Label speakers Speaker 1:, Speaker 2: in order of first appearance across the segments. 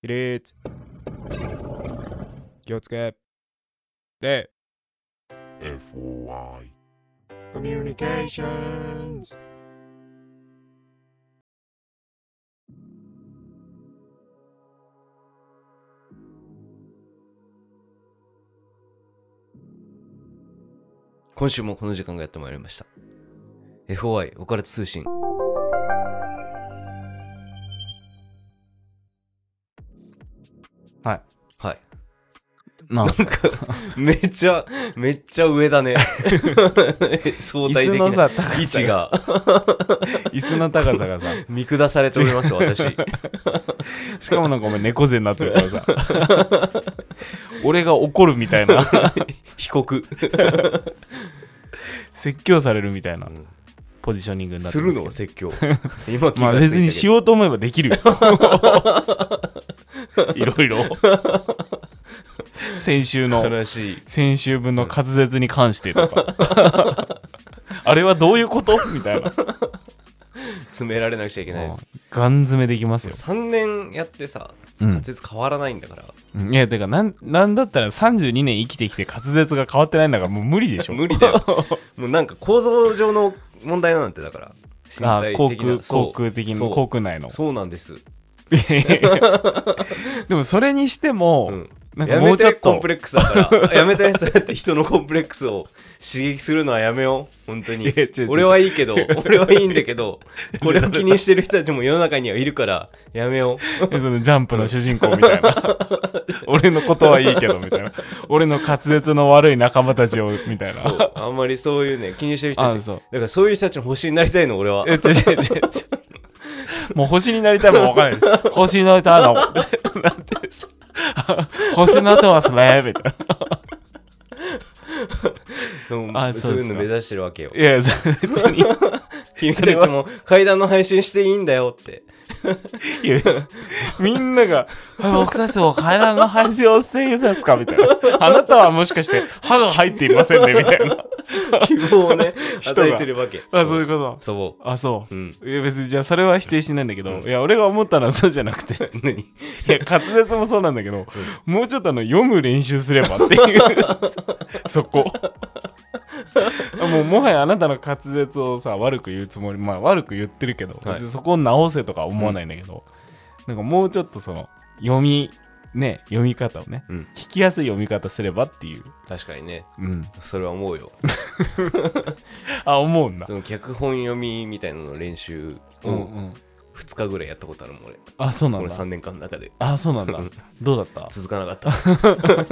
Speaker 1: 起立気をつけ礼
Speaker 2: FOI
Speaker 1: コミュニケーションズ
Speaker 3: 今週もこの時間がやってまいりました FOI オカルト通信
Speaker 4: はい
Speaker 3: はい
Speaker 4: なん
Speaker 3: なんかめっちゃめっちゃ上 だね相
Speaker 4: 椅
Speaker 3: 対
Speaker 4: 子
Speaker 3: 的
Speaker 4: の
Speaker 3: な
Speaker 4: さ高さ
Speaker 3: 位置が
Speaker 4: 椅子の高さがさ
Speaker 3: 見下されております私
Speaker 4: しかもなんかお前猫背になってるからさ俺が怒るみたい な
Speaker 3: 被告
Speaker 4: 説教されるみたいな
Speaker 3: うん
Speaker 4: ポジショニングになって
Speaker 3: す
Speaker 4: です
Speaker 3: る
Speaker 4: け
Speaker 3: の
Speaker 4: ど
Speaker 3: 説教今気がついたけど
Speaker 4: まあ別にしようと思えばで きるよいろいろ先週の
Speaker 3: 悲しい
Speaker 4: 先週分の滑舌に関してとか あれはどういうことみたいな
Speaker 3: 詰められなくちゃいけない
Speaker 4: ガン詰めできますよ、
Speaker 3: 3年やってさ
Speaker 4: うん
Speaker 3: 滑舌変わらないんだから、
Speaker 4: いやてかなんなんだったら32年生きてきて滑舌が変わってないんだからもう無理でしょ
Speaker 3: 無理 だよもうなんか構造上の問題なんてだから身
Speaker 4: あ
Speaker 3: 体
Speaker 4: 航
Speaker 3: 的な
Speaker 4: 空航空的
Speaker 3: そ
Speaker 4: な
Speaker 3: う
Speaker 4: 航空内の
Speaker 3: そうなんです、
Speaker 4: でもそれにしても、
Speaker 3: うん、
Speaker 4: なんか
Speaker 3: や
Speaker 4: も
Speaker 3: め
Speaker 4: うちょ
Speaker 3: て
Speaker 4: っ
Speaker 3: コン
Speaker 4: と
Speaker 3: プレックスだから やめてそうやって人のコンプレックスを刺激するのはやめよう本当に
Speaker 4: いや違う違う
Speaker 3: 俺はいいけど俺はいいんだ けどこれを気にしてる人たちも世の中にはいるからやめよう
Speaker 4: そのジャンプの主人公みたい な俺のことはいいけどみたいな俺の滑舌の悪い仲間たちをみたい
Speaker 3: そ
Speaker 4: な
Speaker 3: うあんまりそういうね気にしてる人た
Speaker 4: あ
Speaker 3: ち
Speaker 4: そう
Speaker 3: だからそういう人たちの星になりたいの俺は
Speaker 4: え違う違う違う違うもう星になりたいもん分かんない星になりたいのなんて星になってますねみたい
Speaker 3: うん
Speaker 4: あ
Speaker 3: そ
Speaker 4: そううで
Speaker 3: いう
Speaker 4: すか
Speaker 3: の目指してるわけよ
Speaker 4: ないや別に
Speaker 3: 君たちも階段の配信していいんだよって
Speaker 4: いや別にみんながあ僕たちも階段の配信をしていいですかみたいなあなたはもしかして歯が入っていませんねみたいな
Speaker 3: 希望 をね
Speaker 4: 人が
Speaker 3: 与えてるわけ
Speaker 4: あそういうこと
Speaker 3: そ
Speaker 4: あそう、
Speaker 3: うん
Speaker 4: いや別にじゃあそれは否定しないんだけど、いや俺が思ったのはそうじゃなくて
Speaker 3: う何
Speaker 4: いや滑舌もそうなんだけど、もうちょっとあの読む練習すればって いうそこもうもはやあなたの滑舌をさ悪く言うつもりまあ悪く言ってるけど、
Speaker 3: はい
Speaker 4: 別にそこを直せとかは思わないんだけど、なんかもうちょっとその読みね読み方をね、
Speaker 3: うん
Speaker 4: 聞きやすい読み方すればっていう、
Speaker 3: 確かにね
Speaker 4: うん、
Speaker 3: それは思うよ
Speaker 4: あ思うんだ
Speaker 3: その脚本読みみたいなの練習
Speaker 4: うん
Speaker 3: を
Speaker 4: うん
Speaker 3: 2日ぐらいやったことあるもん俺
Speaker 4: あそうなん
Speaker 3: 俺3
Speaker 4: だ
Speaker 3: 年間の中で
Speaker 4: あそうなんだどうだった
Speaker 3: 続かなかった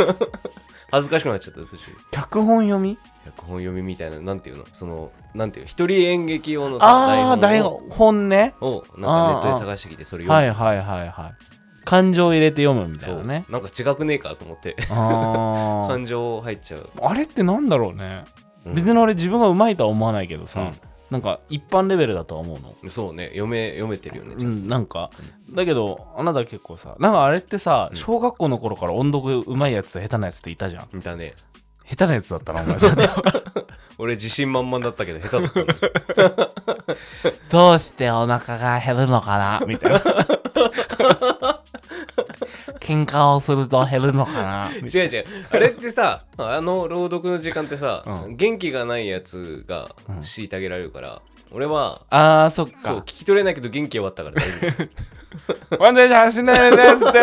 Speaker 3: 恥ずかしくなっちゃった途中
Speaker 4: 脚本読み
Speaker 3: 脚本読みみたいななんていうのそのなんていう一人演劇用の
Speaker 4: ああ
Speaker 3: さ
Speaker 4: 台
Speaker 3: 台本
Speaker 4: 本ね
Speaker 3: をなんかネットで探してきてそれ読
Speaker 4: は
Speaker 3: む
Speaker 4: いはいはいはい感情を入れて読むみた
Speaker 3: そ
Speaker 4: いうな
Speaker 3: なん
Speaker 4: ね
Speaker 3: か違くねえかと思って
Speaker 4: あー
Speaker 3: 感情入っちゃう
Speaker 4: あれってなんだろうね、
Speaker 3: うん
Speaker 4: 別に俺自分がうまいとは思わないけどさ、
Speaker 3: うん
Speaker 4: なんか一般レベルだとは思うの
Speaker 3: そうね読め読めてるよねち
Speaker 4: う
Speaker 3: ゃんと
Speaker 4: ん、なんかだけどあなた結構さなんかあれってさ小学校の頃から音読うまいやつと下手なやつっていたじゃん
Speaker 3: 見たね
Speaker 4: 下手なやつだったなお前さ
Speaker 3: 俺自信満々だったけど下手だったね
Speaker 4: どうしてお腹が減るのかなみ たいな喧嘩をすると減るのかなみたいな
Speaker 3: 違う違う あれってさあの朗読の時間ってさ、
Speaker 4: うん
Speaker 3: 元気がないやつが
Speaker 4: うん
Speaker 3: 虐げられるから、俺は
Speaker 4: あーそっ
Speaker 3: そう
Speaker 4: か
Speaker 3: 聞き取れないけど元気はあったから大 丈夫
Speaker 4: ワンダイ走んないですって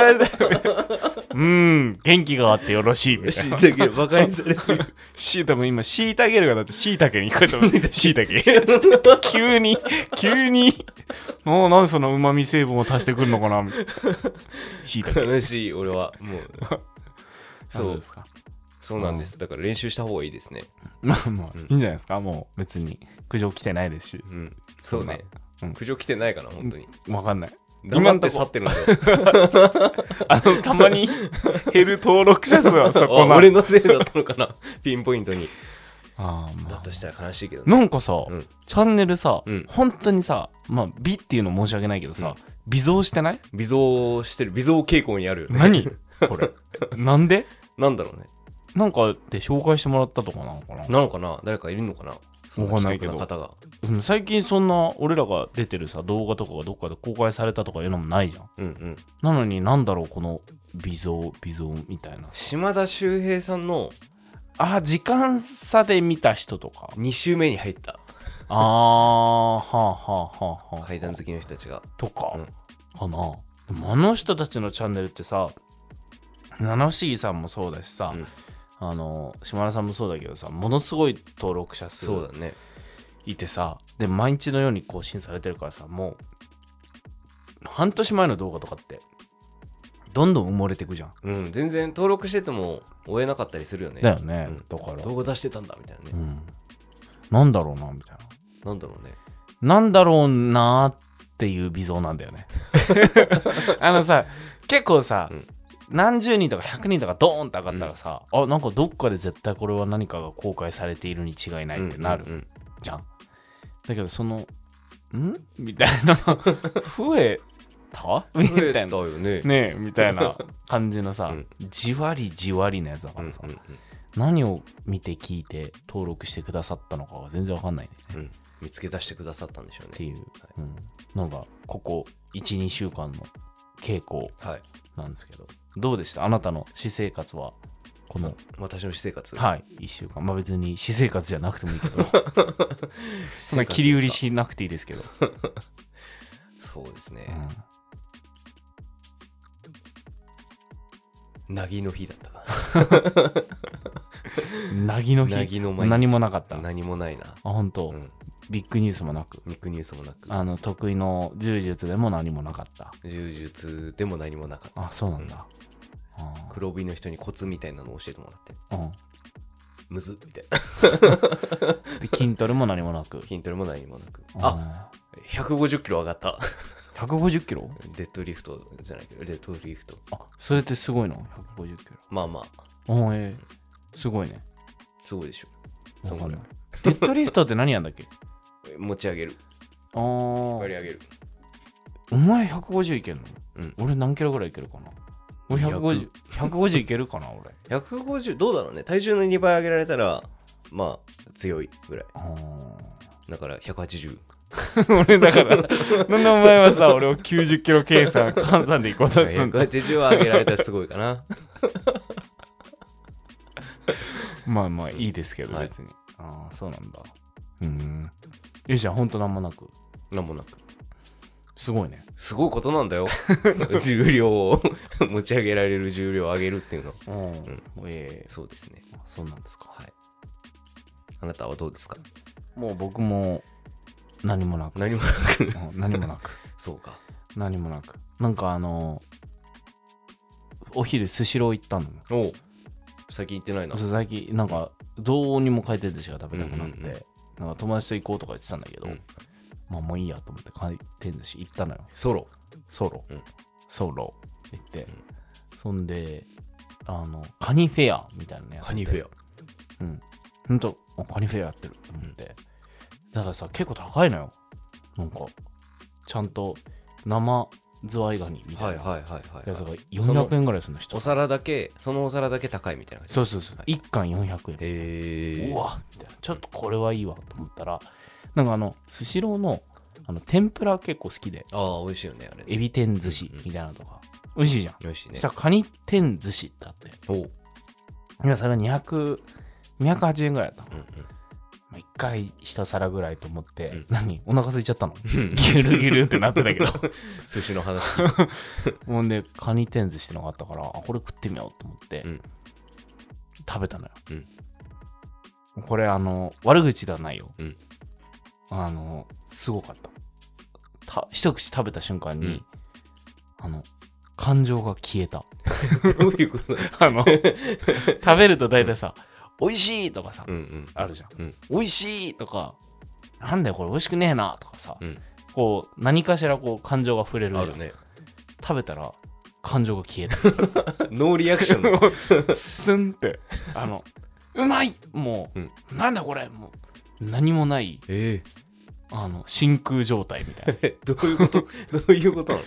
Speaker 4: うん、元気があってよろしいみたいな。
Speaker 3: 虐げるバカにされてる
Speaker 4: しいたも今、しいたけるがだってしいたけに聞こえたもん。しいたけ。急に、急に、もうなんでそのうまみ成分を足してくるのかなみたいな。しいたけ。
Speaker 3: 悲しい俺はもうそ
Speaker 4: そう
Speaker 3: う
Speaker 4: ですか。
Speaker 3: そうなんですだから練習した方がいいですね
Speaker 4: まあまあ、いいんじゃないですか。もう別に苦情来てないですし。
Speaker 3: うんそうね
Speaker 4: うん
Speaker 3: 苦情来てないかな本当に
Speaker 4: わかんない。
Speaker 3: 黙って去ってるんだよ
Speaker 4: あの、たまに減る登録者数はそこ
Speaker 3: あ
Speaker 4: な。
Speaker 3: 俺のせいだったのかなピンポイントに
Speaker 4: あーまあ
Speaker 3: だとしたら悲しいけどね
Speaker 4: なんかさ、
Speaker 3: うん
Speaker 4: チャンネルさ、
Speaker 3: うん
Speaker 4: 本当にさ、まあ、美っていうの申し訳ないけどさ、微増してない
Speaker 3: 微増してる微増傾向にあるよ ね
Speaker 4: 何これなんで
Speaker 3: なんだろうね
Speaker 4: なんかで紹介してもらったとかなのかな
Speaker 3: なのかな誰かいるのかなそん
Speaker 4: わかんないけど
Speaker 3: 気の毒な方が。
Speaker 4: うん最近そんな俺らが出てるさ動画とかがどっかで公開されたとかいうのもないじゃん
Speaker 3: うんうん。
Speaker 4: なのになんだろうこの微増微増みたいな
Speaker 3: 島田秀平さんの
Speaker 4: あ時間差で見た人とか
Speaker 3: 2週目に入った
Speaker 4: あーはあはあはあはあ
Speaker 3: 階段好きの人たちが。
Speaker 4: とか
Speaker 3: うん
Speaker 4: かな、でもあの人たちのチャンネルってさ七不思議さんもそうだしさ、
Speaker 3: うん
Speaker 4: あの島田さんもそうだけどさものすごい登録者数
Speaker 3: そうだね。
Speaker 4: いてさで毎日のように更新されてるからさもう半年前の動画とかってどんどん埋もれてくじゃん、
Speaker 3: うん、全然登録してても追えなかったりするよね。
Speaker 4: だよね、
Speaker 3: うん
Speaker 4: だから
Speaker 3: 動画出してたんだみたいなね。
Speaker 4: うん、なんだろうなみたい
Speaker 3: なんだろうね。
Speaker 4: ななんだろうなっていう微増なんだよ ねあのさ結構さ、
Speaker 3: うん
Speaker 4: 何十人とか100人とかドーンって上がったらさ、あなんかどっかで絶対これは何かが公開されているに違いないってなる
Speaker 3: うんうん
Speaker 4: じゃん。だけどその「ん?」みたい な増えた
Speaker 3: うん
Speaker 4: み
Speaker 3: 増え
Speaker 4: た
Speaker 3: た
Speaker 4: いな。
Speaker 3: よね。
Speaker 4: ねえみたいな感じのさ、
Speaker 3: うん
Speaker 4: じわりじわりなやつだ
Speaker 3: う
Speaker 4: か
Speaker 3: んう
Speaker 4: ら
Speaker 3: ん
Speaker 4: さ、
Speaker 3: うん
Speaker 4: 何を見て聞いて登録してくださったのかが全然わかんないね
Speaker 3: うん見つけ出してくださったんでしょ
Speaker 4: っ
Speaker 3: う
Speaker 4: て
Speaker 3: ね。
Speaker 4: いう、うん、のがここ12週間の傾向
Speaker 3: はい。
Speaker 4: なんですけどどうでしたあなたの私生活はこの、
Speaker 3: 私の私生活。
Speaker 4: はい1週間まあ別に 私生活じゃなくてもいいけどそん
Speaker 3: 生活ですか
Speaker 4: な切り売りしなくていいですけど、
Speaker 3: そうです
Speaker 4: う
Speaker 3: ね。
Speaker 4: ん
Speaker 3: なぎの日だったか
Speaker 4: なぎの
Speaker 3: な。な
Speaker 4: 日
Speaker 3: ぎの毎日
Speaker 4: 何もなかったあ
Speaker 3: 何もないな。
Speaker 4: 本当、
Speaker 3: うん
Speaker 4: ビッグニュースもなく
Speaker 3: 肉ニュースもなく、
Speaker 4: あの得意の柔術でも何もなかった
Speaker 3: 柔術でも何もなかった。
Speaker 4: あそうなんだ、
Speaker 3: 黒帯の人にコツみたいなのを教えてもらって、
Speaker 4: うんうん
Speaker 3: むずっみたい な。
Speaker 4: で筋トレも何もなく
Speaker 3: 筋トレも何もなく。
Speaker 4: あ
Speaker 3: あ150キロ上がった。
Speaker 4: 150キロ
Speaker 3: デッドリフトじゃないけど、デッドリフト。
Speaker 4: あそれってすごいの150キ
Speaker 3: まあまあ、
Speaker 4: ロおーえーすごいね
Speaker 3: すごいでしょ。
Speaker 4: わかん
Speaker 3: そ
Speaker 4: なんいデッドリフトって何やんだっけ
Speaker 3: 持ち上げる。
Speaker 4: あー
Speaker 3: 割り上げる。
Speaker 4: お前150いけるの、
Speaker 3: うん
Speaker 4: 俺何キロぐらいいけるかな俺150 150いけるかな俺
Speaker 3: 150、どうだろうね。体重の2倍上げられたら、まあ、強いぐらい。
Speaker 4: あー
Speaker 3: だから180。
Speaker 4: 俺だからなんでお前はさ俺を90キロ計算換算でいこうとすんだ
Speaker 3: 180は上げられたらすごいかな。
Speaker 4: まあまあいいですけど
Speaker 3: はい
Speaker 4: 別に、ああそうなんだうんゆうちゃんほんと何もなく
Speaker 3: なんもなく。
Speaker 4: すごいね
Speaker 3: すごいことなん だよ。重量を 持ち上げられる重量を上げるっていうのは。
Speaker 4: うん、ええ
Speaker 3: そうですね。
Speaker 4: そうなんですか
Speaker 3: はい。あなたはどうですか
Speaker 4: もう僕も何もなく
Speaker 3: 何も
Speaker 4: な
Speaker 3: な く。
Speaker 4: く、うん何もなく
Speaker 3: そうか。
Speaker 4: 何もなくなんかあのお昼スシロー行ったのよ
Speaker 3: おう最近行ってないな。
Speaker 4: そう最近なんかどうにも回転寿司が食べたくなって、
Speaker 3: うんうんうん
Speaker 4: なんか友達と行こうとか言ってたんだけど、
Speaker 3: うん
Speaker 4: まあもういいやと思って回転寿司行ったのよ
Speaker 3: ソロ。
Speaker 4: ソロ、
Speaker 3: うん
Speaker 4: ソロ行って、そんであのカニフェアみたいなのやってて
Speaker 3: カニフェア。
Speaker 4: うんほんとあカニフェアやってると思って、だからさ結構高いのよなんかちゃんと生ズワイガニみた
Speaker 3: はいい
Speaker 4: な
Speaker 3: はいはいはい、
Speaker 4: やつが
Speaker 3: はい。
Speaker 4: 400円ぐらいするの一
Speaker 3: お
Speaker 4: つ
Speaker 3: 皿だけ、そのお皿だけ高いみたいな感じ。
Speaker 4: そうそうそう、
Speaker 3: はい
Speaker 4: 一1貫400円
Speaker 3: へえ。
Speaker 4: うわみたいなちょっとこれはいいわと思ったらなんかあのスシローのあの天ぷら結構好きで
Speaker 3: ああ、美味しいよね、あれ。
Speaker 4: エビ天寿司みたいなのとか、美味しいじゃん、
Speaker 3: 美味しい
Speaker 4: そ
Speaker 3: ね
Speaker 4: した。らカニ天寿司ってあって
Speaker 3: おう。
Speaker 4: 今それが200 280円ぐらいだった
Speaker 3: うんうん
Speaker 4: まあ、1回一皿ぐらいと思って、
Speaker 3: うん
Speaker 4: 何お腹空いちゃったの ギュルギュルってなってたけど
Speaker 3: 寿司の話。
Speaker 4: ほんでカニ天寿司ってのがあったからあこれ食ってみようと思って、
Speaker 3: うん
Speaker 4: 食べたのよ、これあの悪口ではないよ、
Speaker 3: うん
Speaker 4: あのすごかったた一口食べた瞬間に、
Speaker 3: うん
Speaker 4: あの感情が消えた
Speaker 3: どういうことだ
Speaker 4: あの 食べると大体さ、美味しいとかさ、
Speaker 3: うんうん。
Speaker 4: あるじゃん、
Speaker 3: うん
Speaker 4: 美味しいとかなんだよこれ美味しくねえなとかさ、
Speaker 3: うん
Speaker 4: こう何かしらこう感情が触れるじゃ
Speaker 3: あ
Speaker 4: ん
Speaker 3: るね。
Speaker 4: 食べたら感情が消え
Speaker 3: ノーリアク ションだ。
Speaker 4: たスンってあのうまいもう、
Speaker 3: うん
Speaker 4: なんだこれもう何もない
Speaker 3: え
Speaker 4: あの真空状態み たい
Speaker 3: え。どういう ことどういうことなの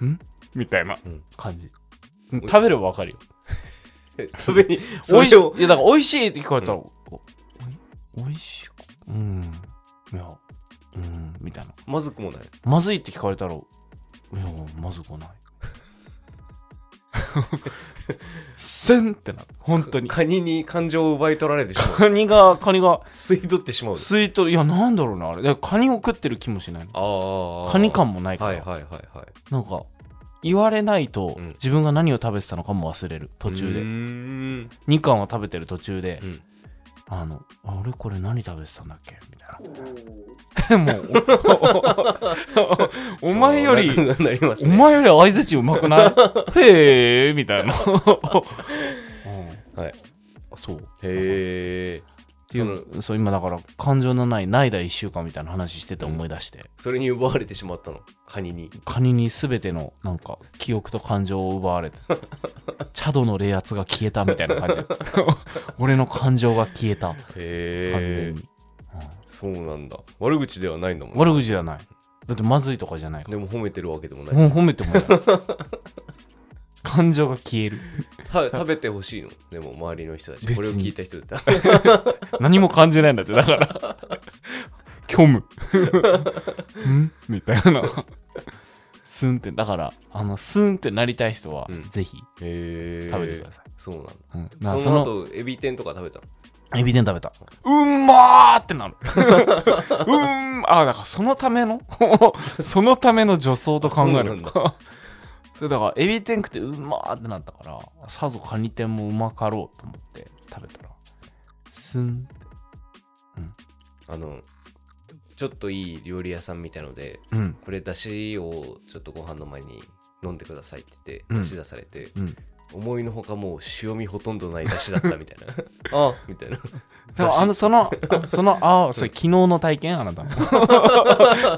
Speaker 4: なんみたいな
Speaker 3: うん
Speaker 4: 感じ、食べればわかるよ
Speaker 3: え食べに、
Speaker 4: 美
Speaker 3: そ
Speaker 4: 味し
Speaker 3: れを
Speaker 4: いいやだから美味しいって聞こえたら、おおい美味しいうんいやうんみたいな
Speaker 3: まずくもない。
Speaker 4: まずいって聞かれたらいやまずくないせんってな本当に
Speaker 3: カニに感情を奪い取られて しまう。
Speaker 4: カニがカニが
Speaker 3: 吸い取ってしまう。
Speaker 4: 吸い取るいやなんだろうなあれだからカニを食ってる気もしないの
Speaker 3: ああ。
Speaker 4: カニ感もないから、
Speaker 3: はいはいはいはい。
Speaker 4: なんか言われないと
Speaker 3: うん
Speaker 4: 自分が何を食べてたのかも忘れる途中
Speaker 3: うー
Speaker 4: で
Speaker 3: ん
Speaker 4: 2巻を食べてる途中で、
Speaker 3: うん
Speaker 4: あのあ俺これ何食べてたんだっけみたいなも うおお前より
Speaker 3: なくなります
Speaker 4: お
Speaker 3: ね。
Speaker 4: 前より相づちうまく ないへえみたいな、
Speaker 3: はい。
Speaker 4: そう
Speaker 3: へえ。
Speaker 4: っていうそう今だから感情のないないだ1週間みたいな話してて
Speaker 3: うん
Speaker 4: 思い出して、
Speaker 3: それに奪われてしまったの。カニに。
Speaker 4: カニに全てのなんか記憶と感情を奪われ てチャドの冷圧が消えたみたいな感じ俺の感情が消えた完
Speaker 3: へ
Speaker 4: 全
Speaker 3: え。
Speaker 4: に、
Speaker 3: そうなんだ。悪口ではないんだもん
Speaker 4: うん
Speaker 3: ね。
Speaker 4: 悪口じゃないだってまずいとかじゃないか
Speaker 3: でも褒めてるわけでもな
Speaker 4: ら
Speaker 3: い。
Speaker 4: もう褒めても らえない感情が消える
Speaker 3: た食べてほしいの。でも周りの人たち。
Speaker 4: 別に
Speaker 3: これを聞いた人 だっ
Speaker 4: 何も感じないんだってだから 虚無んみたいなスンってだからあのスンってなりたい人は、
Speaker 3: うん
Speaker 4: ぜひ
Speaker 3: た。へえ。
Speaker 4: 食べてください、
Speaker 3: そうなんだ。
Speaker 4: うんだから
Speaker 3: その後、エビ天とか食べたの。
Speaker 4: エビ天食べた。うんまーってなる。うん、あ、だからそのための そのための助走と考え
Speaker 3: あそう
Speaker 4: る
Speaker 3: なん。
Speaker 4: それだから、エビ天食ってうんまーってなったから、さぞカニ天もうまかろうと思って食べたら、すんって。
Speaker 3: あの、ちょっといい料理屋さんみたいので、
Speaker 4: うん、
Speaker 3: これ出汁をちょっとご飯の前に飲んでくださいって言って
Speaker 4: うん
Speaker 3: 出汁出されて、
Speaker 4: うん。
Speaker 3: 思いのほかもう塩味ほとんどない出汁だったみたいなあ みたいな
Speaker 4: だからあの、その、あその、あ、それ昨日の体験あなた の。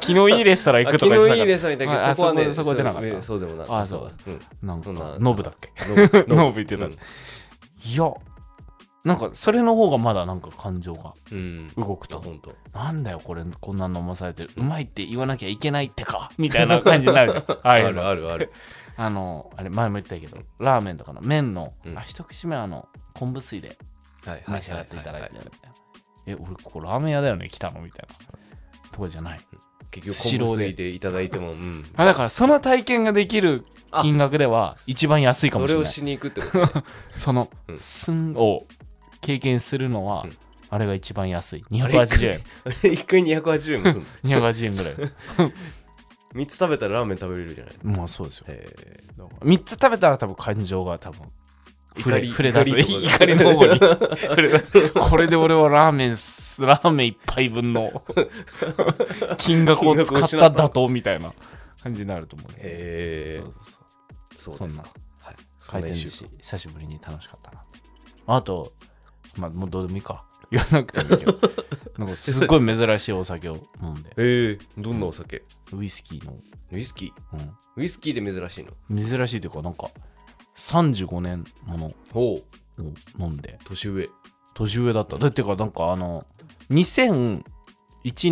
Speaker 4: 昨日いいレストラン行
Speaker 3: あ
Speaker 4: く
Speaker 3: 昨
Speaker 4: とか言って
Speaker 3: 日いい
Speaker 4: たか
Speaker 3: レストラン行ったけ
Speaker 4: あ
Speaker 3: どそこはね
Speaker 4: そこそこ出なかった
Speaker 3: そうそうでもな
Speaker 4: あそう
Speaker 3: だ ん
Speaker 4: ら。なん
Speaker 3: そんな
Speaker 4: か、ノブだっけ
Speaker 3: ノ
Speaker 4: ノブ言ってた
Speaker 3: うん
Speaker 4: いや、なんか、それの方がまだなんか感情が
Speaker 3: うん
Speaker 4: 動く
Speaker 3: あ
Speaker 4: と。
Speaker 3: 本当
Speaker 4: なんだよこれこんなの飲まされてるうまいって言わなきゃいけないってかみたいな感じになるじゃん ああい
Speaker 3: あ
Speaker 4: うの
Speaker 3: るあるある
Speaker 4: あのあれ前も言ったけどラーメンとかの麺の、
Speaker 3: うん
Speaker 4: あ一口目はあの昆布水で
Speaker 3: はいはい
Speaker 4: 召し上がっていただいてる
Speaker 3: はは
Speaker 4: みたいなえ俺ここラーメン屋だよね来たのみたいなとこじゃない
Speaker 3: 結局昆布水でいただいてもうん
Speaker 4: あだからその体験ができる
Speaker 3: あ
Speaker 4: 金額では一番安いかもしれない
Speaker 3: それを
Speaker 4: そ
Speaker 3: しに行くってことね
Speaker 4: の
Speaker 3: うん
Speaker 4: すんを経験するのは、
Speaker 3: うん
Speaker 4: あれが一番安い280円
Speaker 3: 一回280円もすんの
Speaker 4: 280円ぐらい
Speaker 3: 3つ食べたらラーメン食べれるじゃない
Speaker 4: まあそうですよ
Speaker 3: へー
Speaker 4: 3つ食べたら多分感情が多分触
Speaker 3: 怒
Speaker 4: れ
Speaker 3: り
Speaker 4: 触れ出す
Speaker 3: 怒りとか
Speaker 4: 怒りの方 に触れ出すこれで俺はラーメンすラーメン一杯分 の金額を使っただとみたいな感じになると思うね
Speaker 3: へえ
Speaker 4: そうそうそう
Speaker 3: そうですかはいそ
Speaker 4: 回
Speaker 3: んな
Speaker 4: 転
Speaker 3: 一
Speaker 4: 寿
Speaker 3: 週
Speaker 4: 司久しぶりに楽しかったなあとまあもうどうでもいいか言わなくてもいいけ どなんかすっごい珍しいお酒を飲んで
Speaker 3: ええどんなお酒
Speaker 4: ウイスキーの、
Speaker 3: ウイスキー
Speaker 4: うん
Speaker 3: ウイスキーで珍しいの
Speaker 4: 珍しいというかなんか35年ものを
Speaker 3: ほう
Speaker 4: 飲んで
Speaker 3: 年上
Speaker 4: 年上だった。だってか、なんかあの、2001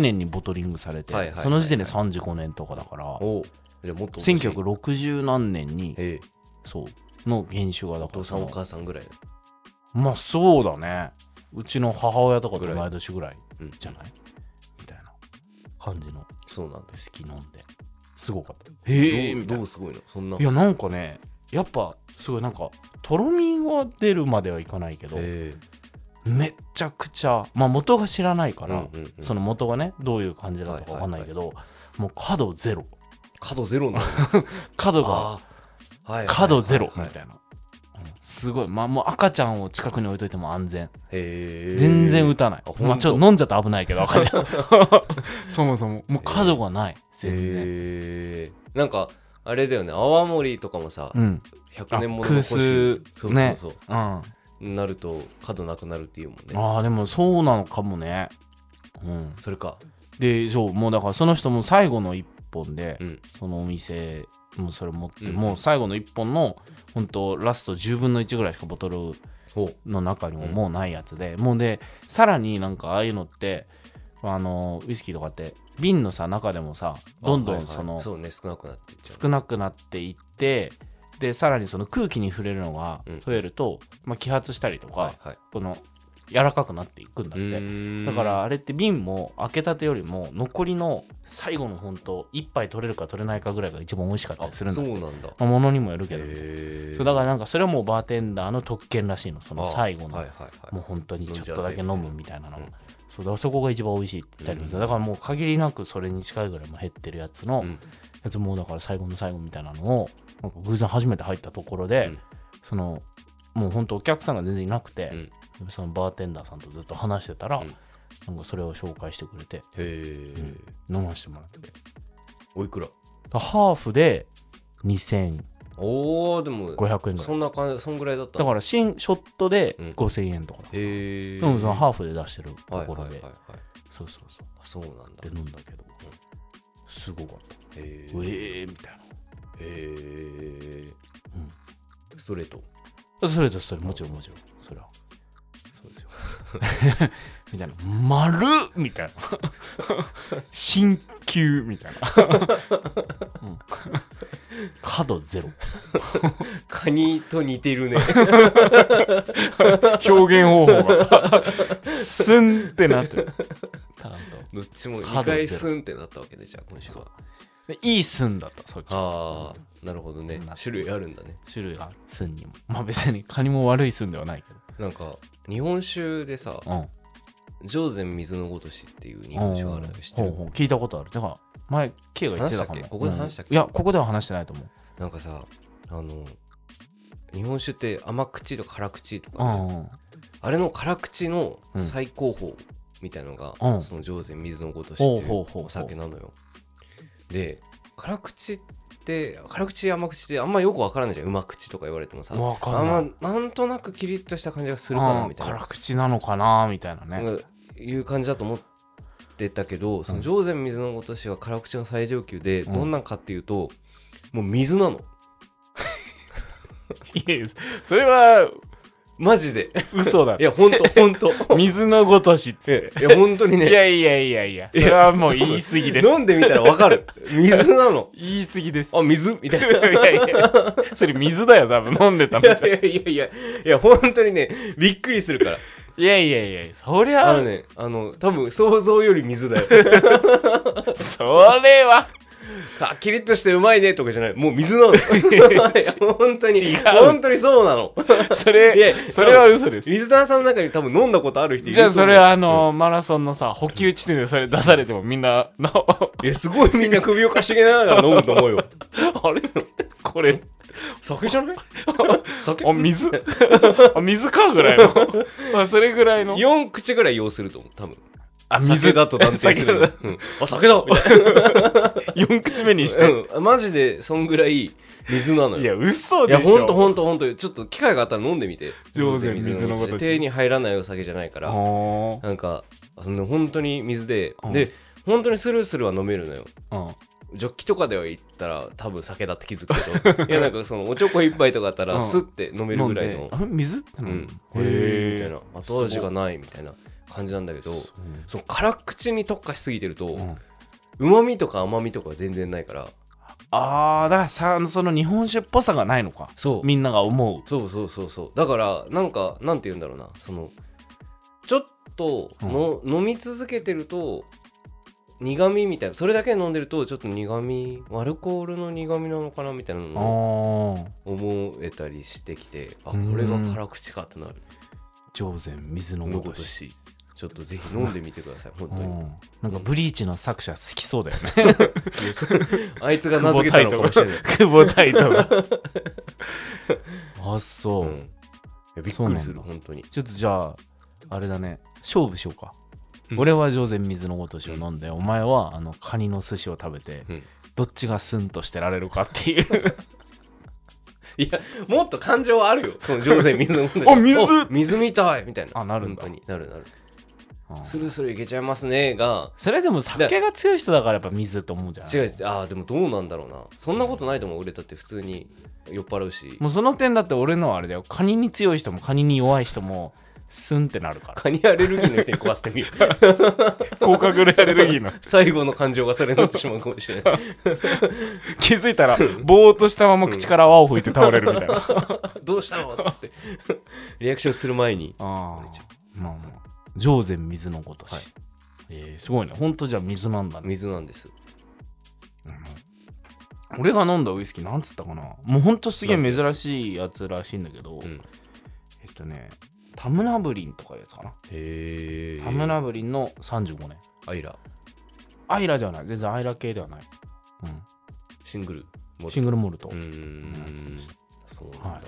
Speaker 4: 年にボトリングされて、
Speaker 3: はいはいはいはい
Speaker 4: その時点で35年とかだから、
Speaker 3: おうじゃあもっとお年
Speaker 4: 1960何年に、
Speaker 3: ええ
Speaker 4: そう、の原酒がだ
Speaker 3: お
Speaker 4: か
Speaker 3: 父
Speaker 4: ら
Speaker 3: さんお母さんぐらい
Speaker 4: まあそうだね。うちの母親とかと
Speaker 3: ぐらい
Speaker 4: 毎年ぐらい
Speaker 3: うん
Speaker 4: じゃないみたいな感じの
Speaker 3: そうなんだ
Speaker 4: 好き飲んで、すごかった。
Speaker 3: どう
Speaker 4: みたい
Speaker 3: ど
Speaker 4: な
Speaker 3: うすごいのそんない
Speaker 4: や、なんかね、やっぱすごいなんか、とろみは出るまではいかないけど、
Speaker 3: え
Speaker 4: めっちゃくちゃ、まあ元が知らない
Speaker 3: え
Speaker 4: から、
Speaker 3: うんうんうん
Speaker 4: その元がねどういう感じだったかわかんないけど、もう角ゼロ
Speaker 3: 角ゼロなの
Speaker 4: 角が
Speaker 3: ああはいはいはいはい
Speaker 4: 角ゼロみ
Speaker 3: はい
Speaker 4: たいな、うんすごいまあもう赤ちゃんを近くに置いといても安全
Speaker 3: へえ
Speaker 4: 全然打たない、
Speaker 3: あほんと
Speaker 4: まあちょっと飲んじゃったら危ないけど赤ち ゃんそもそももう角がない全然、
Speaker 3: へえなんかあれだよね泡盛とかもさ
Speaker 4: うん
Speaker 3: 100年もの
Speaker 4: あ
Speaker 3: の
Speaker 4: 空
Speaker 3: 星
Speaker 4: 数
Speaker 3: そうそう
Speaker 4: ね
Speaker 3: そう
Speaker 4: うん、あ
Speaker 3: なると角なくなるっていうもんね
Speaker 4: あでもそうなのかもね、うん、
Speaker 3: それか
Speaker 4: でそうもうだからその人も最後の一本で、
Speaker 3: うん
Speaker 4: そのお店もそれ持って、
Speaker 3: うん
Speaker 4: もう最後の一本の本当ラスト10分の1ぐらいしかボトル
Speaker 3: ほう
Speaker 4: の中にももうないやつで、もうでさらになんかああいうのってあのウイスキーとかって瓶のさ中でもさどんど
Speaker 3: あは
Speaker 4: ん
Speaker 3: いはい
Speaker 4: その
Speaker 3: そうね少なくなってっちゃう
Speaker 4: 少なくなっていってでさらにその空気に触れるのが
Speaker 3: うん
Speaker 4: 増えると、まあ、揮発したりとか、
Speaker 3: はいはい
Speaker 4: この柔らかくなっていくんだって。だ
Speaker 3: だ
Speaker 4: からあれって瓶も開けたてよりも残りの最後のほんと1杯取れるか取れないかぐらいが一番美味しかったりするんだ
Speaker 3: そ
Speaker 4: って
Speaker 3: うなんだ
Speaker 4: まあものにもよるけど、
Speaker 3: へ
Speaker 4: そうだからなんかそれはもうバーテンダーの特権らしいのその最後の、
Speaker 3: はいはい
Speaker 4: も
Speaker 3: は
Speaker 4: う
Speaker 3: い
Speaker 4: 本当にちょっとだけ飲むみたいなの、
Speaker 3: うん
Speaker 4: そうだからそこが一番美味しいって言ったりもする、だからもう限りなくそれに近いぐらいも減ってるやつの、
Speaker 3: うん
Speaker 4: やつもだから最後の最後みたいなのをなんか偶然初めて入ったところで、
Speaker 3: うん
Speaker 4: そのもう本当お客さんが全然いなくて、そのバーテンダーさんとずっと話してたら、
Speaker 3: うん
Speaker 4: なんかそれを紹介してくれて
Speaker 3: へえ
Speaker 4: 飲ませてもらって
Speaker 3: おいくら
Speaker 4: ハーフで2500
Speaker 3: おおでも
Speaker 4: 円ぐら
Speaker 3: そ
Speaker 4: い
Speaker 3: んな感じそんぐらいだった
Speaker 4: だから新ショットで
Speaker 3: うん
Speaker 4: 5000円とかだ、
Speaker 3: へえ
Speaker 4: でもそのハーフで出してるところで、
Speaker 3: はいはいはいはい
Speaker 4: そうそうそう
Speaker 3: あそうなんだ
Speaker 4: で飲んだけど、
Speaker 3: うん
Speaker 4: すごかった
Speaker 3: へ
Speaker 4: う
Speaker 3: え
Speaker 4: えーみたい
Speaker 3: へえ
Speaker 4: うん
Speaker 3: ストレート
Speaker 4: なそれとそれもちろんもちろんそれは
Speaker 3: そうですよ
Speaker 4: みたいな「丸っ!」みたいな「新級」みたいな、 うん、角ゼロ
Speaker 3: カニと似 てるね
Speaker 4: 表現方法がスンってなってるただんと
Speaker 3: どっちも
Speaker 4: 角ゼロ
Speaker 3: 2回スンってなったわけでじゃあ今週は
Speaker 4: でいいスンだったそっち
Speaker 3: ああなるほどね
Speaker 4: うん
Speaker 3: 種類あるんだね
Speaker 4: 種類がスンにもまあ別にカニも悪いスンではないけ
Speaker 3: なんか日本酒でさ
Speaker 4: どうん
Speaker 3: 上善水のごとしっていう日本酒があるんだけど知って
Speaker 4: ほう
Speaker 3: る
Speaker 4: ほう聞いたことあるだから前 K が言ってたか
Speaker 3: 話
Speaker 4: も
Speaker 3: したっけここで話したっけ
Speaker 4: うんいやここでは話してないと思う
Speaker 3: なんかさあの日本酒って甘口と辛口とか
Speaker 4: う
Speaker 3: あるじゃん
Speaker 4: んうん
Speaker 3: あれの辛口の最高峰みたいのが、
Speaker 4: うん
Speaker 3: その上善水のごとしってい
Speaker 4: ほうほう
Speaker 3: う
Speaker 4: ほうほう
Speaker 3: お酒なのよで辛口って辛口甘口ってあんまよくわからないじゃんうま口とか言われてもさ
Speaker 4: わかんない
Speaker 3: あんまなんとなくキリッとした感じがするかなみたいな
Speaker 4: うん辛口なのかなみたいなね
Speaker 3: なんかいう感じだと思ってたけど、その上善水のごとしは辛口の最上級で、
Speaker 4: うん
Speaker 3: どんなんかっていうともう水なの
Speaker 4: いやそれは
Speaker 3: マジで
Speaker 4: 嘘だ
Speaker 3: いやほんとほ んと
Speaker 4: 水のごとしっつって
Speaker 3: いや本当に
Speaker 4: い
Speaker 3: ね
Speaker 4: やいやいやいやそれはもう言い過ぎです
Speaker 3: 飲んでみたらわかる水なの
Speaker 4: 言い過ぎです
Speaker 3: あ水 みた い
Speaker 4: い
Speaker 3: な
Speaker 4: やいやそれ水だよ多分飲んでた
Speaker 3: い
Speaker 4: のじゃ
Speaker 3: やいやいやいやいや本当にねびっくりするから
Speaker 4: いやいやいやそり
Speaker 3: あ
Speaker 4: ゃ
Speaker 3: のねあの多分想像より水だ よ
Speaker 4: それは
Speaker 3: あキリッとしてうまいねとかじゃないもう水なの いや本当に
Speaker 4: 違う
Speaker 3: 本当にそうなの
Speaker 4: そ
Speaker 3: いやい
Speaker 4: れ
Speaker 3: や
Speaker 4: それは嘘です
Speaker 3: 水田さんの中に多分飲んだことある人いる
Speaker 4: じ
Speaker 3: と
Speaker 4: ゃ
Speaker 3: 思
Speaker 4: あ
Speaker 3: う
Speaker 4: それはあのマラソンのさ補給地点でそれ出されてもみんなの
Speaker 3: いやすごいみんな首をかしげながら飲むと思うよ
Speaker 4: あれこれ
Speaker 3: 酒 じゃない酒
Speaker 4: あ水 あ水かぐらい のあそれぐらいの
Speaker 3: 4口ぐらい要すると思う多分
Speaker 4: あ
Speaker 3: 酒だと断定する
Speaker 4: 酒だ
Speaker 3: の、うん、あ酒だみたい
Speaker 4: 4口目にし
Speaker 3: な
Speaker 4: て、
Speaker 3: うんマジでそんぐらい水なのよ
Speaker 4: いや嘘
Speaker 3: い
Speaker 4: でし
Speaker 3: や、
Speaker 4: ょ
Speaker 3: ほんとほんとほんと、ちょっと機会があったら飲んでみて。
Speaker 4: 上手水のごとし
Speaker 3: 手に入らないお酒じゃないから、
Speaker 4: ほ
Speaker 3: なんか、あの本当に水で
Speaker 4: う、ん
Speaker 3: で、本当にスルースルーは飲めるのよ。
Speaker 4: うん
Speaker 3: ジョッキとかでは言ったら、多分酒だって気づく けど、いや、なんかそのおちょこ一杯とかあった
Speaker 4: う
Speaker 3: ら、
Speaker 4: ん
Speaker 3: スッて飲めるぐらいの、
Speaker 4: あ水う
Speaker 3: うん、
Speaker 4: へ
Speaker 3: へーみたい
Speaker 4: え
Speaker 3: な、後味がないみたいな感じなんだけど、その辛口に特化しすぎてると、うまみとか甘みとか全然ないから、
Speaker 4: あーだからさその日本酒っぽさがないのか
Speaker 3: そう。
Speaker 4: みんなが思う
Speaker 3: そうそうそうそうだからなんかなんて言うんだろうなそのちょっとの、飲み続けてると苦味みたいなそれだけ飲んでるとちょっと苦味アルコールの苦味なのかなみたいな
Speaker 4: あ
Speaker 3: のを
Speaker 4: ー
Speaker 3: 思えたりしてきてあこ
Speaker 4: うん
Speaker 3: れが辛口かってなる
Speaker 4: 上善水の
Speaker 3: の
Speaker 4: ご
Speaker 3: こ
Speaker 4: と
Speaker 3: と
Speaker 4: し
Speaker 3: しちょっとぜひ飲んでみてください本当に
Speaker 4: うんなんかブリーチの作者好きそうだよ ね
Speaker 3: いやそうあいつが名付けたのかもしれない、
Speaker 4: 久保タイトが
Speaker 3: 、
Speaker 4: あそううん
Speaker 3: いやびっくりす
Speaker 4: そう
Speaker 3: る
Speaker 4: なんだ
Speaker 3: 本当に
Speaker 4: ちょっとじゃああれだね勝負しようか、
Speaker 3: うん
Speaker 4: 俺は上善水のごとしを飲んで、お前はあのカニの寿司を食べて、
Speaker 3: うん
Speaker 4: どっちがスンとしてられるかっていう
Speaker 3: いや、もっと感情はあるよ。その 上手に水飲んで
Speaker 4: あ水
Speaker 3: 水みたいみたいな。
Speaker 4: あなるんだ
Speaker 3: 本当になるなる。
Speaker 4: うん
Speaker 3: スルスルいけちゃいますねが、
Speaker 4: それでも酒が強い人だからやっぱ水と思うじゃん
Speaker 3: 違う違う、ああ、でもどうなんだろうな。そんなことないと思う、俺だって普通に酔っ払うし。
Speaker 4: もうその点だって俺のはあれだよカニに強い人もカニに弱い人もスンってなる から
Speaker 3: カニアレルギーの人に壊して みる。
Speaker 4: 甲殻類アレルギーの
Speaker 3: 最後の感情がそれになってしまうかもしれない。
Speaker 4: 気づいたらぼーっとしたまま口から泡を吹いて倒れるみたいなあ
Speaker 3: どうしたのって言って。リアクションする前に。
Speaker 4: あ
Speaker 3: ちゃ
Speaker 4: まあまあ上善水のごとし、
Speaker 3: はい
Speaker 4: えーすごいねほんとじゃあ水なんだね、
Speaker 3: 水なんです
Speaker 4: うん俺が飲んだウイスキーなんつったかなもうほんとすげえ珍しいやつらしいんだけど、
Speaker 3: うん
Speaker 4: えっとねタムナブリンとかいうやつかな、
Speaker 3: へえ
Speaker 4: タムナブリンの35年
Speaker 3: アイラ
Speaker 4: アイラじゃない全然アイラ系ではない、う
Speaker 3: シングル
Speaker 4: ん、シングルモルト、
Speaker 3: うーんそうなんだ、
Speaker 4: はい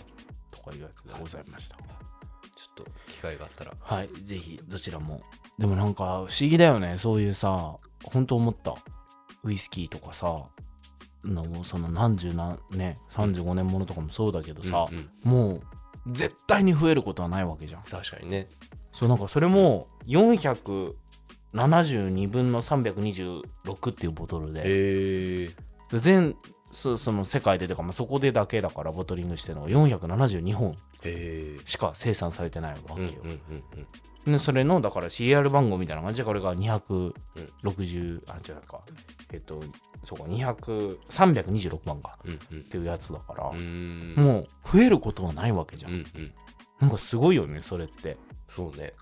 Speaker 4: とかいうやつでございました
Speaker 3: ちょっと機会があったら
Speaker 4: はいぜひどちらもでもなんか不思議だよねそういうさ本当思ったウイスキーとかさのその何十何ね35年ものとかもそうだけどさ、
Speaker 3: うんうん
Speaker 4: もう絶対に増えることはないわけじゃん
Speaker 3: 確かにね
Speaker 4: そうなんかそれも472分の326っていうボトルで
Speaker 3: へえ
Speaker 4: 全そその世界でというか、まあ、そこでだけだからボトリングしてるのが472本
Speaker 3: へえ
Speaker 4: しか生産されてないわ
Speaker 3: う
Speaker 4: け
Speaker 3: んう
Speaker 4: よ
Speaker 3: ん、うんうん
Speaker 4: でそれのだから CR 番号みたいな感じでこれが260、あ違うかえっとそうか200326番か
Speaker 3: うんうん
Speaker 4: っていうやつだから
Speaker 3: う、ーん
Speaker 4: もう増えることはないわけじゃ、
Speaker 3: うんんうん
Speaker 4: なんかすごいよねそれって、
Speaker 3: そうね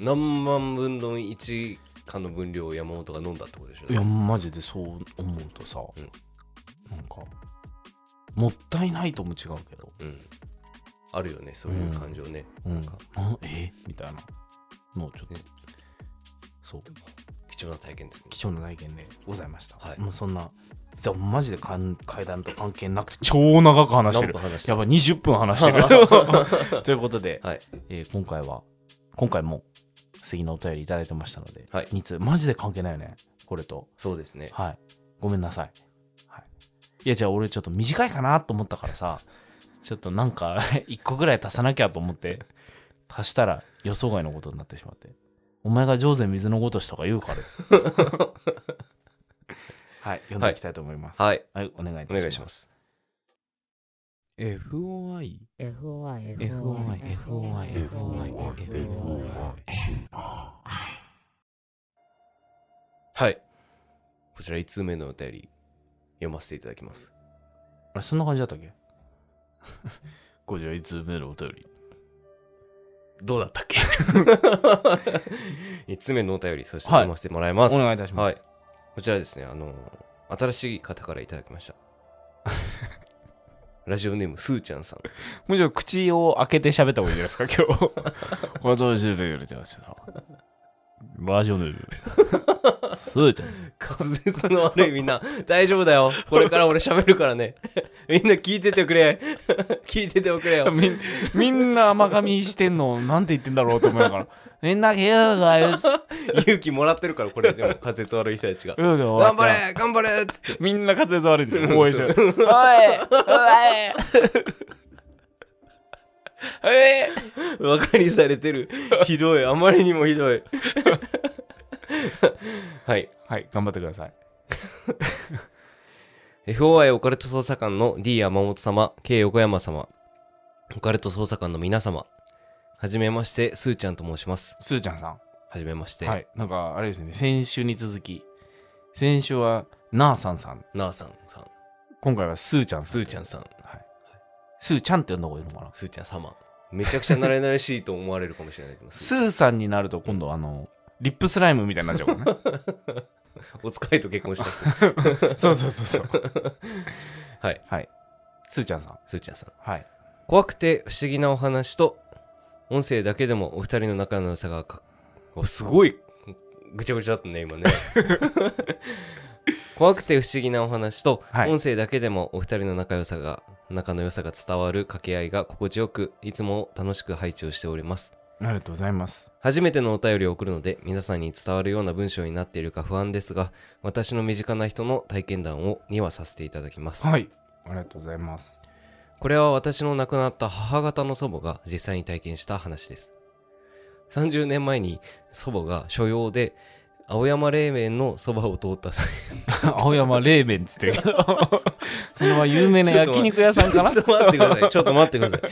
Speaker 3: 何万分の1かの分量を山本が飲んだってことでしょ
Speaker 4: いやマジでそう思うとさ、
Speaker 3: うん
Speaker 4: なんかもったいないとも違うけど
Speaker 3: うんあるよねそういう感情ね、
Speaker 4: うん
Speaker 3: か、
Speaker 4: あえみたいなのをちょっと、
Speaker 3: ね
Speaker 4: そう
Speaker 3: 貴重な体験ですね
Speaker 4: 貴重な体験でございました、
Speaker 3: はい
Speaker 4: もうそんなじゃあマジでかん階段と関係なくて超長く話して
Speaker 3: 何
Speaker 4: る
Speaker 3: 分話して
Speaker 4: や
Speaker 3: る
Speaker 4: ばい20分話 してるということで、
Speaker 3: はい
Speaker 4: えー今回は今回も素敵なお便りいただいてましたので、
Speaker 3: はい
Speaker 4: 2通マジで関係ないよねこれと
Speaker 3: そうで すね
Speaker 4: はいごめんなさい、はい、いやじゃあ俺ちょっと短いかなと思ったからさ ちょっとなんか 1個ぐらい足さなきゃと思って足したら予想外のことになってしまってお前が上善水のごとしとか言うから はい読んでいきたいと思いますはい、
Speaker 3: はい
Speaker 4: お願いい
Speaker 3: お願
Speaker 4: た
Speaker 3: い
Speaker 4: し
Speaker 3: し
Speaker 4: ま
Speaker 3: ますす
Speaker 5: FOI
Speaker 6: FOI
Speaker 4: FOI FOI FOI FOI
Speaker 3: はいこちら5通目のお便り読ませていただきます
Speaker 4: あれ、そんな感じだったっけ こちらいつ目のお便り。
Speaker 3: どうだったっけ ?5 つ目のお便り、そして
Speaker 4: はい
Speaker 3: 読ませてもらいます。
Speaker 4: お願いいたします。
Speaker 3: はいこちらですね、あの、新しい方からいただき ました。ラジオネーム、すーちゃんさん。
Speaker 4: もうちろん口を開けて喋った方がいいですか、今日。これそうしてるじゃラジオネーム。すーちゃんです。
Speaker 3: 滑舌の悪いみんな、大丈夫だよ。これから俺喋るからね。 みんな聞いててくれ。 聞いてておくれよ。
Speaker 4: みんみんな甘噛みしてんの、なんて言ってんだろうと思いながら。みんな、ヘアがよし。
Speaker 3: 勇気もらってるから、これ、でも滑舌悪い人た ちが。
Speaker 4: 頑
Speaker 3: 頑張れ頑張れっつって。
Speaker 4: みんな滑舌悪いんですよ。応援してる。おいおいおい
Speaker 3: バカにされてる。 ひどい。あまりにもひどい。 はい。
Speaker 4: はい、頑張ってください。
Speaker 3: FOI オカルト捜査官の D 山本様、K 横山様、オカルト捜査官の皆様、はじめまして、すーちゃんと申します。
Speaker 4: すーちゃんさん。
Speaker 3: はじめまして、
Speaker 4: はい、なんかあれですね先週に続き先週はなあさんさん
Speaker 3: なあさんさん、
Speaker 4: 今回はすーちゃん
Speaker 3: す
Speaker 4: さん
Speaker 3: ーちゃんさん、
Speaker 4: はい、すーちゃんって呼んだ方がいいのかな
Speaker 3: すーちゃん様。めちゃくちゃ慣れ慣れしいと思われるかもしれないけど、
Speaker 4: すーさんになると今度あのリップスライムみたいになっちゃうからね
Speaker 3: お使いと結 婚した人。
Speaker 4: そうそうそうそう
Speaker 3: はい、
Speaker 4: はいすーちゃんさん
Speaker 3: すーちゃんさん。
Speaker 4: はい
Speaker 3: 怖くて不思議なお話と、音声だけでもお二人の仲の良さがかおすごいぐちゃぐちゃだったね、 今ね。怖くて不思議なお話と、
Speaker 4: はい
Speaker 3: 音声だけでもお二人の仲良さが仲の良さが伝わる掛け合いが心地よくいつも楽しく拝聴しております
Speaker 4: ありがとうございます
Speaker 3: 初めてのお便りを送るので皆さんに伝わるような文章になっているか不安ですが私の身近な人の体験談をにはさせていただきます、
Speaker 4: はいありがとうございます
Speaker 3: これは私の亡くなった母方の祖母が実際に体験した話です30年前に祖母が所用で青山冷麺のそばを通った際
Speaker 4: 青山冷麺っつってるけどそれは有名な焼肉屋さんかな
Speaker 3: ちょ っと待ってください。ちょっと待ってくだ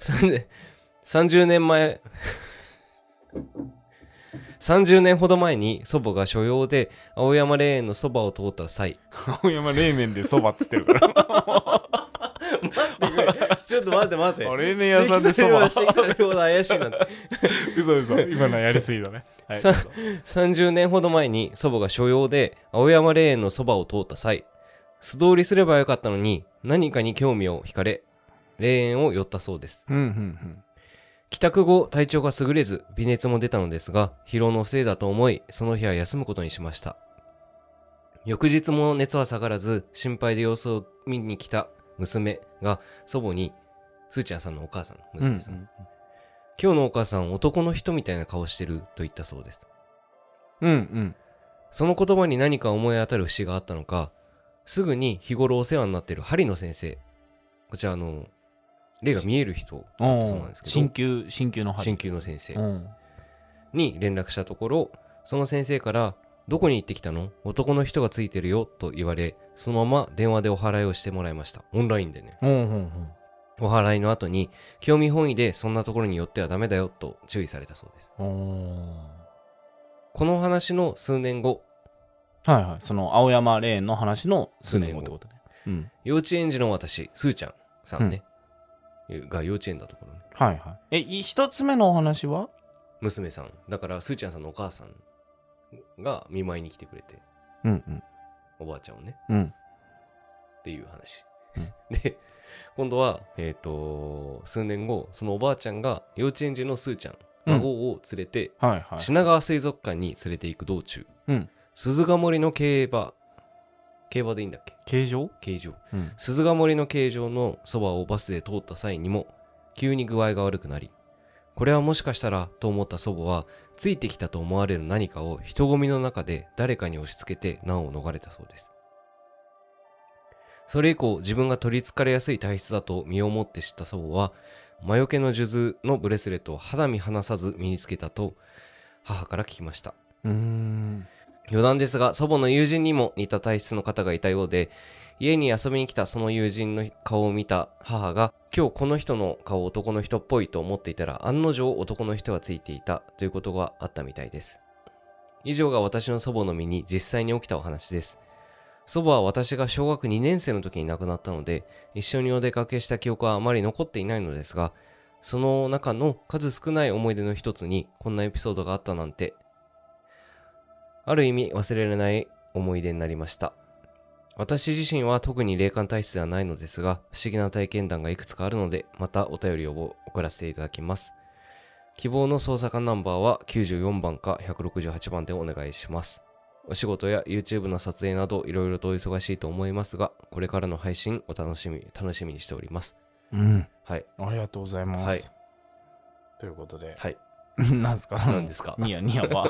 Speaker 3: さい。30 30年前、30年ほど前に祖母が所用で青山霊園のそばを通った際、
Speaker 4: 青山冷麺でそばっつってるから
Speaker 3: 待っってくれ。ちょっと待って待って。
Speaker 7: 俺の屋さんでそ
Speaker 3: 指
Speaker 7: ば
Speaker 3: 摘されれば指摘されるほど怪しいなって。
Speaker 7: 嘘嘘今のはやりすぎだねはい
Speaker 3: さ
Speaker 7: 嘘
Speaker 3: 30年ほど前に祖母が所用で青山霊園のそばを通った際素通りすればよかったのに何かに興味を惹かれ霊園を寄ったそうです
Speaker 7: うんうん
Speaker 3: 帰宅後体調が優れず微熱も出たのですが疲労のせいだと思いその日は休むことにしました翌日も熱は下がらず心配で様子を見に来た娘が祖母にすーちゃんさんのお母さん
Speaker 7: うん
Speaker 3: 娘さん、今日のお母さん男の人みたいな顔してると言ったそうです
Speaker 7: うんうん
Speaker 3: その言葉に何か思い当たる節があったのか、すぐに日頃お世話になっている針野先生、こちらあの、霊が見える人だったそうなんですけ
Speaker 4: 新
Speaker 3: ど、
Speaker 4: 旧新旧の針
Speaker 3: 鍼灸の先生
Speaker 4: うん
Speaker 3: に連絡したところ、その先生から、どこに行ってきたの男の人がついてるよと言われ、そのまま電話でお祓いをしてもらいました。オンラインでね。
Speaker 7: うんうんうん
Speaker 3: お祓いの後に、興味本位でそんなところに寄ってはダメだよと注意されたそうです。
Speaker 4: お
Speaker 3: この話の数年後、
Speaker 4: ーはいはいその青山霊園の話の数年後ってことねうん
Speaker 3: 幼稚園児の私、すーちゃんさんね、が幼稚園だところね、
Speaker 4: はいはいえい一つ目のお話は
Speaker 3: 娘さん、だからすーちゃんさんのお母さんが見舞いに来てくれて、
Speaker 4: うんうん
Speaker 3: おばあちゃんをね、
Speaker 4: うん
Speaker 3: っていう話。 で、今度は、えっ、と、数年後、そのおばあちゃんが幼稚園児のすーちゃん、
Speaker 4: うん
Speaker 3: 孫を連れて、
Speaker 4: はいはい
Speaker 3: 品川水族館に連れて行く道中、
Speaker 4: うん
Speaker 3: 鈴ヶ森の競馬、競馬でいいんだっけ
Speaker 4: 形状
Speaker 3: 形状。
Speaker 4: うん
Speaker 3: 鈴ヶ森の形状のそばをバスで通った際にも急に具合が悪くなりこれはもしかしたらと思った祖母はついてきたと思われる何かを人混みの中で誰かに押し付けて難を逃れたそうですそれ以降自分が取りつかれやすい体質だと身をもって知った祖母は魔除けの数珠のブレスレットを肌身離さず身につけたと母から聞きました
Speaker 4: うーん
Speaker 3: 余談ですが祖母の友人にも似た体質の方がいたようで家に遊びに来たその友人の顔を見た母が今日この人の顔男の人っぽいと思っていたら案の定男の人がついていたということがあったみたいです以上が私の祖母の身に実際に起きたお話です祖母は私が小学2年生の時に亡くなったので一緒にお出かけした記憶はあまり残っていないのですがその中の数少ない思い出の一つにこんなエピソードがあったなんてある意味忘れられない思い出になりました。私自身は特に霊感体質ではないのですが、不思議な体験談がいくつかあるので、またお便りを送らせていただきます。希望の捜査官ナンバーは94番か168番でお願いします。お仕事や YouTube の撮影などいろいろとお忙しいと思いますが、これからの配信お楽しみ、楽しみにしております。
Speaker 4: うん
Speaker 3: はい。
Speaker 4: ありがとうございます
Speaker 3: はい
Speaker 4: ということ で
Speaker 3: はい。
Speaker 4: 何すか
Speaker 3: 何ですか
Speaker 4: ニヤニヤ は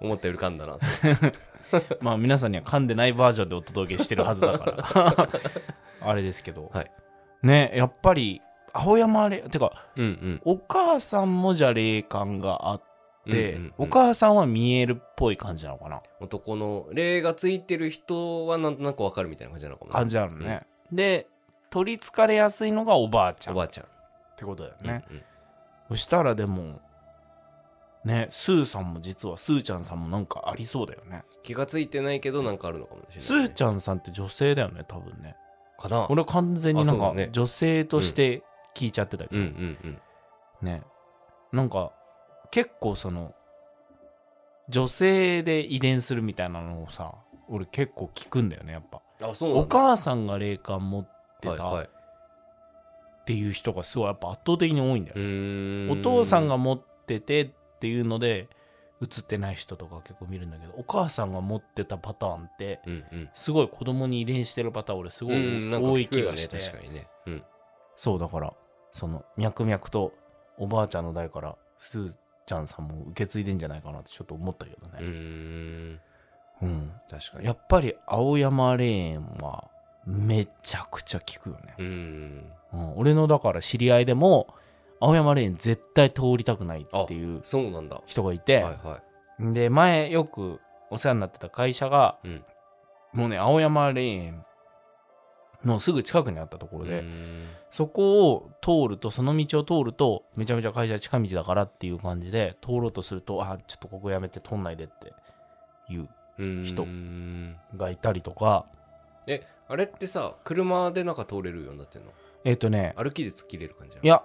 Speaker 3: 思ったより噛んだな。
Speaker 4: まあ皆さんには噛んでないバージョンでお届けしてるはずだ からあれですけど
Speaker 3: はい
Speaker 4: ねやっぱり青山霊てか
Speaker 3: うんうん。
Speaker 4: お母さんもじゃ霊感があって、
Speaker 3: うんうんうん
Speaker 4: お母さんは見えるっぽい感じなのかな、
Speaker 3: 男の霊がついてる人はなんとなくわかるみたいな感じなのかもな
Speaker 4: 感じなのね、で取りつかれやすいのがおばあちゃ
Speaker 3: お
Speaker 4: んっ
Speaker 3: ばあちゃん
Speaker 4: てことだよね、
Speaker 3: うんうん
Speaker 4: そしたらでもねスーさんも実はスーちゃんさんもなんかありそうだよね
Speaker 3: 気がついてないけどなんかあるのかもしれない、
Speaker 4: スーちゃんさんって女性だよね多分ね
Speaker 3: ゃんかな
Speaker 4: 俺完全になん
Speaker 3: あそ
Speaker 4: か
Speaker 3: うだね
Speaker 4: 女性として聞いちゃってたけ
Speaker 3: う
Speaker 4: ど、
Speaker 3: んうんうん
Speaker 4: ねなんか結構その女性で遺伝するみたいなのをさ俺結構聞くんだよねやっぱ
Speaker 3: あそうなん
Speaker 4: お
Speaker 3: だ
Speaker 4: 母さんが霊感持って
Speaker 3: はい
Speaker 4: た
Speaker 3: は
Speaker 4: っ
Speaker 3: い
Speaker 4: ていう人がすごいやっぱ圧倒的に多いんだよ
Speaker 3: う
Speaker 4: ね、
Speaker 3: ーん
Speaker 4: お父さんが持っててっていうので映ってない人とか結構見るんだけどお母さんが持ってたパターンって
Speaker 3: うんうん
Speaker 4: すごい子供に遺伝してるパターン俺すご
Speaker 3: う
Speaker 4: い
Speaker 3: んなんか
Speaker 4: 多い
Speaker 3: 聞く
Speaker 4: 気
Speaker 3: よ
Speaker 4: が
Speaker 3: ね
Speaker 4: して、
Speaker 3: 確かにねうん
Speaker 4: そうだからその脈々とおばあちゃんの代からすーちゃんさんも受け継いでんじゃないかなってちょっと思ったけど
Speaker 3: うー
Speaker 4: ね、
Speaker 3: ん
Speaker 4: うん
Speaker 3: 確かに
Speaker 4: やっぱり青山霊園はめちゃくちゃ効くよね、
Speaker 3: うーん
Speaker 4: うん、俺のだから知り合いでも青山霊園絶対通りたくないっていう
Speaker 3: そうなんだは
Speaker 4: 人がい
Speaker 3: い
Speaker 4: て、
Speaker 3: は
Speaker 4: で前よくお世話になってた会社が、
Speaker 3: うん
Speaker 4: もうね青山霊園のすぐ近くにあったとこ
Speaker 3: い
Speaker 4: ろで、
Speaker 3: うーん
Speaker 4: そこを通るとその道を通るとめちゃめちゃ会社近道だからっていう感じで通ろうとするとあちょっとここやめて通んないでっていう
Speaker 3: うーん
Speaker 4: 人がいたりとか
Speaker 3: えあれってさ車でなんか通れるようになってんの
Speaker 4: えっ、とね
Speaker 3: 歩きで突っ切れる感じなの
Speaker 4: いや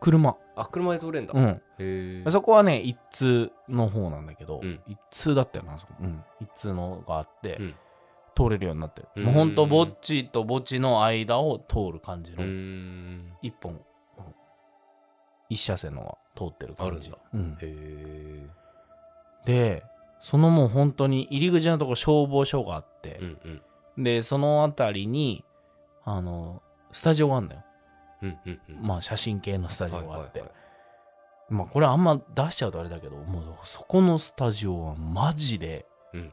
Speaker 4: 車
Speaker 3: あ車で通れんだ、
Speaker 4: う
Speaker 3: へ
Speaker 4: ん
Speaker 3: え
Speaker 4: そこはね一通の方なんだけど、
Speaker 3: うん
Speaker 4: 一通だったよなあそこ、うん、一通のがあって、
Speaker 3: うん
Speaker 4: 通れるようになってる
Speaker 3: うん
Speaker 4: もうほんと墓地と墓地の間を通る感じ
Speaker 3: うー
Speaker 4: の
Speaker 3: ん
Speaker 4: 一本、一車線のが通ってる感じ
Speaker 3: あ
Speaker 4: うん
Speaker 3: へえ
Speaker 4: でそのもう本当に入り口のとこ消防署があって
Speaker 3: う、んうん
Speaker 4: でその辺りにあのスタジオがあるんだよ、
Speaker 3: うんうんうん
Speaker 4: まあ写真系のスタジオがあって、
Speaker 3: はいはい
Speaker 4: まあこれあんま出しちゃうとあれだけどもうそこのスタジオはマジで、
Speaker 3: うん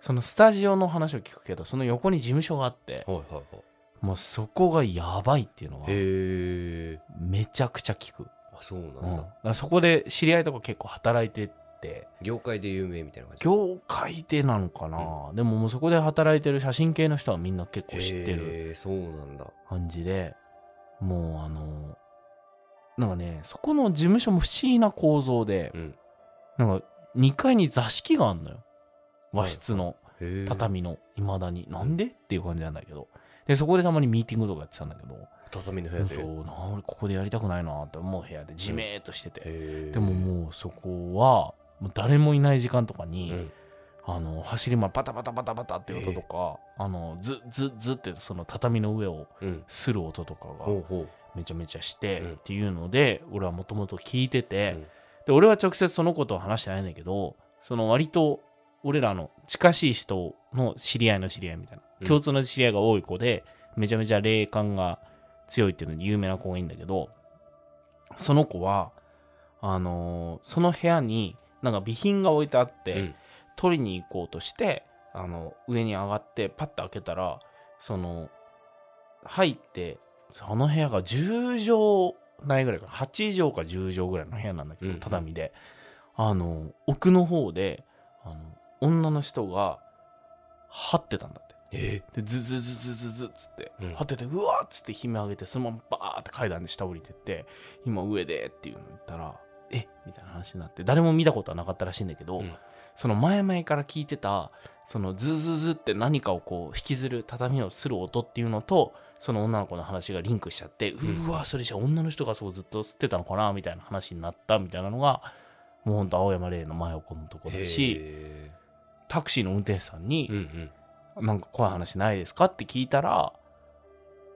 Speaker 4: そのスタジオの話を聞くけどその横に事務所があって
Speaker 3: はいはいはいはい
Speaker 4: もうそこがやばいっていうのは
Speaker 3: へえ
Speaker 4: めちゃくちゃ聞く、
Speaker 3: あそうなん
Speaker 4: う
Speaker 3: だ、
Speaker 4: ん、だからそこで知り合いとか結構働いてって
Speaker 3: 業界で有名みたいな感じ
Speaker 4: 業界でなのかな、でももうそこで働いてる写真系の人はみんな結構知ってる
Speaker 3: へえそうなんだ
Speaker 4: 感じでもうあのなんかねそこの事務所も不思議な構造で、
Speaker 3: うん
Speaker 4: なんか2階に座敷があるのよ和室の
Speaker 3: へえ
Speaker 4: 畳のいまだに、なんでっていう感じなんだけどでそこでたまにミーティングとかやってたんだけど
Speaker 3: 畳の部屋で
Speaker 4: そうな俺ここでやりたくないなって思う部屋でじめーっとしてて、
Speaker 3: へえ
Speaker 4: でももうそこはもう誰もいない時間とかに、
Speaker 3: うん
Speaker 4: あの走り回パタパタパタパタって音とか、あのズッズッズッってその畳の上を
Speaker 3: うん
Speaker 4: する音とか
Speaker 3: ほう
Speaker 4: が
Speaker 3: ほう
Speaker 4: めちゃめちゃして、
Speaker 3: うん
Speaker 4: っていうので俺はもともと聞いてて、
Speaker 3: うん
Speaker 4: で俺は直接その子とは話してないんだけどその割と俺らの近しい人の知り合いの知り合いみたいな、
Speaker 3: うん
Speaker 4: 共通の知り合いが多い子でめちゃめちゃ霊感が強いっていうのに有名な子がいいんだけどその子はあのーその部屋になんか備品が置いてあって、
Speaker 3: うん
Speaker 4: 取りに行こうとしてあの上に上がってパッと開けたらその入ってあの部屋が10畳ないぐらいかな8畳か10畳ぐらいの部屋なんだけど、
Speaker 3: うん
Speaker 4: 畳であの奥の方であの女の人が張ってたんだって
Speaker 3: え
Speaker 4: でズズズズズズっつって、
Speaker 3: うん
Speaker 4: 張っててうわーっつって悲鳴上げてそのままバーって階段で下降りてって今上でっていうの言ったらえみたいな話になって誰も見たことはなかったらしいんだけど、
Speaker 3: うん
Speaker 4: その前々から聞いてたそのズズズって何かをこう引きずる畳をする音っていうのとその女の子の話がリンクしちゃって、うんわそれじゃ女の人がそうずっと吸ってたのかなみたいな話になったみたいなのがもうほんと青山霊の真横のとこだし
Speaker 3: へ
Speaker 4: タクシーの運転手さんに、
Speaker 3: えうんうん
Speaker 4: なんか怖い話ないですかって聞いたら、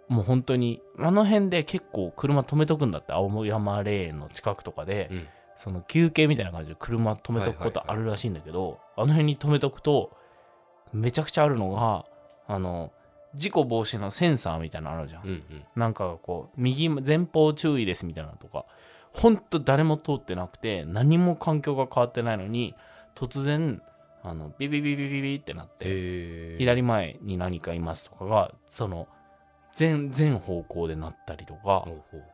Speaker 4: もう本当に、あの辺で結構車止めとくんだって、青山霊園の近くとかで、
Speaker 3: うん
Speaker 4: その休憩みたいな感じで車止めとくことあるらしいんだけど、あの辺に止めとくと、めちゃくちゃあるのが、あの、事故防止のセンサーみたいなのあるじゃん。
Speaker 3: うんうん
Speaker 4: なんかこう、右前方注意ですみたいなのとか、ほんと誰も通ってなくて、何も環境が変わってないのに、突然、あのビビビビビビってなって、
Speaker 3: へえ
Speaker 4: 左前に何かいますとかがその全全方向でなったりとか
Speaker 3: ほうほう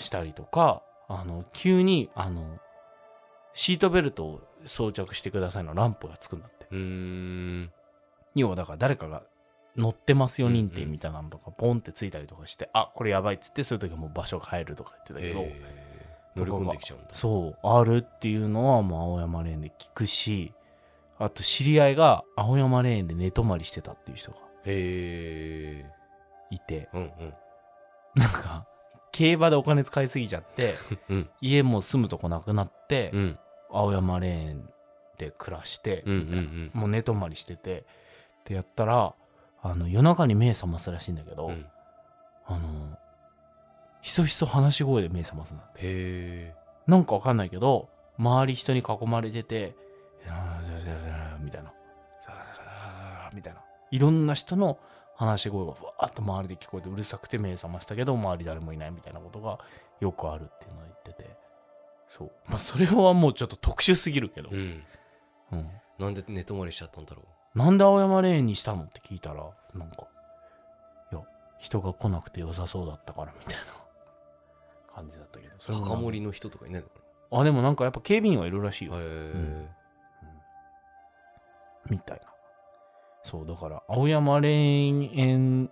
Speaker 4: したりとかあの急にあのシートベルトを装着してくださいのランプがつくんだって
Speaker 3: うーん
Speaker 4: 要はだから誰かが乗ってますよ
Speaker 3: うんうん
Speaker 4: 認定みたいなのとかポンってついたりとかして、あこれやばいっつってそういう時はもう場所変えるとか言ってたけど、
Speaker 3: へえ乗り込んできちゃうんだ
Speaker 4: そうあるっていうのはもう青山霊園で聞くしあと知り合いが青山霊園で寝泊まりしてたっていう人が
Speaker 3: へえ
Speaker 4: いて
Speaker 3: うんうん
Speaker 4: なんか競馬でお金使いすぎちゃって
Speaker 3: うん
Speaker 4: 家も住むとこなくなって、
Speaker 3: うん
Speaker 4: 青山霊園で暮らして、
Speaker 3: うんうん
Speaker 4: もう寝泊まりしててってやったらあの夜中に目覚ますらしいんだけど、
Speaker 3: うんうん
Speaker 4: あのひそひそ話し声で目覚ますんだって
Speaker 3: へえ
Speaker 4: なんかわかんないけど周り人に囲まれてて「みたいな「みたいないろんな人の話し声がふわーっと周りで聞こえてうるさくて目覚ましたけど周り誰もいないみたいなことがよくあるっていうのを言っててそうまあそれはもうちょっと特殊すぎるけど、
Speaker 3: うん
Speaker 4: うん
Speaker 3: なんで寝泊まりしちゃったんだろ
Speaker 4: なんで青山霊園にしたのって聞いたらなんかいや人が来なくて良さそうだったからみたいな感じだったけどそうれも謎
Speaker 3: 墓守りの人とかいないのか
Speaker 4: あでもなんかやっぱ警備員はいるらしいよ
Speaker 3: なへえ
Speaker 4: みたいな。そう、だから、青山霊園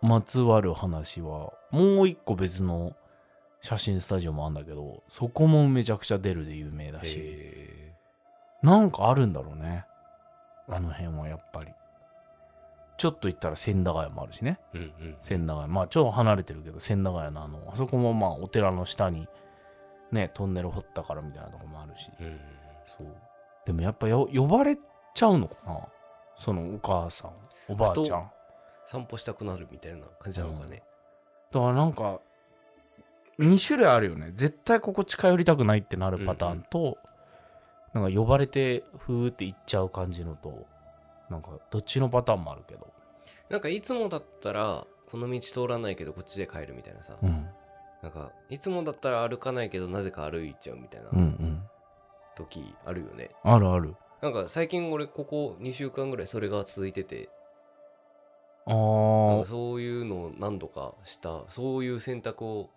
Speaker 4: まつわる話は、もう一個別の写真スタジオもあるんだけど、そこもめちゃくちゃ出るで有名だし、
Speaker 3: へ
Speaker 4: なんかあるんだろうね。あの辺はやっぱり。ちょっと行ったら千駄ヶ谷もあるしね
Speaker 3: うんうん
Speaker 4: 千駄ヶ谷まあちょっと離れてるけど千駄ヶ谷のあのあそこもまあお寺の下にねトンネル掘ったからみたいなとこもあるし
Speaker 3: うん
Speaker 4: そうでもやっぱよ呼ばれちゃうのかなそのお母さんおばあちゃん
Speaker 3: 散歩したくなるみたいな感じなのかね、
Speaker 4: だからなんか2種類あるよね絶対ここ近寄りたくないってなるパターンと、なんか呼ばれてふーって行っちゃう感じのとなんかどっちのパターンもあるけど、
Speaker 3: なんかいつもだったらこの道通らないけどこっちで帰るみたいなさ、
Speaker 4: うん、
Speaker 3: なんかいつもだったら歩かないけどなぜか歩いちゃうみたいな
Speaker 4: うんうん
Speaker 3: 時あるよね、
Speaker 4: あるある
Speaker 3: なんか最近俺ここ2週間ぐらいそれが続いてて
Speaker 4: あ
Speaker 3: なんか
Speaker 4: ー
Speaker 3: そういうのを何度かしたそういう選択を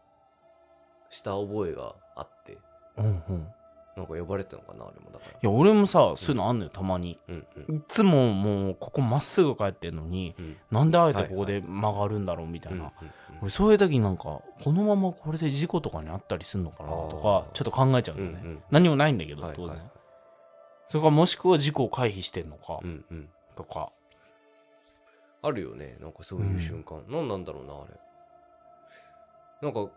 Speaker 3: した覚えがあって
Speaker 4: うんうん
Speaker 3: なんか呼ばれてたのかなあれもだから
Speaker 4: いや俺もさそういうのあんのよたまに
Speaker 3: うんうん
Speaker 4: いつももうここまっすぐ帰ってんのに
Speaker 3: うん
Speaker 4: なんであえてここで曲がるんだろうみたいな、
Speaker 3: うん
Speaker 4: 俺そういう時になんかこのままこれで事故とかにあったりするのかなとか
Speaker 3: あー
Speaker 4: ちょっと考えちゃうんだよね、
Speaker 3: うんうん
Speaker 4: 何もないんだけど
Speaker 3: はい
Speaker 4: 当然、
Speaker 3: はい
Speaker 4: それかもしくは事故を回避してんのか
Speaker 3: うんうん
Speaker 4: とか、
Speaker 3: あるよねなんかそういう瞬間、何なんだろうなあれなんか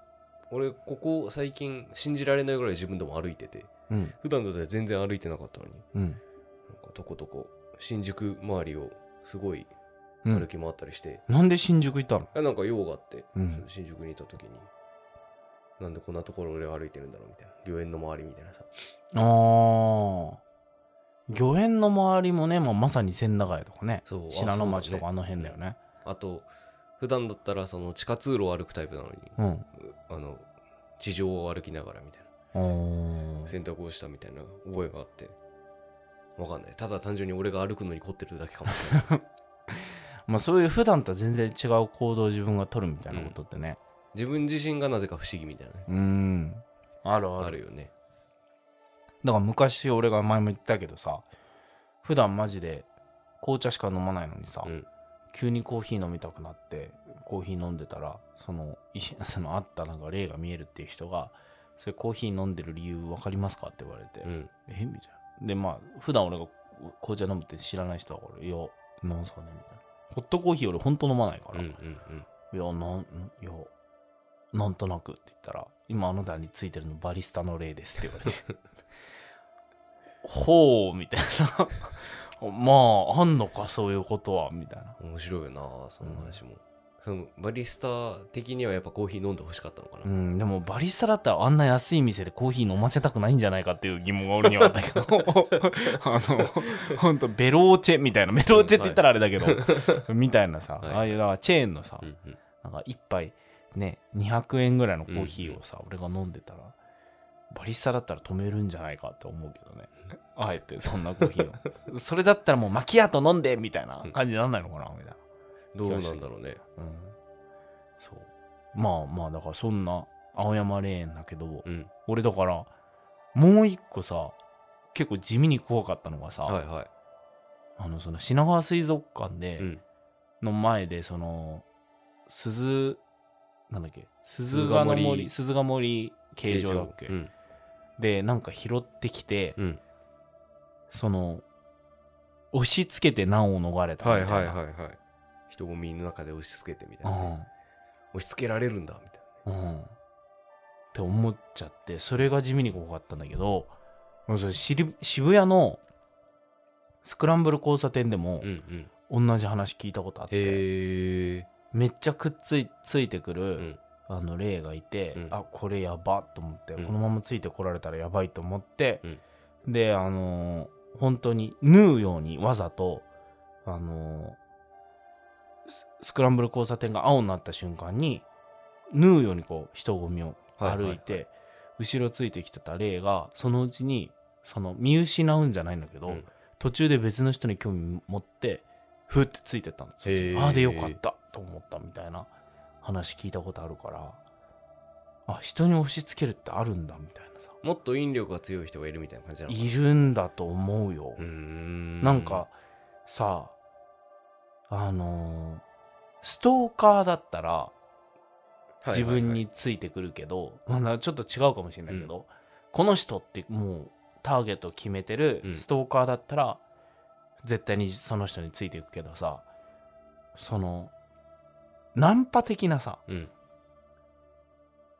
Speaker 3: 俺ここ最近信じられないぐらい自分でも歩いてて
Speaker 4: うん
Speaker 3: 普段だったら全然歩いてなかったのに
Speaker 4: うん
Speaker 3: なんかとことこ新宿周りをすごい
Speaker 4: うん
Speaker 3: 歩き回ったりして、
Speaker 4: なんで新宿行ったの、
Speaker 3: あなんか用があって
Speaker 4: うん
Speaker 3: 新宿にいた時になんでこんなところ俺歩いてるんだろうみたいな御苑の周りみたいなさ
Speaker 4: ああ御苑の周りもね、まあ、まさに千駄ヶ谷とかね
Speaker 3: そうあ
Speaker 4: 信濃町と
Speaker 3: そうだ
Speaker 4: かあの辺だよね
Speaker 3: あと普段だったらその地下通路を歩くタイプなのに
Speaker 4: う
Speaker 3: あの地上を歩きながらみたい
Speaker 4: んあ
Speaker 3: な
Speaker 4: ー
Speaker 3: 選択をしたみたいな覚えがあってわかんないただ単純に俺が歩くのに凝ってるだけかも しれない
Speaker 4: まあそういう普段とは全然違う行動を自分が取るみたいなことってね
Speaker 3: 自分自身がなぜか不思議みたいなね
Speaker 4: うんあるある
Speaker 3: あるよね
Speaker 4: だから昔俺が前も言ったけどさ普段マジで紅茶しか飲まないのにさ、
Speaker 3: うん
Speaker 4: 急にコーヒー飲みたくなってコーヒー飲んでたらその石 そのあったなんか霊が見えるっていう人が「それコーヒー飲んでる理由分かりますか?」って言われて「
Speaker 3: うん
Speaker 4: えみたいな。でまあ普段俺が紅茶飲むって知らない人は俺「いや飲んすかね」みたいな。ホットコーヒー俺ほんと飲まないか
Speaker 3: うん
Speaker 4: ら「
Speaker 3: うん
Speaker 4: い
Speaker 3: うん
Speaker 4: やなんんいやなんとなく」って言ったら「今あなたについてるのバリスタの霊です」って言われて 「ほう」みたいな 「まああんのかそういうことは」みたいな。
Speaker 3: 面白いよなその話も、そのバリスタ的にはやっぱコーヒー飲んでほしかったのかな、
Speaker 4: うん、でもバリスタだったらあんな安い店でコーヒー飲ませたくないんじゃないかっていう疑問が俺にはあったけど あのほんとベローチェみたいなベローチェって言ったらあれだけど、 みたいなさ、
Speaker 3: はい
Speaker 4: ああいうだからチェーンのさ、
Speaker 3: うんうん
Speaker 4: なんか一杯ね200円ぐらいのコーヒーをさ、俺が飲んでたらバリスタだったら止めるんじゃないかって思うけどねあえてそんなコーヒ ーをそれだったらもうマキアート飲んでみたいな感じになんないのかなみたいな。
Speaker 3: どうなんだろうね
Speaker 4: うん、そうまあまあだからそんな青山霊園だけど、
Speaker 3: うん
Speaker 4: 俺だからもう一個さ結構地味に怖かったのがさ、
Speaker 3: はいは
Speaker 4: あのその品川水族館で、
Speaker 3: い、うん、
Speaker 4: の前でその鈴なんだっけ
Speaker 3: 鈴
Speaker 4: 鈴
Speaker 3: ヶ
Speaker 4: ヶ
Speaker 3: 森
Speaker 4: 森鈴ヶ森形状だっけ、
Speaker 3: うん
Speaker 4: でなんか拾ってきて、
Speaker 3: うん
Speaker 4: その押し付けて難を逃れたみ
Speaker 3: は
Speaker 4: た
Speaker 3: い
Speaker 4: いな、
Speaker 3: はいはいはい人混みの中で押し付けてみたいなね、押し付けられるんだみたい
Speaker 4: うんうんって思っちゃってそれが地味に怖かったんだけどもうそれしり渋谷のスクランブル交差点でも
Speaker 3: な、うんうん
Speaker 4: 同じ話聞いたことあって
Speaker 3: へえ
Speaker 4: めっちゃくっついついてくる、
Speaker 3: ん
Speaker 4: あの霊がいて、
Speaker 3: うん
Speaker 4: あこれやばと思って、
Speaker 3: うん
Speaker 4: このままついてこられたらやばいと思って、
Speaker 3: うん
Speaker 4: であのー本当に縫うようにわざとあのーススクランブル交差点が青になった瞬間に縫うようにこう人混みを
Speaker 3: はいはいはい
Speaker 4: 歩いて、後ろついてきてた霊がそのうちにその見失うんじゃないんだけど、
Speaker 3: うん
Speaker 4: 途中で別の人に興味持ってふってついてったの
Speaker 3: へー
Speaker 4: ああでよかったと思ったみたいな話聞いたことあるからあ人に押し付けるってあるんだみたいなさ
Speaker 3: もっと引力が強い人がいるみたいな感じなのかない
Speaker 4: るんだと思うよ、
Speaker 3: うーん
Speaker 4: なんかさあのーストーカーだったら
Speaker 3: はいはいはい
Speaker 4: 自分についてくるけど、まあちょっと違うかもしれないけど、この人ってもうターゲットを決めて
Speaker 3: う
Speaker 4: る
Speaker 3: ん
Speaker 4: ストーカーだったら、絶対にその人についていくけどさそのナンパ的なさ
Speaker 3: うん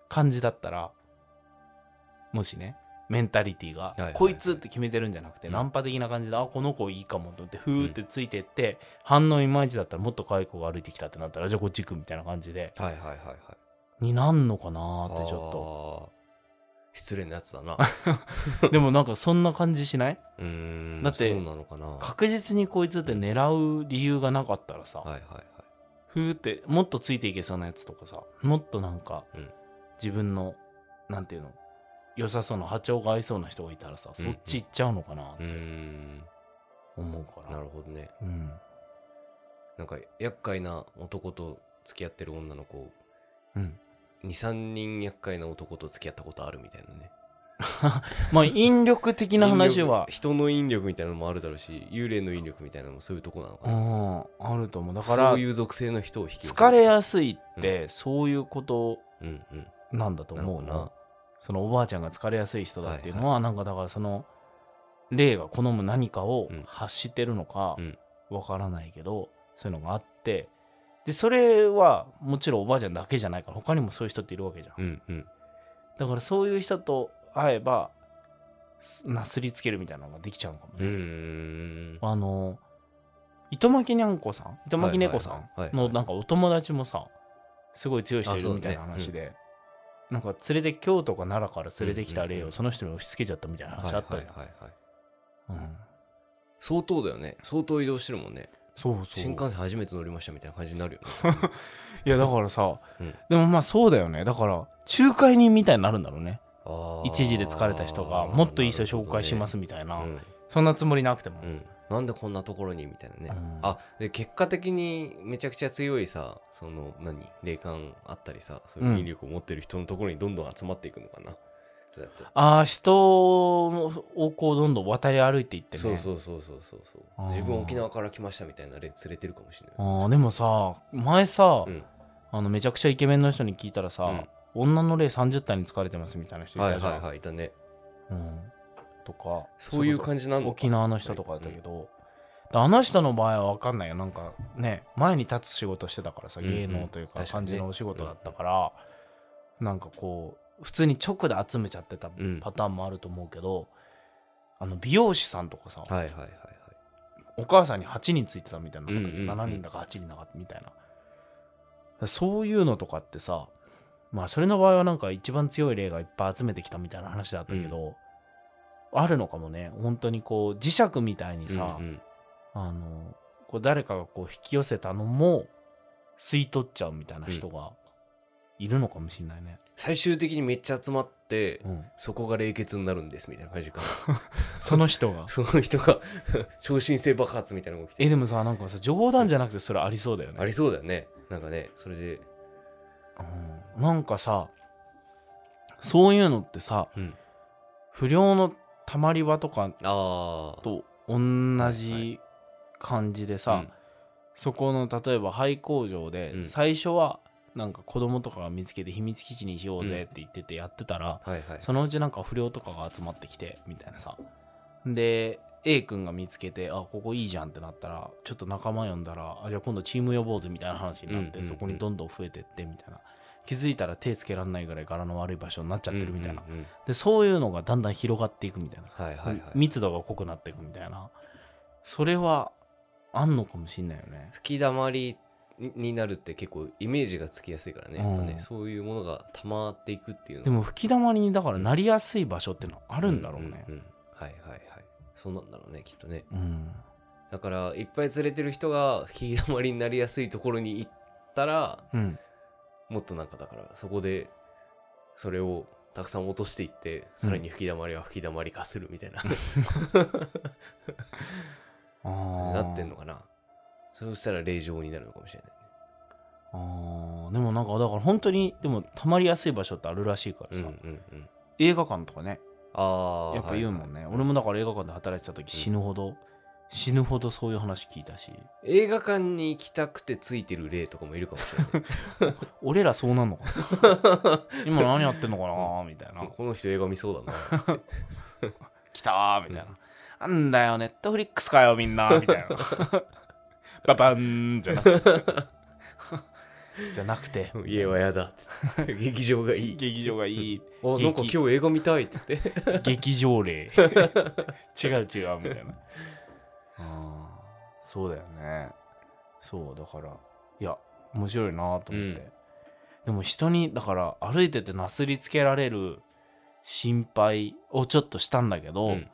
Speaker 4: 感じだったらもしねメンタリティが
Speaker 3: いはいはい
Speaker 4: こいつって決めてるんじゃなくて
Speaker 3: うん
Speaker 4: ナンパ的な感じであこの子いいかもと思ってふーってついてって反応いまいちだったらもっと可愛い子が歩いてきたってなったらじゃあこっち行くみたいな感じで
Speaker 3: はいはいはいはい
Speaker 4: になんのかなーってちょ
Speaker 3: ょっと失礼なやつ だな
Speaker 4: っと でもなんかそんな感じしないう
Speaker 3: ーん
Speaker 4: だって
Speaker 3: そうなのかなは
Speaker 4: 確実にこいつって狙う理由がなかったらさ
Speaker 3: いはいはい
Speaker 4: ふーってもっとついていけそうなやつとかさもっとなんか、
Speaker 3: うん
Speaker 4: 自分のなんていうの良さそうな波長が合いそうな人がいたらさ、
Speaker 3: うんうん
Speaker 4: そっち行っちゃうのかなっ
Speaker 3: う
Speaker 4: て
Speaker 3: ーん
Speaker 4: 思うから、
Speaker 3: なるほどね
Speaker 4: うん
Speaker 3: なんか厄介な男と付き合ってる女の子
Speaker 4: うん、
Speaker 3: 23人厄介な男と付き合ったことあるみたいなね
Speaker 4: まあ引力的な話は
Speaker 3: 引力人の引力みたいなのもあるだろうし幽霊の引力みたいなのもそういうとこなのか
Speaker 4: う
Speaker 3: な、
Speaker 4: んあると思うだから
Speaker 3: そういう属性の人を引き寄せる
Speaker 4: 疲れやすいって、そういうこと
Speaker 3: うんうん
Speaker 4: なんだと思う
Speaker 3: なるほど
Speaker 4: な
Speaker 3: な
Speaker 4: そのおばあちゃんが疲れやすい人だっていうのは、なんかだからその霊が好む何かを
Speaker 3: うん
Speaker 4: 発してるのか
Speaker 3: うん
Speaker 4: わからないけど、そういうのがあってでそれはもちろんおばあちゃんだけじゃないから他にもそういう人っているわけじゃん、
Speaker 3: うんうん
Speaker 4: だからそういう人と会えばすなすりつけるみたいなのができちゃうのかも
Speaker 3: うー
Speaker 4: ね、
Speaker 3: ん
Speaker 4: あの糸巻にゃんこさん糸巻猫さ
Speaker 3: はいはいはいはい
Speaker 4: んのなんかお友達もさすごい強い人い
Speaker 3: あそう
Speaker 4: る
Speaker 3: ね
Speaker 4: みたいな話で、なんか連れて京都か奈良から連れてきた
Speaker 3: うん
Speaker 4: 霊
Speaker 3: うんう
Speaker 4: を
Speaker 3: ん
Speaker 4: その人に押し付けちゃったみたいな
Speaker 3: は
Speaker 4: 話
Speaker 3: い
Speaker 4: あ
Speaker 3: はい
Speaker 4: った
Speaker 3: はい
Speaker 4: よ、
Speaker 3: はい
Speaker 4: うん、
Speaker 3: 相当だよね相当移動してるもんね
Speaker 4: そうそう
Speaker 3: 新幹線初めて乗りましたみたいな感じになるよね
Speaker 4: いやだからさ、
Speaker 3: うん
Speaker 4: でもまあそうだよねだから仲介人みたいになるんだろうね
Speaker 3: あー
Speaker 4: 一時で疲れた人がもっといい人紹介しますみたいな
Speaker 3: なるほどね
Speaker 4: そんなつもりなくても、
Speaker 3: うんうんなんでこんなところにみたいなね、
Speaker 4: うん
Speaker 3: あで結果的にめちゃくちゃ強いさその何霊感あったりさそういう引力を持ってる人のところにどんどん集まっていくのかな、そうやって
Speaker 4: ああ人をこうどんどん渡り歩いていってね
Speaker 3: そうそうそうそうそうそう
Speaker 4: あー
Speaker 3: 自分沖縄から来ましたみたいな連れてるかもしれない
Speaker 4: あーでもさ前さ、
Speaker 3: うん
Speaker 4: あのめちゃくちゃイケメンの人に聞いたらさ、
Speaker 3: うん
Speaker 4: 女の霊30体に疲れてますみたいな人い
Speaker 3: はい
Speaker 4: たじゃん、
Speaker 3: はいはいいたね
Speaker 4: うん、とか
Speaker 3: そういう感じな
Speaker 4: そ
Speaker 3: の
Speaker 4: れ
Speaker 3: か
Speaker 4: こそ沖縄の人とかだったけど、であの人の場合は分かんないよなんかね前に立つ仕事してたからさ
Speaker 3: うんうん
Speaker 4: 芸能というか
Speaker 3: 確か
Speaker 4: 感
Speaker 3: にね
Speaker 4: じのお仕事だったから、なんかこう普通に直で集めちゃってた
Speaker 3: うん
Speaker 4: パターンもあると思うけど、あの美容師さんとかさ、
Speaker 3: はいはいはいはい
Speaker 4: お母さんに8人ついてたみたいな、
Speaker 3: うんうんうん
Speaker 4: 7人だか8人だかみたいなそういうのとかってさまあそれの場合はなんか一番強い例がいっぱい集めてきたみたいな話だったけど、あるのかもね本当にこう磁石みたいにさ、
Speaker 3: うんうん
Speaker 4: あのこう誰かがこう引き寄せたのも吸い取っちゃうみたいな人がいるのかもしれないね、
Speaker 3: 最終的にめっちゃ集まって
Speaker 4: うん、
Speaker 3: そこが冷血になるんですみたいな感じかな
Speaker 4: その人 が
Speaker 3: その人が超新星爆発みたいなのが起きて
Speaker 4: えでもさなんかさ冗談じゃなくてそれありそうだよね
Speaker 3: ありそうだよねなんかねそれで
Speaker 4: うんなんかさそういうのってさ、
Speaker 3: うん
Speaker 4: 不良のたまり場とか
Speaker 3: ああ
Speaker 4: と同じ感じでさ、
Speaker 3: うん
Speaker 4: そこの例えば廃工場で、
Speaker 3: うん
Speaker 4: 最初はなんか子供とかが見つけて秘密基地にしようぜって言っててやってたら、
Speaker 3: はいはい
Speaker 4: そのうちなんか不良とかが集まってきてみたいなさで A 君が見つけてあここいいじゃんってなったらちょっと仲間呼んだらあじゃあ今度チーム呼ぼうぜみたいな話になって、
Speaker 3: うんうんうん
Speaker 4: そこにどんどん増えてってみたいな気づいたら手つけられないぐらい柄の悪い場所になっちゃってるみたいな、
Speaker 3: うんうんうん
Speaker 4: でそういうのがだんだん広がっていくみたいなさ、
Speaker 3: はいはいはい
Speaker 4: 密度が濃くなっていくみたいなそれはあんのかもしんないよね
Speaker 3: 吹きだまりになるって結構イメージがつきやすいからね,、やっぱ
Speaker 4: うん
Speaker 3: ねそういうものが溜まっていくっていうの
Speaker 4: でも吹き溜まりにだからなりやすい場所ってのはあ
Speaker 3: あ
Speaker 4: るんだろうね
Speaker 3: はいはいはいそうなんだろうねきっとね
Speaker 4: うん
Speaker 3: だからいっぱい連れてる人が吹きだまりになりやすいところに行ったら
Speaker 4: うん
Speaker 3: もっとなんかだからそこでそれをたくさん落としていってさらに吹きだまりは吹きだまり化するみたいな、
Speaker 4: あー
Speaker 3: なってんのかなそうしたら霊場になるのかもしれない
Speaker 4: あーでもなんかだから本当にでもたまりやすい場所ってあるらしいからさ、
Speaker 3: んうん
Speaker 4: 映画館とかね
Speaker 3: ああ
Speaker 4: やっぱ言うもんね、
Speaker 3: はいはい
Speaker 4: 俺もだから映画館で働いてた時死ぬほど、死ぬほどそういう話聞いたし
Speaker 3: 映画館に行きたくてついてる霊とかもいるかもし れ
Speaker 4: 俺らそうなんのかな 今何やってんのかなみたい
Speaker 3: な
Speaker 4: ない
Speaker 3: この人映画見そうだ な
Speaker 4: 来たーみたいな、なんだよネットフリックスかよみんなみたいな
Speaker 7: パパンじゃなくて
Speaker 4: じゃなくて
Speaker 3: うん家は嫌だっつって 劇場がいい
Speaker 7: 劇場がいい
Speaker 3: あなんか
Speaker 4: 劇
Speaker 3: 今日映画見たいって言って
Speaker 4: 劇場例
Speaker 7: 違う違うみたいな
Speaker 4: うんそうだよねそうだからいや面白いなと思って、
Speaker 3: うん
Speaker 4: でも人にだから歩いててなすりつけられる心配をちょっとしたんだけど、
Speaker 3: うん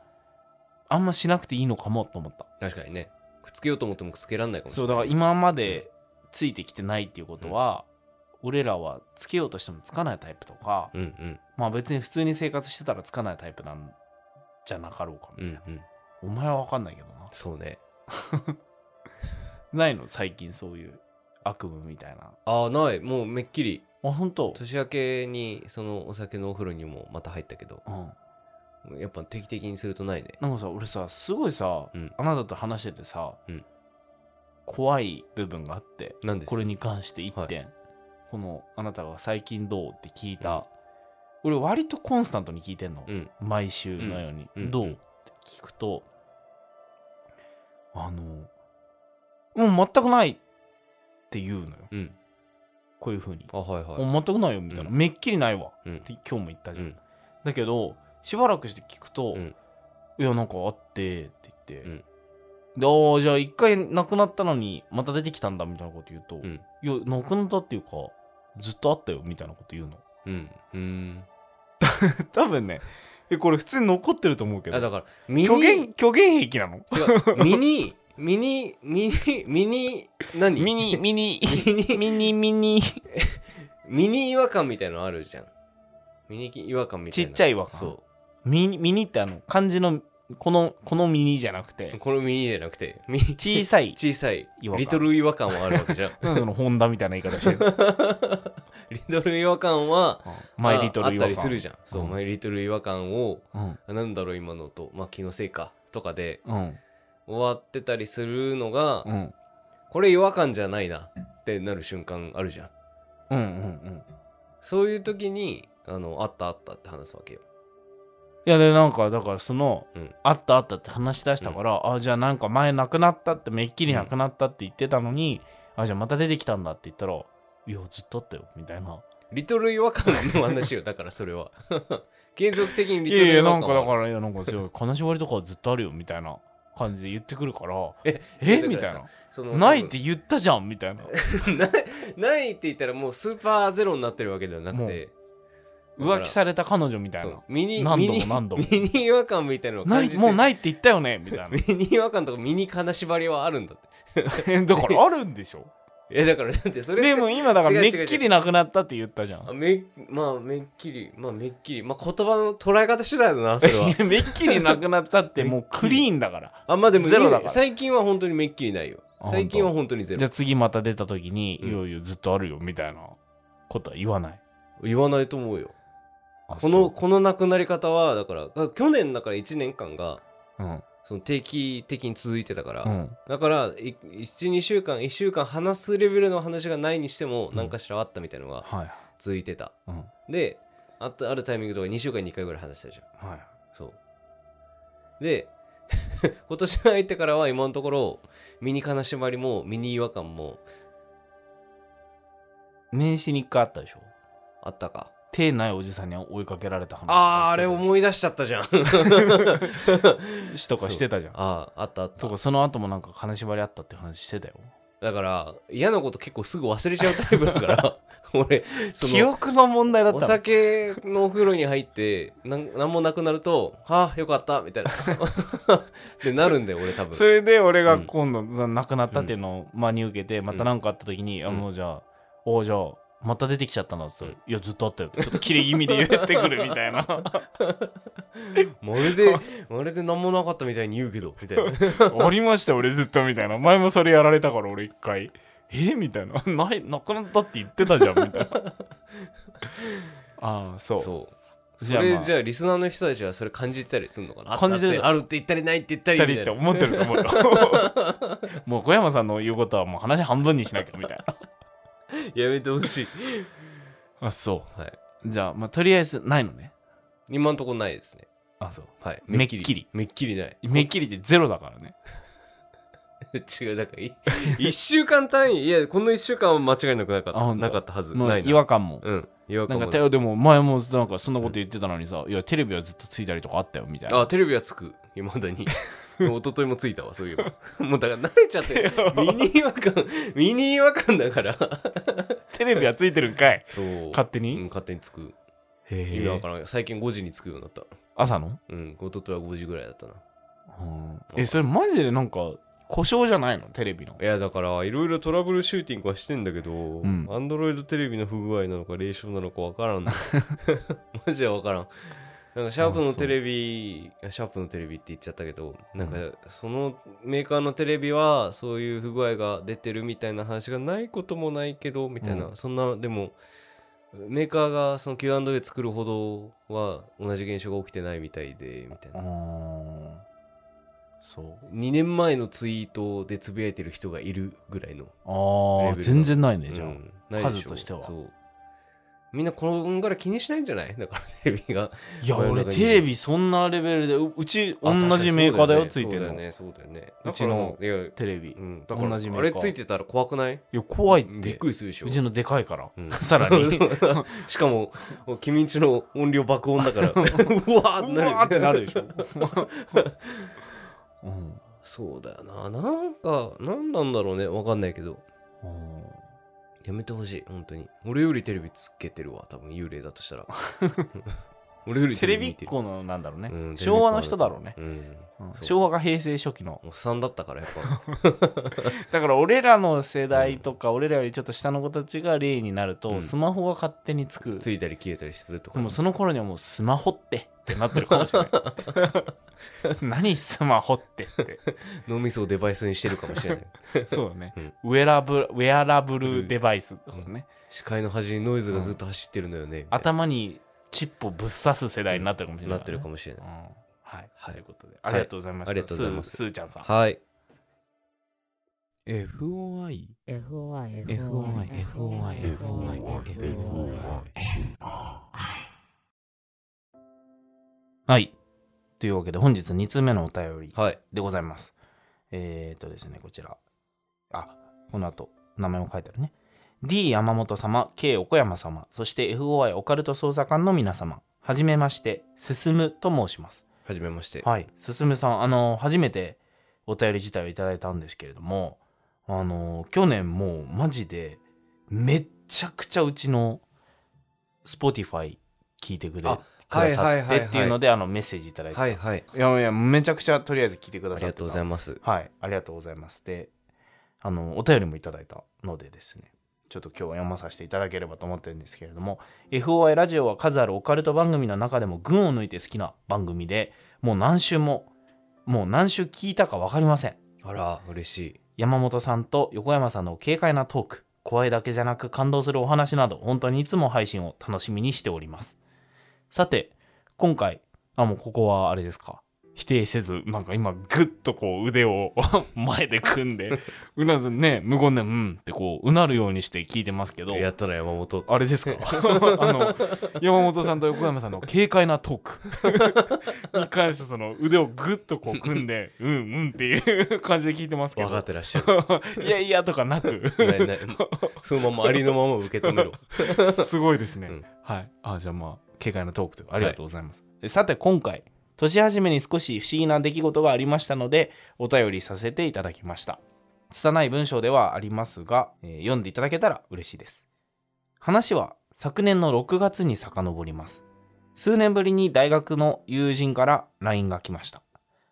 Speaker 4: あんましなくていいのかもと思った
Speaker 3: 確かにねくっつけようと思ってもくっつけらんないかもし
Speaker 4: そ
Speaker 3: れ
Speaker 4: う
Speaker 3: な
Speaker 4: だ
Speaker 3: い
Speaker 4: から今までついてきてないっていうことは、俺らはつけようとしてもつかないタイプとか、
Speaker 3: うんうん
Speaker 4: まあ別に普通に生活してたらつかないタイプなんじゃなかろうかみ
Speaker 3: う
Speaker 4: たい
Speaker 3: ん
Speaker 4: な、
Speaker 3: うん
Speaker 4: お前は分かんないけどな
Speaker 3: そうね
Speaker 4: ないの最近そういう悪夢みたいな
Speaker 3: ああないもうめっきり
Speaker 4: あ本当
Speaker 3: 年明けにそのお酒のお風呂にもまた入ったけど
Speaker 4: うん
Speaker 3: やっぱ定期的にするとないね
Speaker 4: なんかさ俺さすごいさ、
Speaker 3: うん
Speaker 4: あなたと話しててさ、
Speaker 3: うん
Speaker 4: 怖い部分があって
Speaker 3: なんです
Speaker 4: これに関して1点、このあなたが最近どうって聞いた、俺割とコンスタントに聞いてんの、
Speaker 3: うん
Speaker 4: 毎週のように、
Speaker 3: うんうん
Speaker 4: どう
Speaker 3: う
Speaker 4: っ
Speaker 3: ん
Speaker 4: て聞くとあのもう全くないって言うのよ
Speaker 3: うん
Speaker 4: こういうふうに
Speaker 3: あはいはい
Speaker 4: もう全くないよみたいな、
Speaker 3: うん
Speaker 4: めっきりないわ
Speaker 3: うん
Speaker 4: って今日も言ったじ
Speaker 3: う
Speaker 4: ゃん、
Speaker 3: ん
Speaker 4: だけどしばらくして聞くと「
Speaker 3: うん
Speaker 4: いやなんかあって」って言って、
Speaker 3: うん
Speaker 4: であーじゃあ一回なくなったのにまた出てきたんだみたいなこと言うと「
Speaker 3: うん
Speaker 4: いやなくなったっていうかずっとあったよ」みたいなこと 言うの
Speaker 3: うんうん
Speaker 7: 多分ねえこれ普通に残ってると思うけ
Speaker 3: あだ
Speaker 7: ど
Speaker 3: から身に
Speaker 7: 虚言虚言癖なの
Speaker 3: 違 う身に身に身に身に何
Speaker 4: ミニミニミニミニ
Speaker 3: ミニ違和感みたいのあるじゃん。ミニ違和感みたい
Speaker 4: ち
Speaker 3: な。
Speaker 4: っちゃいわ
Speaker 3: そ
Speaker 4: ミニミニってあの漢字のこのこのミニじゃなく
Speaker 3: う。
Speaker 4: て
Speaker 3: このミニじゃなくて、ミ
Speaker 4: 小さい
Speaker 3: 小さい、
Speaker 4: 違和感
Speaker 3: リトル違和感はあるわけ じゃん。
Speaker 4: なんかそのホンダみたいな言い方してる
Speaker 3: リトル違和感は、
Speaker 4: マイリトル
Speaker 3: ああったりするじゃん。そう、
Speaker 4: うん
Speaker 3: マイリトル違和感を、
Speaker 4: ゃんうん
Speaker 3: あなんだろう今のと、まあ気のせいか、とかで
Speaker 4: うん
Speaker 3: 終わってたりするのが、
Speaker 4: うん
Speaker 3: これ違和感じゃないなってなる瞬間あるじゃん。
Speaker 4: うんうんうん
Speaker 3: そういう時に、あの、あったあったって話すわけよ。
Speaker 4: いやでなんかだからその、
Speaker 3: うん
Speaker 4: あったあったって話し出したから、あじゃあなんか前なくなったってめっきりなくなったって言ってたのに、あじゃあまた出てきたんだって言ったらいやずっとあったよみたいな
Speaker 3: リトル違和感の 話よ、だからそれは。 継続的
Speaker 4: い
Speaker 3: にリト
Speaker 4: や
Speaker 3: ル
Speaker 4: い
Speaker 3: 違
Speaker 4: や
Speaker 3: 和感
Speaker 4: なんかだ
Speaker 3: は
Speaker 4: からいやなんかすごい悲しまりとかはずっとあるよみたいな感じで言ってくるから
Speaker 3: え
Speaker 4: え
Speaker 3: だから
Speaker 4: みたいな
Speaker 3: その
Speaker 4: ないって言ったじゃんみたいな
Speaker 3: ないないって言ったらもうスーパーゼロになってるわけではなくて
Speaker 4: 浮気された彼女みたい
Speaker 3: そ
Speaker 4: な
Speaker 3: うミニ
Speaker 4: 何
Speaker 3: ミ
Speaker 4: 度も
Speaker 3: ニ
Speaker 4: 何度も
Speaker 3: ミ ニ違和感みたいなのを
Speaker 4: な
Speaker 3: 感
Speaker 4: い
Speaker 3: じて
Speaker 4: もうないいって言ったよねみたいな
Speaker 3: ミニ違和感とかミニ金縛りはあるんだって
Speaker 4: えだからあるんでしょ
Speaker 3: えだからだってそれ
Speaker 4: でも今だからめ
Speaker 3: 違う違う違う
Speaker 4: っきりなくなったって言ったじゃん
Speaker 3: あめまあめっきりまあめっきりまあ言葉の捉え方次第だなそ れは
Speaker 4: めっきりなくなったってもうクリーンだから
Speaker 3: あまあでも
Speaker 4: ゼロだから
Speaker 3: 最近は本当にめっきりないよ
Speaker 4: あ
Speaker 3: 最近は本当にゼ
Speaker 4: じゃ
Speaker 3: ロ
Speaker 4: あ次また出た時に、
Speaker 3: うん
Speaker 4: いよいよずっとあるよみたいなことは言わない
Speaker 3: 言わないと思うよこ
Speaker 4: こ
Speaker 3: のこのなくなり方はだからだから去年だから1年間が
Speaker 4: うん
Speaker 3: その定期的に続いてたから、
Speaker 4: うん
Speaker 3: だから12週間1週間話すレベルの話がないにしても何かしらあったみたいなのが
Speaker 4: はい
Speaker 3: 続いてた、
Speaker 4: うん
Speaker 3: であとあるタイミングとか2週間に1回ぐらい話したじゃん
Speaker 4: はい
Speaker 3: そうで 今年入ってからは今のところミニ悲しまりもミニ違和感も
Speaker 4: 年始に1回あったでしょ
Speaker 3: あったか
Speaker 4: 手ないおじさんに追いかけられた話とか
Speaker 3: あーあ
Speaker 4: して
Speaker 3: れ
Speaker 4: た
Speaker 3: 思い出しちゃったじ ゃん
Speaker 4: しとかしてたじゃん
Speaker 3: あああったあった
Speaker 4: とかその後もなんか金縛りあったって話してたよ
Speaker 3: だから嫌なこと結構すぐ忘れちゃうタイプだから 俺その
Speaker 4: 記憶の問題だった
Speaker 3: お
Speaker 4: の
Speaker 3: 酒のお風呂に入ってなんなんもなくなると「はあよかった」み たいなってなるんだよ俺多
Speaker 7: そ
Speaker 3: 分
Speaker 7: れで俺が
Speaker 3: うん
Speaker 7: こ
Speaker 4: 今度その亡くなったっていうのを真に受けてまた何かあった時に、あもうじゃあおじゃあまた出てきちゃったのって言ったら、いやずっとあったよってちょっと切れ気味で言ってくるみたいな
Speaker 3: まるでまるで何もなかったみたいに言うけどみたいな
Speaker 7: うありました俺ずっとみたいな前もそれやられたから俺一回えみたいなないなくなったって言ってたじゃんみたいなああそう
Speaker 3: そう
Speaker 4: じゃ
Speaker 3: そ
Speaker 4: あまあ
Speaker 3: れじゃあリスナーの人たちはそれ感じたりするのかな
Speaker 4: 感じてる
Speaker 3: あったあったあるって言ったりないって言ったり
Speaker 7: 二
Speaker 3: み
Speaker 7: 人
Speaker 3: た
Speaker 7: っ
Speaker 3: い
Speaker 7: て
Speaker 3: な
Speaker 7: 思ってると思うよ
Speaker 4: もう小山さんの言うことはもう話半分にしなきゃみたいな
Speaker 3: やめてほしい、
Speaker 4: あそ
Speaker 3: はい、
Speaker 4: うじゃあまあとりあえずないのね
Speaker 3: 今んとこないですね
Speaker 4: あそう
Speaker 3: はい
Speaker 4: めっきり
Speaker 3: めっきりない
Speaker 4: めっきりでゼロだからね
Speaker 3: 違うだからい 一週間単位いやこの一週間は間違いなくなかっ
Speaker 4: あ
Speaker 3: た
Speaker 4: 本当
Speaker 3: なかったはず
Speaker 4: まあ
Speaker 3: ないな
Speaker 4: 違和感も。
Speaker 3: うん違和
Speaker 4: な
Speaker 3: 感
Speaker 4: ん
Speaker 3: も
Speaker 4: か、たよでも前もなんかそんなこと言ってたのにさ、いや、テレビはずっとついたりとかあったよみたい な。
Speaker 3: あテレビはつくいま だに一昨日もついたわそういえば もうだから慣れち ゃってミニ違和感ミニ違和感だから
Speaker 7: テレビはついてるん かい。
Speaker 3: そう
Speaker 7: 勝手
Speaker 3: うん
Speaker 7: に。
Speaker 3: 勝手につく意味わ
Speaker 4: へ
Speaker 3: からない最近5時につくようになった
Speaker 4: 朝の
Speaker 3: うん一昨日は5時ぐらいだったな
Speaker 4: うん
Speaker 7: え、それマジでなんか、故障じゃないのテレビの
Speaker 3: い。やだからいろいろトラブルシューティングはしてんだけど
Speaker 4: ん
Speaker 3: アンドロイドテレビの不具合なのか冷笑なのかわからんのマジでわからんなんかシャープのテレビいやシャープのテレビって言っちゃったけどなんかそのメーカーのテレビはそういう不具合が出てるみたいな話がないこともないけどみたいな、
Speaker 4: う
Speaker 3: そんなでもメーカーがその Q&A 作るほどは同じ現象が起きてないみたいでみたいな
Speaker 4: うーんそう。
Speaker 3: 2年前のツイートでつぶやいてる人がいるぐらいの
Speaker 4: ああ、
Speaker 3: レベルが
Speaker 4: 全然ないね、じゃあ。
Speaker 3: うんないでしょ
Speaker 4: 数としては
Speaker 3: そうみんなこのから気にしないんじゃないだからテレビ が
Speaker 4: いや、
Speaker 3: これ
Speaker 4: 俺、
Speaker 3: なんかいい
Speaker 4: テレビそんなレベルで、ううち、同じメーカーだよ、ついてる
Speaker 3: そうだよ
Speaker 4: の。
Speaker 3: ねそうだよね
Speaker 4: うちの
Speaker 3: だからいや
Speaker 4: テレビ
Speaker 3: う。んだから
Speaker 4: 同じメー
Speaker 3: あ
Speaker 4: カー
Speaker 3: れついてたら怖くない
Speaker 4: いや、怖いっ
Speaker 3: びってく。りするでしょ
Speaker 4: うちのでかいから
Speaker 3: う。ん
Speaker 4: さらに。
Speaker 3: しかも君んちの音量爆音 だからうわーって
Speaker 4: う
Speaker 3: なる
Speaker 4: わーってなるでしょ。 うん
Speaker 3: そうだよななんかなんなんだろうねわかんないけど
Speaker 4: うん
Speaker 3: やめてほしい本当に俺よりテレビつけてるわ多分幽霊だとしたら 俺より
Speaker 4: テレビ
Speaker 3: 見
Speaker 4: って
Speaker 3: る
Speaker 4: 子のなんだろうね
Speaker 3: うん。
Speaker 4: 昭和の人だろうね。
Speaker 3: うん
Speaker 4: うん
Speaker 3: そう
Speaker 4: 昭和が平成初期の。
Speaker 3: おっさんだったからやっ ぱ
Speaker 4: だから俺らの世代とか、俺らよりちょっと下の子たちが例になる
Speaker 3: う
Speaker 4: と、
Speaker 3: ん
Speaker 4: スマホが勝手につく。
Speaker 3: ついたり消えたりするとか
Speaker 4: でもその頃にはもうスマホってってなってるかもし れない。何スマホってって。
Speaker 3: 脳みそをデバイスにしてるかもしれない
Speaker 4: そうだね
Speaker 3: うん。
Speaker 4: ウェラブルウェアラブルデバイスとかね。
Speaker 3: 視界の端にノイズがずっと走ってるのよね、みたいな
Speaker 4: 頭にチップをぶっ刺す世代になってるかもしれない、
Speaker 3: なってるかもしれない、
Speaker 4: うんはい、
Speaker 3: はい
Speaker 4: ということで、ありがとうございました。
Speaker 3: ありがとうございます
Speaker 4: スースーちゃんさん。
Speaker 3: はい、
Speaker 1: FOI FOI
Speaker 6: FOI FOI FOI FOI
Speaker 4: はい。というわけで、本日2通目のお便り
Speaker 3: はい、
Speaker 4: でございます。えっ、ー、とですね、こちら。あ、この後、名前も書いてあるね。D 山本様、K 横山様、そして FOI オカルト捜査官の皆様、はじめまして、進むと申します。
Speaker 3: はじめまして、
Speaker 4: はい、進さんあの初めてお便り自体をいただいたんですけれどもあの去年もうマジでめっちゃくちゃうちの Spotify 聞いてくれ
Speaker 3: あ
Speaker 4: くださ
Speaker 3: は
Speaker 4: っ
Speaker 3: いはいは
Speaker 4: て
Speaker 3: いはい
Speaker 4: っていうのであのメッセージいただいてた、
Speaker 3: はい
Speaker 4: い、
Speaker 3: はい
Speaker 4: やいやめちゃくちゃとりあえず聞いてく
Speaker 3: あ
Speaker 4: だ
Speaker 3: り
Speaker 4: さっ
Speaker 3: が
Speaker 4: てた
Speaker 3: とうございます
Speaker 4: はいありがとうございますであのお便りもいただいたのでですねちょっと今日は読まさせていただければと思ってるんですけれども FOI ラジオは数あるオカルト番組の中でも群を抜いて好きな番組でもう何週ももう何週聞いたか分かりません
Speaker 3: あら嬉しい
Speaker 4: 山本さんと横山さんの軽快なトーク声だけじゃなく感動するお話など本当にいつも配信を楽しみにしておりますさて今回あもうここはあれですか
Speaker 7: 否定せず、なんか今、ぐっとこう腕を 前で組んで、うなずんね、無言で、うんってこう、うなるようにして聞いてますけど、
Speaker 3: やったら山本
Speaker 7: あれですか あの山本さんと横山さんの軽快なトークに関してその腕をグッとこう組んでうんうんっていう感じで聞いてますけ
Speaker 3: 分か
Speaker 7: ど
Speaker 3: ってらっしゃ
Speaker 7: いやいやとか なく
Speaker 3: るないないそのままありのまま受け止めろ
Speaker 7: すごいですね、
Speaker 3: うん
Speaker 7: はいあじゃあまあ軽快なトークというかあ
Speaker 4: あり
Speaker 7: りが
Speaker 4: が
Speaker 7: と
Speaker 4: と
Speaker 7: う
Speaker 4: うご
Speaker 7: ござ
Speaker 4: ざ
Speaker 7: い
Speaker 4: い
Speaker 7: ま、
Speaker 4: ますす、さて今回年始めに少し不思議な出来事がありましたのでお便りさせていただきました拙い文章ではありますが、えー読んでいただけたら嬉しいです話は昨年の6月に遡ります数年ぶりに大学の友人から LINE が来ました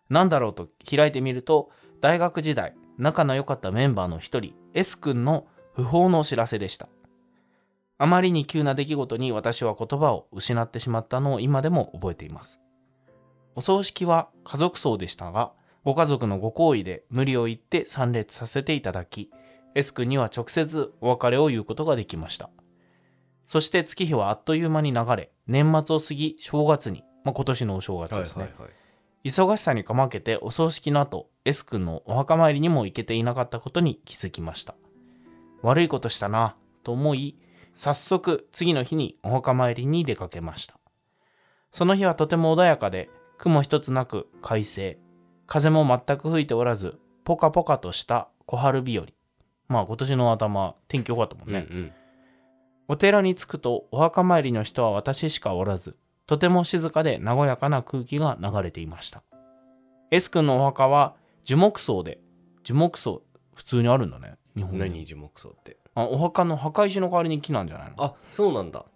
Speaker 4: 何だろうと開いてみると大学時代仲の良かったメンバーの一人 S 君の不法のお知らせでしたあまりに急な出来事に私は言葉を失ってしまったのを今でも覚えています。お葬式は家族葬でしたが、ご家族のご好意で無理を言って参列させていただき、S 君には直接お別れを言うことができました。そして月日はあっという間に流れ、年末を過ぎ正月に、まあ、今年のお正月ですね、忙しさにかまけてお葬式の後 S 君のお墓参りにも行けていなかったことに気づきました悪いことしたなと思い早速次の日にお墓参りに出かけましたその日はとても穏やかで雲一つなく快晴風も全く吹いておらずポカポカとした小春日和。まあ今年の頭、天気良かったもんね。
Speaker 3: うん
Speaker 4: お寺に着くとお墓参りの人は私しかおらず、とても静かで和やかな空気が流れていました。S 君のお墓は樹木葬で、樹木葬、普通にあるんだね。日
Speaker 3: う
Speaker 4: 本
Speaker 3: ん、
Speaker 4: に
Speaker 3: 何樹木葬って
Speaker 4: あお墓の墓石の代わりに木なんじゃないの
Speaker 3: あそうなんだ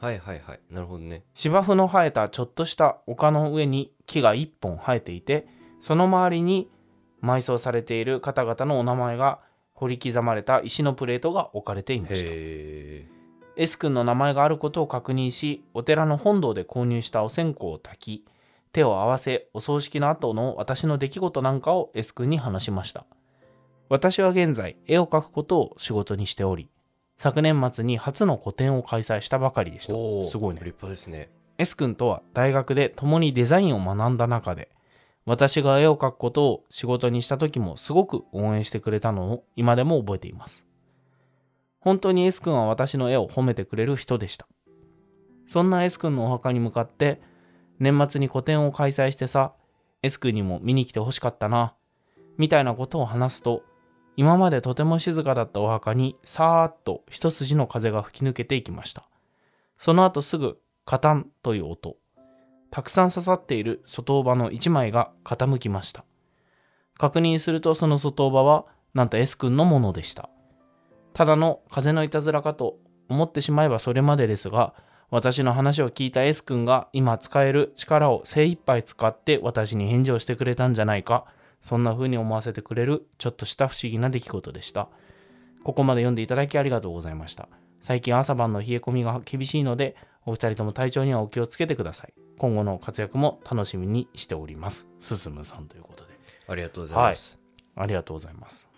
Speaker 3: はいはいはいなるほどね
Speaker 4: 芝生の生えたちょっとした丘の上に木が一本生えていてその周りに埋葬されている方々のお名前が掘り刻まれた石のプレートが置かれていました
Speaker 3: へ
Speaker 4: S 君の名前があることを確認しお寺の本堂で購入したお線香を焚き手を合わせお葬式の後の私の出来事なんかを S 君に話しました私は現在絵を描くことを仕事にしており昨年末に初の個展を開催したばかりでし
Speaker 3: え
Speaker 4: たすごいね
Speaker 3: 立派ですね
Speaker 4: S 君とは大学で共にデザインを学んだ中で私が絵を描くことを仕事にした時もすごく応援してくれたのを今でも覚えています本当に S 君は私の絵を褒めてくれる人でしたそんな S 君のお墓に向かって年末に個展を開催してさ S 君にも見に来てほしかったなみたいなことを話すと今までとても静かだったお墓にさーっと一筋の風が吹き抜けていきましたその後すぐカタンという音たくさん刺さっている外尾の1枚が傾きました確認するとその外尾はなんと S 君のものでしたただの風のいたずらかと思ってしまえばそれまでですが私の話を聞いた S 君が今使える力を精一杯使って私に返事をしてくれたんじゃないかそんな風に思わせてくれるちょっとした不思議な出来事でしたここまで読んでいただきありがとうございました最近朝晩の冷え込みが厳しいのでお二人とも体調にはお気をつけてください今後の活躍も楽しみにしておりますすむさんということで
Speaker 3: ありがとうございます、
Speaker 4: ありがとうござい ます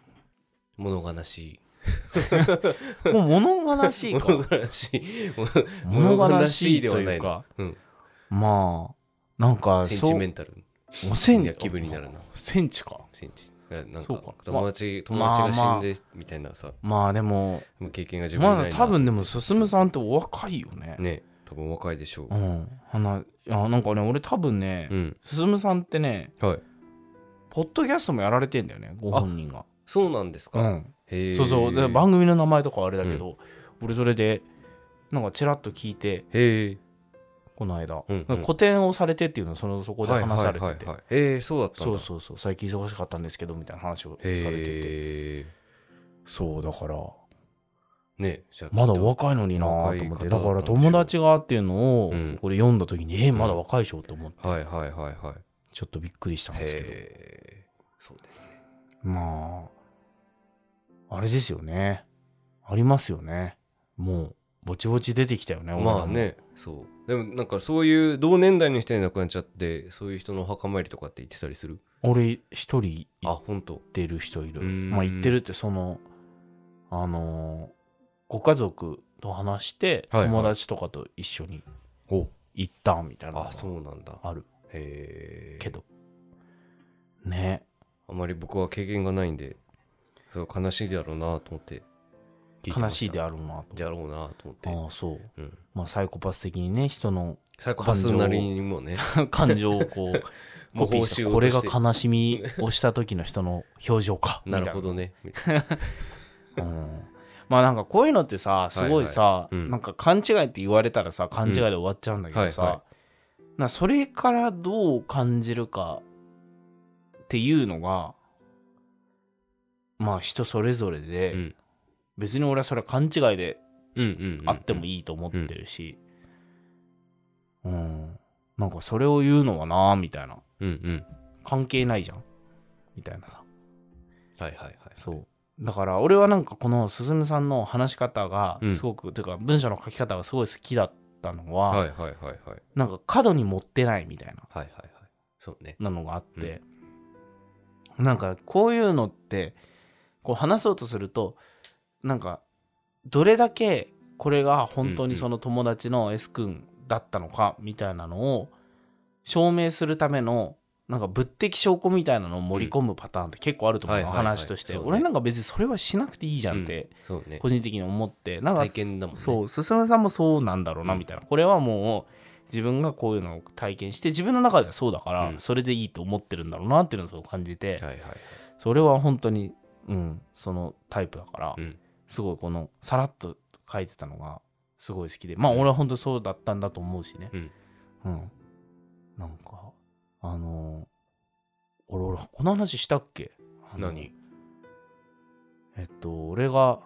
Speaker 3: 物悲し
Speaker 4: もう物悲し
Speaker 3: い
Speaker 4: いか
Speaker 3: 物悲しいも
Speaker 4: 物悲しいという
Speaker 3: 物
Speaker 4: か
Speaker 3: うん
Speaker 4: まあなんか
Speaker 3: センチ
Speaker 4: そう
Speaker 3: メンタル
Speaker 4: おせん
Speaker 3: な気分になるな
Speaker 7: センチか。
Speaker 3: センチななん
Speaker 4: そ
Speaker 3: か
Speaker 4: うか
Speaker 3: 友達、
Speaker 4: まあまあ
Speaker 3: 友達が死
Speaker 4: まあ
Speaker 3: んでみたいなさ、
Speaker 4: まあでも
Speaker 3: 経験が自分に
Speaker 4: ま
Speaker 3: ない
Speaker 4: だ
Speaker 3: な
Speaker 4: 多分でもすむさんってお若いよね
Speaker 3: ね多分若いでしょう、
Speaker 4: うんあのいやなんかね俺多分ね
Speaker 3: うん
Speaker 4: すむさんってね
Speaker 3: はい
Speaker 4: ポッドキャストもやられてんだよねご本人が
Speaker 3: そうなんですか、
Speaker 4: うん
Speaker 3: へえ
Speaker 4: そうそうで番組の名前とかはあれだけど、俺それでなんかちらっと聞いて
Speaker 3: へえ
Speaker 4: この間、
Speaker 3: うんうん
Speaker 4: 個展をされてっていうのをそのそこで話されてて、
Speaker 3: はいはいはいはいへえそうだったん
Speaker 4: そ
Speaker 3: だ
Speaker 4: うそうそう最近忙しかったんですけどみたいな話をされてて
Speaker 3: へえ
Speaker 4: そうだから
Speaker 3: ねじゃあ
Speaker 4: まだお若いのにな
Speaker 3: 若
Speaker 4: ぁ
Speaker 3: い
Speaker 4: と思って
Speaker 3: 方
Speaker 4: だか
Speaker 3: だったんで
Speaker 4: ら
Speaker 3: しょう
Speaker 4: 友達がっていうのを
Speaker 3: うん
Speaker 4: これ読んだ時に、えーまだ若いでしょと思って
Speaker 3: はいはいはいはい
Speaker 4: ちょっとびっくりしたんですけど
Speaker 3: へえそうですね
Speaker 4: まああれですよねありますよねもうぼちぼち出てきたよね俺らも
Speaker 3: まあねそうでもなんかそういう同年代の人に亡くなっちゃってそういう人のお墓参りとかって言ってたりする
Speaker 4: 俺一人
Speaker 3: あ本当
Speaker 4: 行ってる人いる。
Speaker 3: うーん
Speaker 4: まあ行ってるってそのあのーご家族と話して
Speaker 3: はいはい
Speaker 4: 友達とかと一緒に
Speaker 3: お
Speaker 4: 行ったみたいなのが
Speaker 3: あそうなんだ
Speaker 4: ある
Speaker 3: へえ
Speaker 4: けどね
Speaker 3: あまり僕は経験がないんで、そう悲しいだろうなと思って聞てまた
Speaker 4: 悲しいであろうな
Speaker 3: だろうなと思って、
Speaker 4: とああそう
Speaker 3: うん、
Speaker 4: まあサイコパス的にね人 の
Speaker 3: サイコパスなりにもね、
Speaker 4: 感情をこう コピーした
Speaker 3: 模倣しよう
Speaker 4: ことれ
Speaker 3: し
Speaker 4: が
Speaker 3: て
Speaker 4: 悲しみをした時の人の表情か
Speaker 3: なるほどね。
Speaker 4: みたいなうんまあなんかこういうのってさすごいさ、
Speaker 3: いはいうん
Speaker 4: なんか勘違いって言われたらさ勘違いで終わっちゃうんだけどさ、
Speaker 3: うんはいは
Speaker 4: なそれからどう感じるかっていうのがまあ人それぞれで、
Speaker 3: うん
Speaker 4: 別に俺はそれは勘違いで
Speaker 3: うんうん、
Speaker 4: あっても
Speaker 3: い。
Speaker 4: いいと思ってるしうん、なんかそれを言うのはなみたいな
Speaker 3: うんうん。
Speaker 4: 関係ないじゃんみたいなさ
Speaker 3: はいはいはい。
Speaker 4: そうだから俺はなんかこのすすむさんの話し方が
Speaker 3: うん
Speaker 4: すごく、というか文章の書き方がすごい好きだったのは、
Speaker 3: はいはいはいはい。はい
Speaker 4: なんか角に持ってないみたいな
Speaker 3: はいはい。そうね。
Speaker 4: なのがあって、なんかこういうのってこう話そうとするとなんかどれだけこれが本当にその友達の S 君だったのかみたいなのを証明するためのなんか物的証拠みたいなのを盛り込むパターンって結構あると思うの、
Speaker 3: うんはいはいはい
Speaker 4: 話として、
Speaker 3: そうね
Speaker 4: 俺なんか別にそれはしなくていいじゃんって
Speaker 3: そうね。
Speaker 4: 個人的に思ってなんか
Speaker 3: 体験だもんね
Speaker 4: そう進さんもそうなんだろうな
Speaker 3: うん
Speaker 4: みたいな、これはもう自分がこういうのを体験して自分の中ではそうだから、
Speaker 3: うん
Speaker 4: それでいいと思ってるんだろうなっていうのをすごく感じて、
Speaker 3: はいはいはい。
Speaker 4: それは本当に、うん、そのタイプだから、
Speaker 3: うん
Speaker 4: すごいこのさらっと書いてたのがすごい好きでまあ俺は本当そうだったんだと思うしね
Speaker 3: うん、
Speaker 4: うんなんかあの俺俺この話したっけあの
Speaker 3: 何
Speaker 4: えっと俺が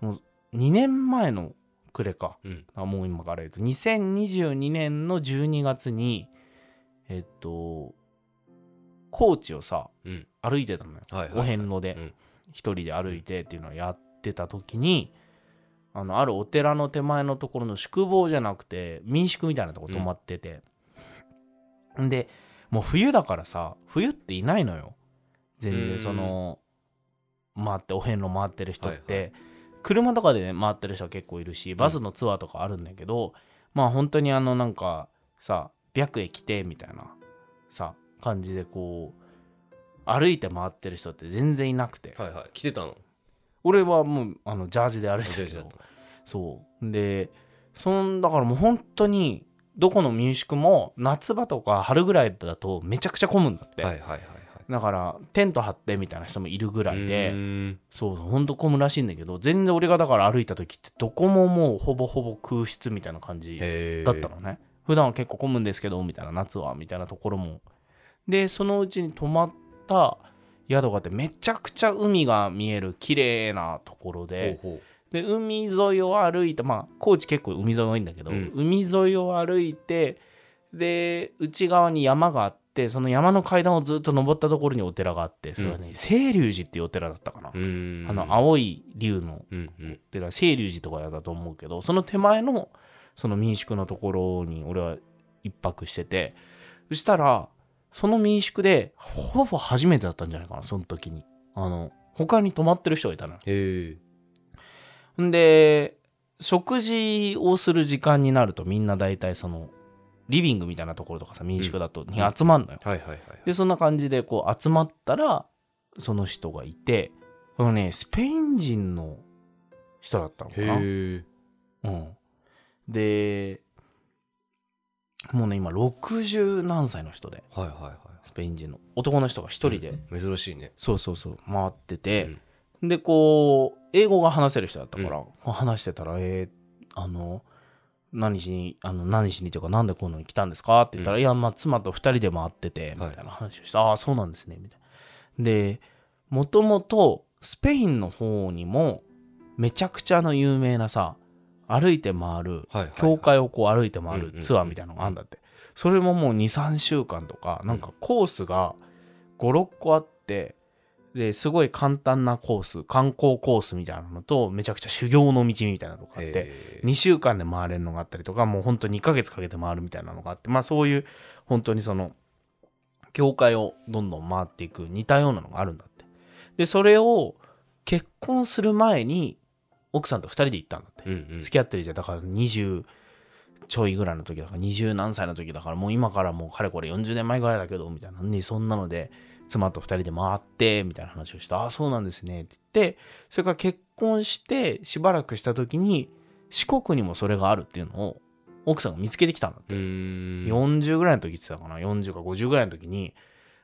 Speaker 4: もう2年前の暮れか
Speaker 3: うん
Speaker 4: あもう今から言うと2022年の12月にえっと高知をさ
Speaker 3: うん
Speaker 4: 歩いてたのよ、
Speaker 3: はいはいはい
Speaker 4: お遍路で、
Speaker 3: うん
Speaker 4: 一人で歩いてっていうのをやってた時にあのあるお寺の手前のところの宿坊じゃなくて民宿みたいなとこ泊まってて、ん、でもう冬だからさ冬っていないのよ全
Speaker 3: うん
Speaker 4: 然その回ってお遍路回ってる人って、
Speaker 3: はい
Speaker 4: 車とかでね回ってる人は結構いるしバスのツアーとかあるんだけど、まあ本当にあのなんかさ白駅来てみたいなさ感じでこう歩いて回ってる人って全然いなくて、
Speaker 3: はいはい来てたの
Speaker 4: 俺はもうあのジャージで歩いて
Speaker 3: ジ
Speaker 4: た
Speaker 3: ャー
Speaker 4: け
Speaker 3: ジだっ
Speaker 4: ど
Speaker 3: たの
Speaker 4: そうでそんだからもう本当にどこの民宿も夏場とか春ぐらいだとめちゃくちゃ混むんだって、
Speaker 3: はいはいはい
Speaker 4: だからテント張ってみたいな人もいるぐら
Speaker 3: はいい
Speaker 4: で、
Speaker 3: うーん
Speaker 4: そうそうほんと混むらしいんだけど全然俺がだから歩いた時ってどこももうほぼほぼ空室みたいな感じ
Speaker 3: へー
Speaker 4: だったのね、普段は結構混むんですけどみたいな夏はみたいなところもでそのうちに泊まった宿があってめちゃくちゃ海が見える綺麗なところで
Speaker 3: ほうほ
Speaker 4: で海沿いを歩いてまあ高知結構海沿い多いんだけど、
Speaker 3: うん
Speaker 4: 海沿いを歩いてで内側に山があってその山の階段をずっと登ったところにお寺があってそれはね清流寺っていうお寺だったかな、
Speaker 3: ううーん
Speaker 4: あの青い龍の
Speaker 3: うんうん
Speaker 4: っていうのは清流寺とかだと思うけどその手前のその民宿のところに俺は一泊しててそしたらその民宿でほぼ初めてだったんじゃないかなその時にあの他に泊まってる人がいたのよ
Speaker 3: へえ
Speaker 4: んで食事をする時間になるとみんな大体そのリビングみたいなところとかさ民宿だとに集まんのよ、
Speaker 3: はいはいはい
Speaker 4: でそんな感じでこう集まったらその人がいてこのねスペイン人の人だったのかな
Speaker 3: へ
Speaker 4: うん、でもうね今60何歳の人で
Speaker 3: はいはいは
Speaker 4: スペイン人の男の人が一人で、
Speaker 3: い珍しいね
Speaker 4: そうそうそう回ってて、でこう英語が話せる人だったから、こう話してたら「えー、あの何しにあの何しにというかなんでこういうのに来たんですか?」って言ったら「
Speaker 3: うん
Speaker 4: いやまあ妻と二人で回ってて」み
Speaker 3: はい
Speaker 4: たいな話をして「ああそうなんですね」みたいな。でもともとスペインの方にもめちゃくちゃあの有名なさ歩いて回る
Speaker 3: はいはいはい
Speaker 4: 教会をこう歩いて回
Speaker 3: うんうんう
Speaker 4: る
Speaker 3: ん
Speaker 4: ツアーみたいなのがあるんだってそれももう23週間とかなんかコースが56個あってですごい簡単なコース観光コースみたいなのとめちゃくちゃ修行の道みたいなのがあって
Speaker 3: へー
Speaker 4: 2週間で回れるのがあったりとかもうほんと2ヶ月かけて回るみたいなのがあってまあそういう本当にその教会をどんどん回っていく似たようなのがあるんだってでそれを結婚する前に奥さんと2人で行ったんだって
Speaker 3: うんうん
Speaker 4: 付き合ってるじゃんだから20ちょいぐらいの時だから20何歳の時だからもう今からもうかれこれ40年前ぐらいだけどみたいなにそんなので妻と2人で回ってみたいな話をしてああそうなんですねって言ってそれから結婚してしばらくした時に四国にもそれがあるっていうのを奥さんが見つけてきたんだって、
Speaker 3: うーん
Speaker 4: 40ぐらいの時って言ってたかな40か50ぐらいの時に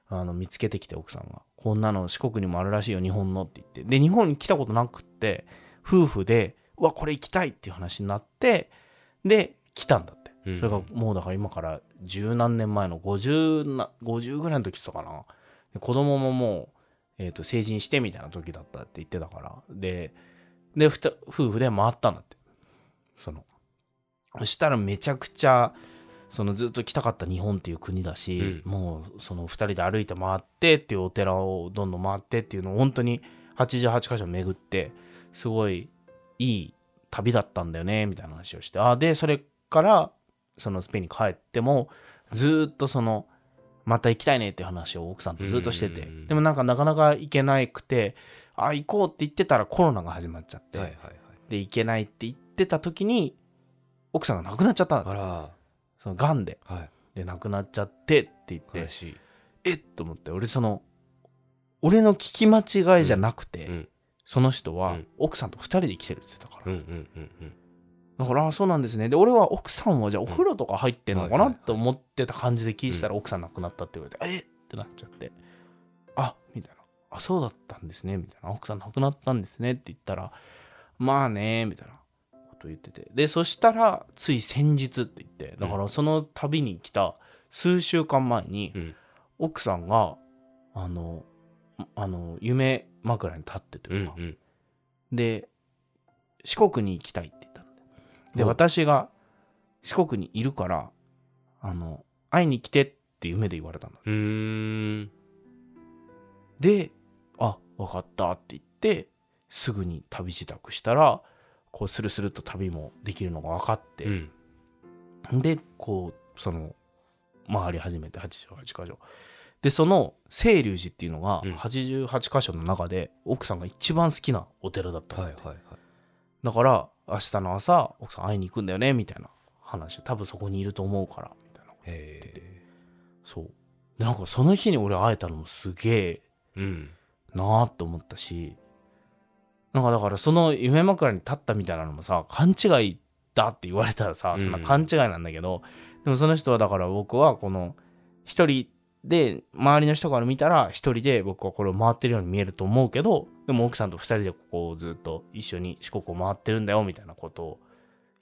Speaker 4: あの見つけてきて奥さんがこんなの四国にもあるらしいよ日本のって言ってで日本に来たことなくって夫婦でうわこれ行きたいっていう話になってで来たんだって
Speaker 3: うん
Speaker 4: それがもうだから今から十何年前の50な50ぐらいの時って言ってたかなで子供ももう、えー、と成人してみたいな時だったって言ってたからででふた夫婦で回ったんだってそのそしたらめちゃくちゃそのずっと来たかった日本っていう国だし、
Speaker 3: う
Speaker 4: もうその2人で歩いて回ってっていうお寺をどんどん回ってっていうのを本当に88箇所巡ってすごいいい旅だったんだよねみたいな話をしてあーでそれからそのスペインに帰ってもずーっとそのまた行きたいねっていう話を奥さんとずっとしてて
Speaker 3: うん
Speaker 4: でもなんかなかなか行けなくてあー行こうって言ってたらコロナが始まっちゃって、
Speaker 3: はいはいはい
Speaker 4: で行けないって言ってた時に奥さんが亡くなっちゃったんだ
Speaker 3: あら
Speaker 4: そのがんで
Speaker 3: は
Speaker 4: で亡くなっちゃってって言っ
Speaker 3: い
Speaker 4: て
Speaker 3: 悲しい
Speaker 4: えっと思って俺その俺の聞き間違いじゃなくて、
Speaker 3: うんうん
Speaker 4: その人は
Speaker 3: うん
Speaker 4: 奥さんと2人で来てるって言ってたから、
Speaker 3: うんうんうんうん
Speaker 4: だからああそうなんですねで俺は奥さんはじゃあお風呂とか入ってんのか
Speaker 3: う
Speaker 4: なんって思ってた感じで聞いてたら奥さん亡くなったって言われて、えっってなっちゃってあみたいなあ、そうだったんですね、みたいな。奥さん亡くなったんですねって言ったら、まあね、みたいなこと言ってて。で、そしたら、つい先日って言って、だからその旅に来た数週間前に、
Speaker 3: うん
Speaker 4: 奥さんが、あの、あの、夢枕に立ってと
Speaker 3: う
Speaker 4: い
Speaker 3: ん
Speaker 4: うか、
Speaker 3: うん
Speaker 4: で四国に行きたいって言ったので
Speaker 3: お
Speaker 4: 私が四国にいるからあの会いに来てって夢で言われたの
Speaker 3: うーん
Speaker 4: であ分かったって言ってすぐに旅支度したらこうスルスルっと旅もできるのが分かって、
Speaker 3: うん
Speaker 4: でこうその回り始めて88箇所でその清流寺っていうのが
Speaker 3: うん
Speaker 4: 88箇所の中で奥さんが一番好きなお寺だったの
Speaker 3: はいはいはい
Speaker 4: だから明日の朝奥さん会いに行くんだよねみたいな話多分そこにいると思うからみたいな
Speaker 3: へえ
Speaker 4: そうでなんかその日に俺会えたのもすげえ
Speaker 3: うん
Speaker 4: なあと思ったしなんかだからその夢枕に立ったみたいなのもさ勘違いだって言われたらさ
Speaker 3: うん
Speaker 4: そんな勘違いなんだけど、でもその人はだから僕はこの一人で周りの人から見たら一人で僕はこれを回ってるように見えると思うけどでも奥さんと二人でここをずっと一緒に四国を回ってるんだよみたいなことを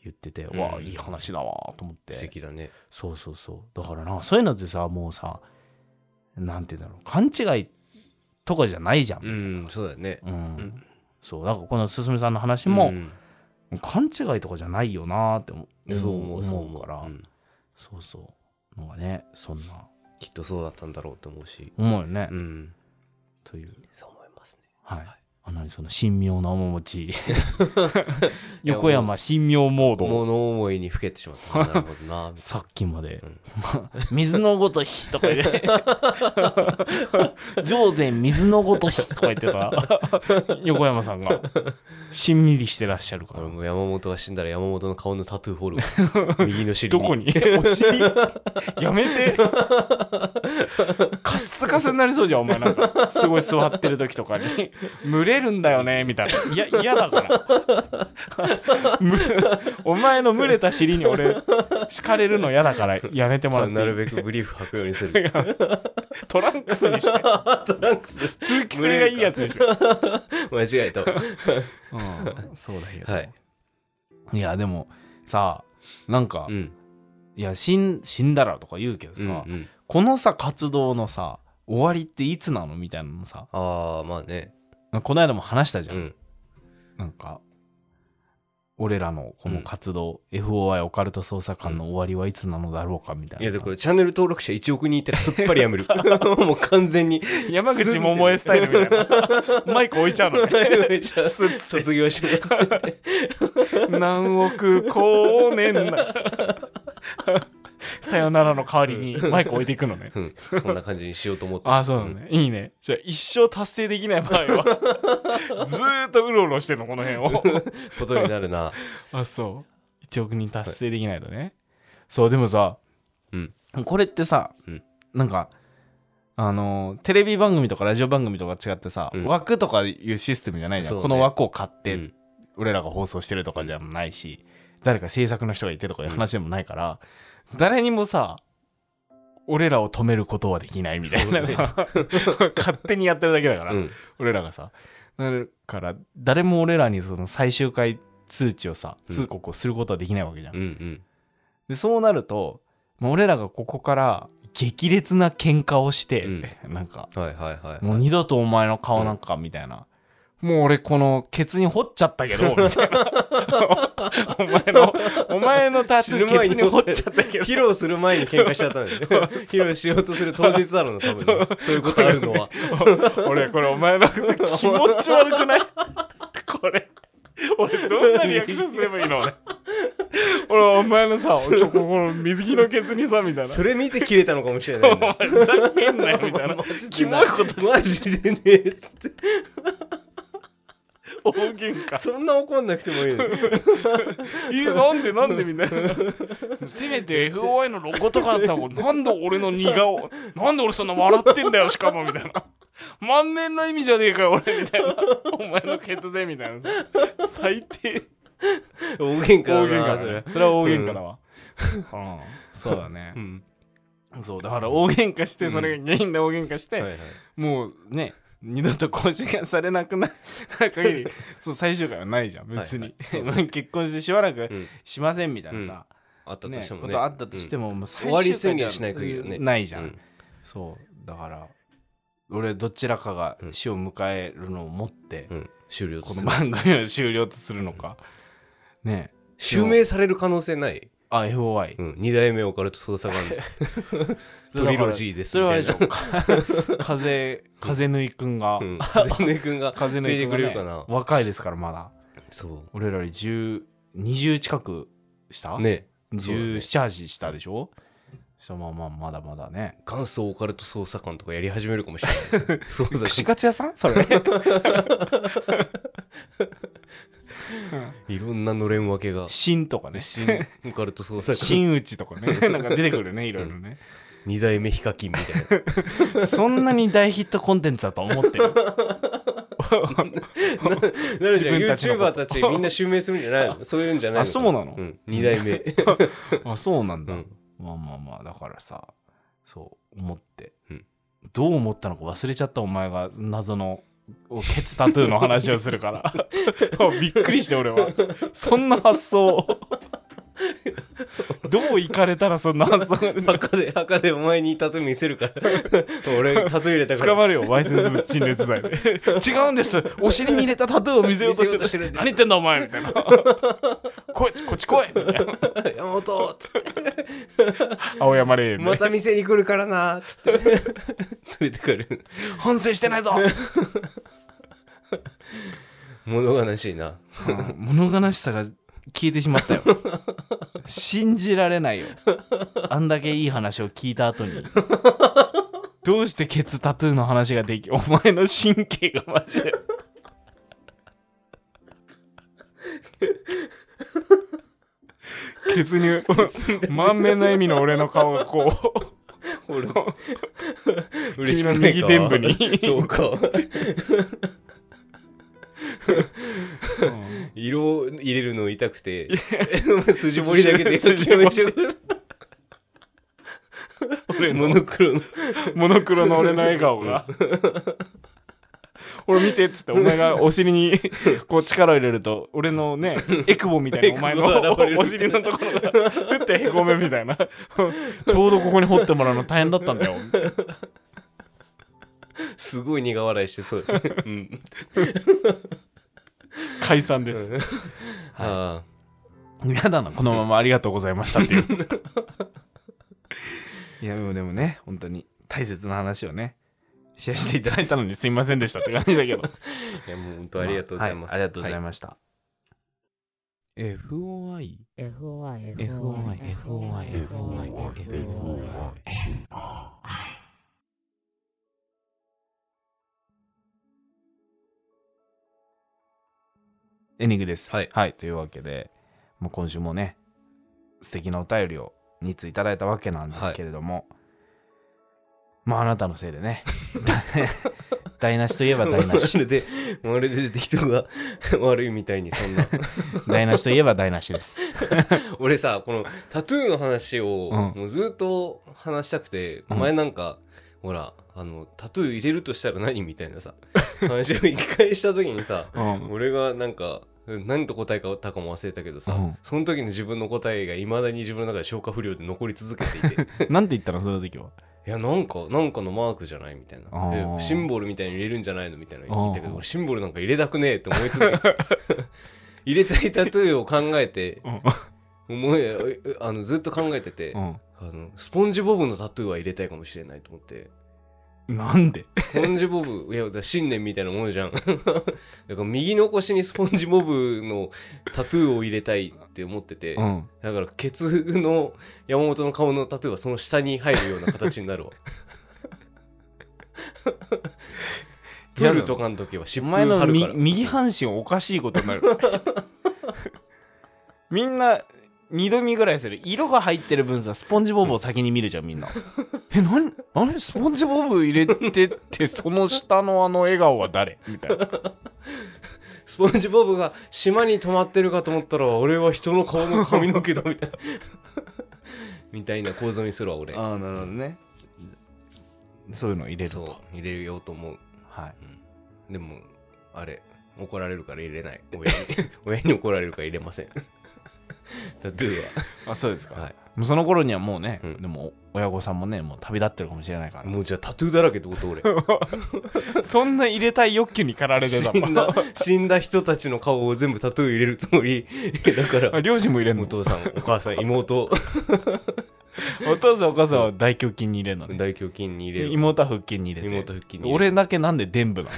Speaker 4: 言ってて、
Speaker 3: うん
Speaker 4: わあいい話だわと思って
Speaker 3: 素敵だね
Speaker 4: そうそうそうだからなそういうのってさもうさなんて言うんだろう勘違いとかじゃないじゃん
Speaker 3: うんそうだね
Speaker 4: うん
Speaker 3: ん
Speaker 4: そうだからこのすすめさんの話
Speaker 3: う
Speaker 4: も、
Speaker 3: ん
Speaker 4: 勘違いとかじゃないよなーって思
Speaker 3: そう思うそう思う
Speaker 4: から、
Speaker 3: うん
Speaker 4: そうそうなんかねそんな
Speaker 3: きっとそうだったんだろうと思うし
Speaker 4: 思うよね、
Speaker 3: うん
Speaker 4: という
Speaker 3: そう思いますね
Speaker 4: はい、あのその神妙な面持 ち
Speaker 3: いや
Speaker 4: 横山神妙モード
Speaker 3: 物思いにふけてしま ったなるほどなみたい
Speaker 4: さっきまで、
Speaker 3: うん
Speaker 4: 水のごとしとか言って 上善水のごとしとか言って た横山さんがしんみりしてらっしゃるか
Speaker 3: な
Speaker 4: ら
Speaker 3: 俺も山本が死んだら山本の顔のタトゥー掘る わ右の尻
Speaker 7: どこ
Speaker 3: に
Speaker 7: にお尻やめてカッサカサになりそうじゃんお前なんかすごい座ってる時とかに蒸れるんだよねみたいないや嫌だからむお前の蒸れた尻に俺敷かれるの嫌だからやめてもらっていい
Speaker 3: なるべくブリーフ履くようにす る
Speaker 7: トランクスにして
Speaker 3: トランクス
Speaker 7: 通気性がいいやつにして、
Speaker 3: 間違えたわ
Speaker 4: うん、そうだよ、
Speaker 3: はい、
Speaker 4: いやでもさなんか、
Speaker 3: うん
Speaker 4: いや死ん死んだらとか言うけどさ、
Speaker 3: うんうん
Speaker 4: このさ活動のさ終わりっていつなのみたいなのさ
Speaker 3: ああまあね
Speaker 4: この間も話したじゃ、
Speaker 3: うんん
Speaker 4: なんか俺らのこの活動、FOI オカルト捜査官の終わりはいつなのだろうかみたいないさ
Speaker 3: やだからチャンネル登録者1億人いたらすっぱりやめ るもう完全に
Speaker 7: 山口百恵スタイルみたい なマイク置いちゃうの ね
Speaker 3: じゃあ卒業し ますって
Speaker 7: 何億光年ださよならの代わりにマイク置いていくのね
Speaker 3: うんそんな感じにしようと思って
Speaker 7: ああそうだね、いいねじゃあ一生達成できない場合は ずーっとうろうろしてんのこの辺を
Speaker 3: ことになる な
Speaker 7: あそう1億人達成できないとね、そうでもさ
Speaker 4: これってさ、
Speaker 3: うん
Speaker 4: なんかあのーテレビ番組とかラジオ番組とか違ってさ、
Speaker 3: うん
Speaker 4: 枠とかいうシステムじゃないじゃん、
Speaker 3: そうね
Speaker 4: この枠を買っ
Speaker 3: う
Speaker 4: て、
Speaker 3: ん
Speaker 4: 俺らが放送してるとかじゃないし誰か制作の人がいてとかいう話でもないから、誰にもさ俺らを止めることはできないみたいなさ、 勝手にやってるだけだから、
Speaker 3: うん
Speaker 4: 俺らがさだから誰も俺らにその最終回通知をさ
Speaker 3: うん
Speaker 4: 通告をすることはできないわけじゃん、
Speaker 3: うんうん
Speaker 4: でそうなると、まあ、俺らがここから激烈な喧嘩をして、 なんか
Speaker 3: はいはいはい
Speaker 4: もう二度とお前の顔なんかみたいな、もう俺このケツに掘っちゃったけどみたいなお前のお前のタトゥーケツに掘っちゃったけど
Speaker 3: 披露する前に喧嘩しちゃったん で披露しようとする当日だろうな多分ねそういうことあるのは
Speaker 7: 俺これお前の気持ち悪くないこれ俺どんなリアクションすればいいの俺俺お前のさちょここの水着のケツにさみたいな
Speaker 3: それ見て切れたのかもしれないね
Speaker 7: お前ふざけんな よみた いな
Speaker 3: マジ
Speaker 7: キ
Speaker 3: で
Speaker 7: モ
Speaker 3: ない
Speaker 7: こと
Speaker 3: マジでねえっつって
Speaker 7: 大喧嘩
Speaker 3: そんな怒んなくてもい いのに
Speaker 7: いやなんでなんでみたいなせめて FOI のロゴとかだったらなんで俺の荷顔なんで俺そんな笑ってんだよしかもみたいな万年の意味じゃねえかよ俺みたいなお前のケツでみたいな最低
Speaker 3: 大喧嘩
Speaker 7: 大喧
Speaker 3: だなそ
Speaker 7: 嘩だね
Speaker 3: れ
Speaker 7: それは大喧嘩だわ、うんそうだね
Speaker 3: うん
Speaker 7: そうだから大喧嘩してそれが原因で大喧嘩して、
Speaker 3: はいはい
Speaker 7: もうね二度と更新がされなくなる 限りそう最終回はないじゃん別に、 結婚してしばらく
Speaker 3: うん
Speaker 7: しませんみたいなさ、
Speaker 3: あったと
Speaker 7: ね
Speaker 3: してもね
Speaker 7: ことあったとしても,、もう最
Speaker 3: 終わり宣言しない限りはね
Speaker 7: ないじ
Speaker 3: う
Speaker 7: ゃん、
Speaker 3: ん
Speaker 7: そうだから俺どちらかが死を迎えるのを持って、
Speaker 3: うん終了と
Speaker 7: こ
Speaker 3: す
Speaker 7: の
Speaker 3: る
Speaker 7: 番組を終了とするのか、ねえ
Speaker 3: 襲名される可能性ない、
Speaker 7: あ FOI
Speaker 3: うん、2代目オカルト捜査 官トリロジーです
Speaker 7: それ
Speaker 3: み
Speaker 7: はあ
Speaker 3: たい
Speaker 7: れでし
Speaker 3: な
Speaker 7: ょか 風風ぬいくんが、
Speaker 3: うん 風根君が
Speaker 7: 風ぬ
Speaker 3: つい
Speaker 7: い
Speaker 3: て
Speaker 7: くん
Speaker 3: く
Speaker 7: が、
Speaker 3: れ
Speaker 7: ね
Speaker 3: る、かな
Speaker 7: 若いですからまだ
Speaker 3: そ
Speaker 7: 俺らより1020近くした、
Speaker 3: うね
Speaker 7: 17、8したでしょしたまあまあまだまだね
Speaker 3: 元祖オカルト捜査官とかやり始めるかもしれ ない捜査
Speaker 7: 串
Speaker 3: 官
Speaker 7: カツ屋さんそれ
Speaker 3: いろんなのれん分けが
Speaker 7: 新とかね
Speaker 3: 新オカルト捜査官
Speaker 7: 新内とかね なんか出てくるねいろいろね、
Speaker 3: 2代目ヒカキンみたいな
Speaker 7: そんなに大ヒットコンテンツだと思っ てる
Speaker 3: なんじゃ
Speaker 7: 自分たちのこ
Speaker 3: YouTuber た
Speaker 7: と
Speaker 3: ちみんな襲名するんじゃないのそういうんじゃないの
Speaker 7: あそうなの、
Speaker 3: うん、2代目
Speaker 7: あそうなん
Speaker 3: う
Speaker 7: だ、
Speaker 3: ん
Speaker 7: まあまあまあだからさそう思って、
Speaker 3: うん
Speaker 7: どう思ったのか忘れちゃったお前が謎のケツタトゥーの話をするから びっくりして俺はそんな発想 どういかれたらそんな発想が出るの
Speaker 3: 墓で墓でお前にタトゥー見せる から俺タトゥー入れたから
Speaker 7: 捕まるよわいせつ物陳列罪で 違うんですお尻に入れたタトゥーを見せようとし
Speaker 3: 見せ
Speaker 7: て
Speaker 3: ようとしてるんです
Speaker 7: 何言ってんだお前みたいな こいつこっち来いみたいな
Speaker 3: 山本つって
Speaker 7: 青山霊園で、
Speaker 3: また店に来るからなつって 連れてくる
Speaker 7: 反省してないぞ
Speaker 3: 物悲しいな
Speaker 7: うん物悲しさが消えてしまったよ信じられないよあんだけいい話を聞いた後にどうしてケツタトゥーの話ができお前の神経がマジでケツに満面の笑みの俺の顔がこう
Speaker 3: 俺
Speaker 7: 君の右臀部に
Speaker 3: そうか
Speaker 7: うん
Speaker 3: 色を入れるの痛くて 筋彫りだけで
Speaker 7: 筋
Speaker 3: 諦
Speaker 7: 彫り
Speaker 3: めちゃう
Speaker 7: 俺の
Speaker 3: モノクロの
Speaker 7: モノクロの俺の笑顔が。 俺見てっつってお前がお尻にこう力を入れると俺のね エクボみたいなお前の
Speaker 3: エクボが現れる
Speaker 7: お尻のところが打ってへこめみたいなちょうどここに掘ってもらうの大変だったんだよ
Speaker 3: すごい苦笑いしてそう、うん、
Speaker 7: 解散です
Speaker 3: ああ
Speaker 7: 嫌だなこのままありがとうございましたっていういやでもでもね本当に大切な話をねシェアしていただいたのにすいませんでしたって感じだけど
Speaker 3: いやもう本当ありがとうございます、
Speaker 7: ありがとうござい
Speaker 3: ま
Speaker 7: ました、
Speaker 6: FOI FOI
Speaker 4: FOI
Speaker 6: FOI
Speaker 4: FOI
Speaker 6: FOI
Speaker 7: エンディングです。
Speaker 3: はい
Speaker 7: というわけで、まあ、今週もね、素敵なお便りを2通いただいたわけなんですけれども、まあ、あなたのせいでね、 台無しといえば台 無
Speaker 3: ま
Speaker 7: し、
Speaker 3: る でまるで人が 悪いみたいにそ んな
Speaker 7: 台無しといえば台無しです。
Speaker 3: 俺さこのタトゥーの話を
Speaker 7: うん
Speaker 3: もうずっと話したくて、
Speaker 7: うん
Speaker 3: 前なんかほらあのタトゥー入れるとしたら何みたいなさ話を一回した時にさ
Speaker 7: うん
Speaker 3: 俺がなんかうん何と答えたかも忘れたけどさ、
Speaker 7: うん
Speaker 3: その時の自分の答えがいまだに自分の中で消化不良で残り続けていて
Speaker 7: なんて言ったの、その時は。
Speaker 3: いやなんかなんかのマークじゃないみたいな
Speaker 7: あー
Speaker 3: えシンボルみたいに入れるんじゃないのみたいな言ったけ
Speaker 7: あ
Speaker 3: ど
Speaker 7: ー
Speaker 3: 俺シンボルなんか入れたくねえって思い続けて 入れたいタトゥーを考えて
Speaker 7: うん
Speaker 3: 思いえあのずっと考えてて、あのスポンジボブのタトゥーは入れたいかもしれないと思って
Speaker 7: うんなんで
Speaker 3: スポンジボブいやだから信念みたいなものじゃん だから右の腰にスポンジボブのタトゥーを入れたいって思ってて、
Speaker 7: うん
Speaker 3: だからケツの山本の顔のタトゥーはその下に入るような形にな るわプールとかの時は
Speaker 7: お
Speaker 3: 湿布貼
Speaker 7: 前の
Speaker 3: る
Speaker 7: み
Speaker 3: から
Speaker 7: 右半身おかしいことになる。 みんな二度見ぐらいする。色が入ってる分さ、スポンジボブを先に見るじゃ ん、みんな。え、なにあれスポンジボブ入れてって、その下のあの笑顔は誰みたいな。
Speaker 3: スポンジボブが島に泊まってるかと思ったら俺は人の顔の髪の毛だみ たいなみたいな構造にするわ俺
Speaker 7: ああ、なるほどね。そういうの入れる
Speaker 3: そ
Speaker 7: と。
Speaker 3: う入れようと思う
Speaker 7: はい。
Speaker 3: でも、あれ、怒られるから入れない。親に 親に怒られるから入れませ ん。タトゥー
Speaker 4: あそうですか、
Speaker 3: はい
Speaker 4: もうその頃にはもうね、
Speaker 3: うん
Speaker 4: でも親御さんもねもう旅立ってるかもしれないか
Speaker 3: は。
Speaker 4: ら
Speaker 3: もうじゃあタトゥーだらけってこと俺。
Speaker 4: そんな入れたい欲求に駆られてた
Speaker 3: 死
Speaker 4: も
Speaker 3: ん
Speaker 4: ん
Speaker 3: だ、死んだ人たちの顔を全部タトゥー入れるつも り。だか
Speaker 4: あ
Speaker 3: ら、
Speaker 4: 両親も入れんの
Speaker 3: お父さん、お母さん、
Speaker 4: お
Speaker 3: 妹、
Speaker 4: 父さんお母さんは大胸筋に入れるのね
Speaker 3: 大胸筋に入れる。
Speaker 4: 妹は腹筋に入れて
Speaker 3: 妹腹筋に入れる
Speaker 4: 俺だけなんで伝部な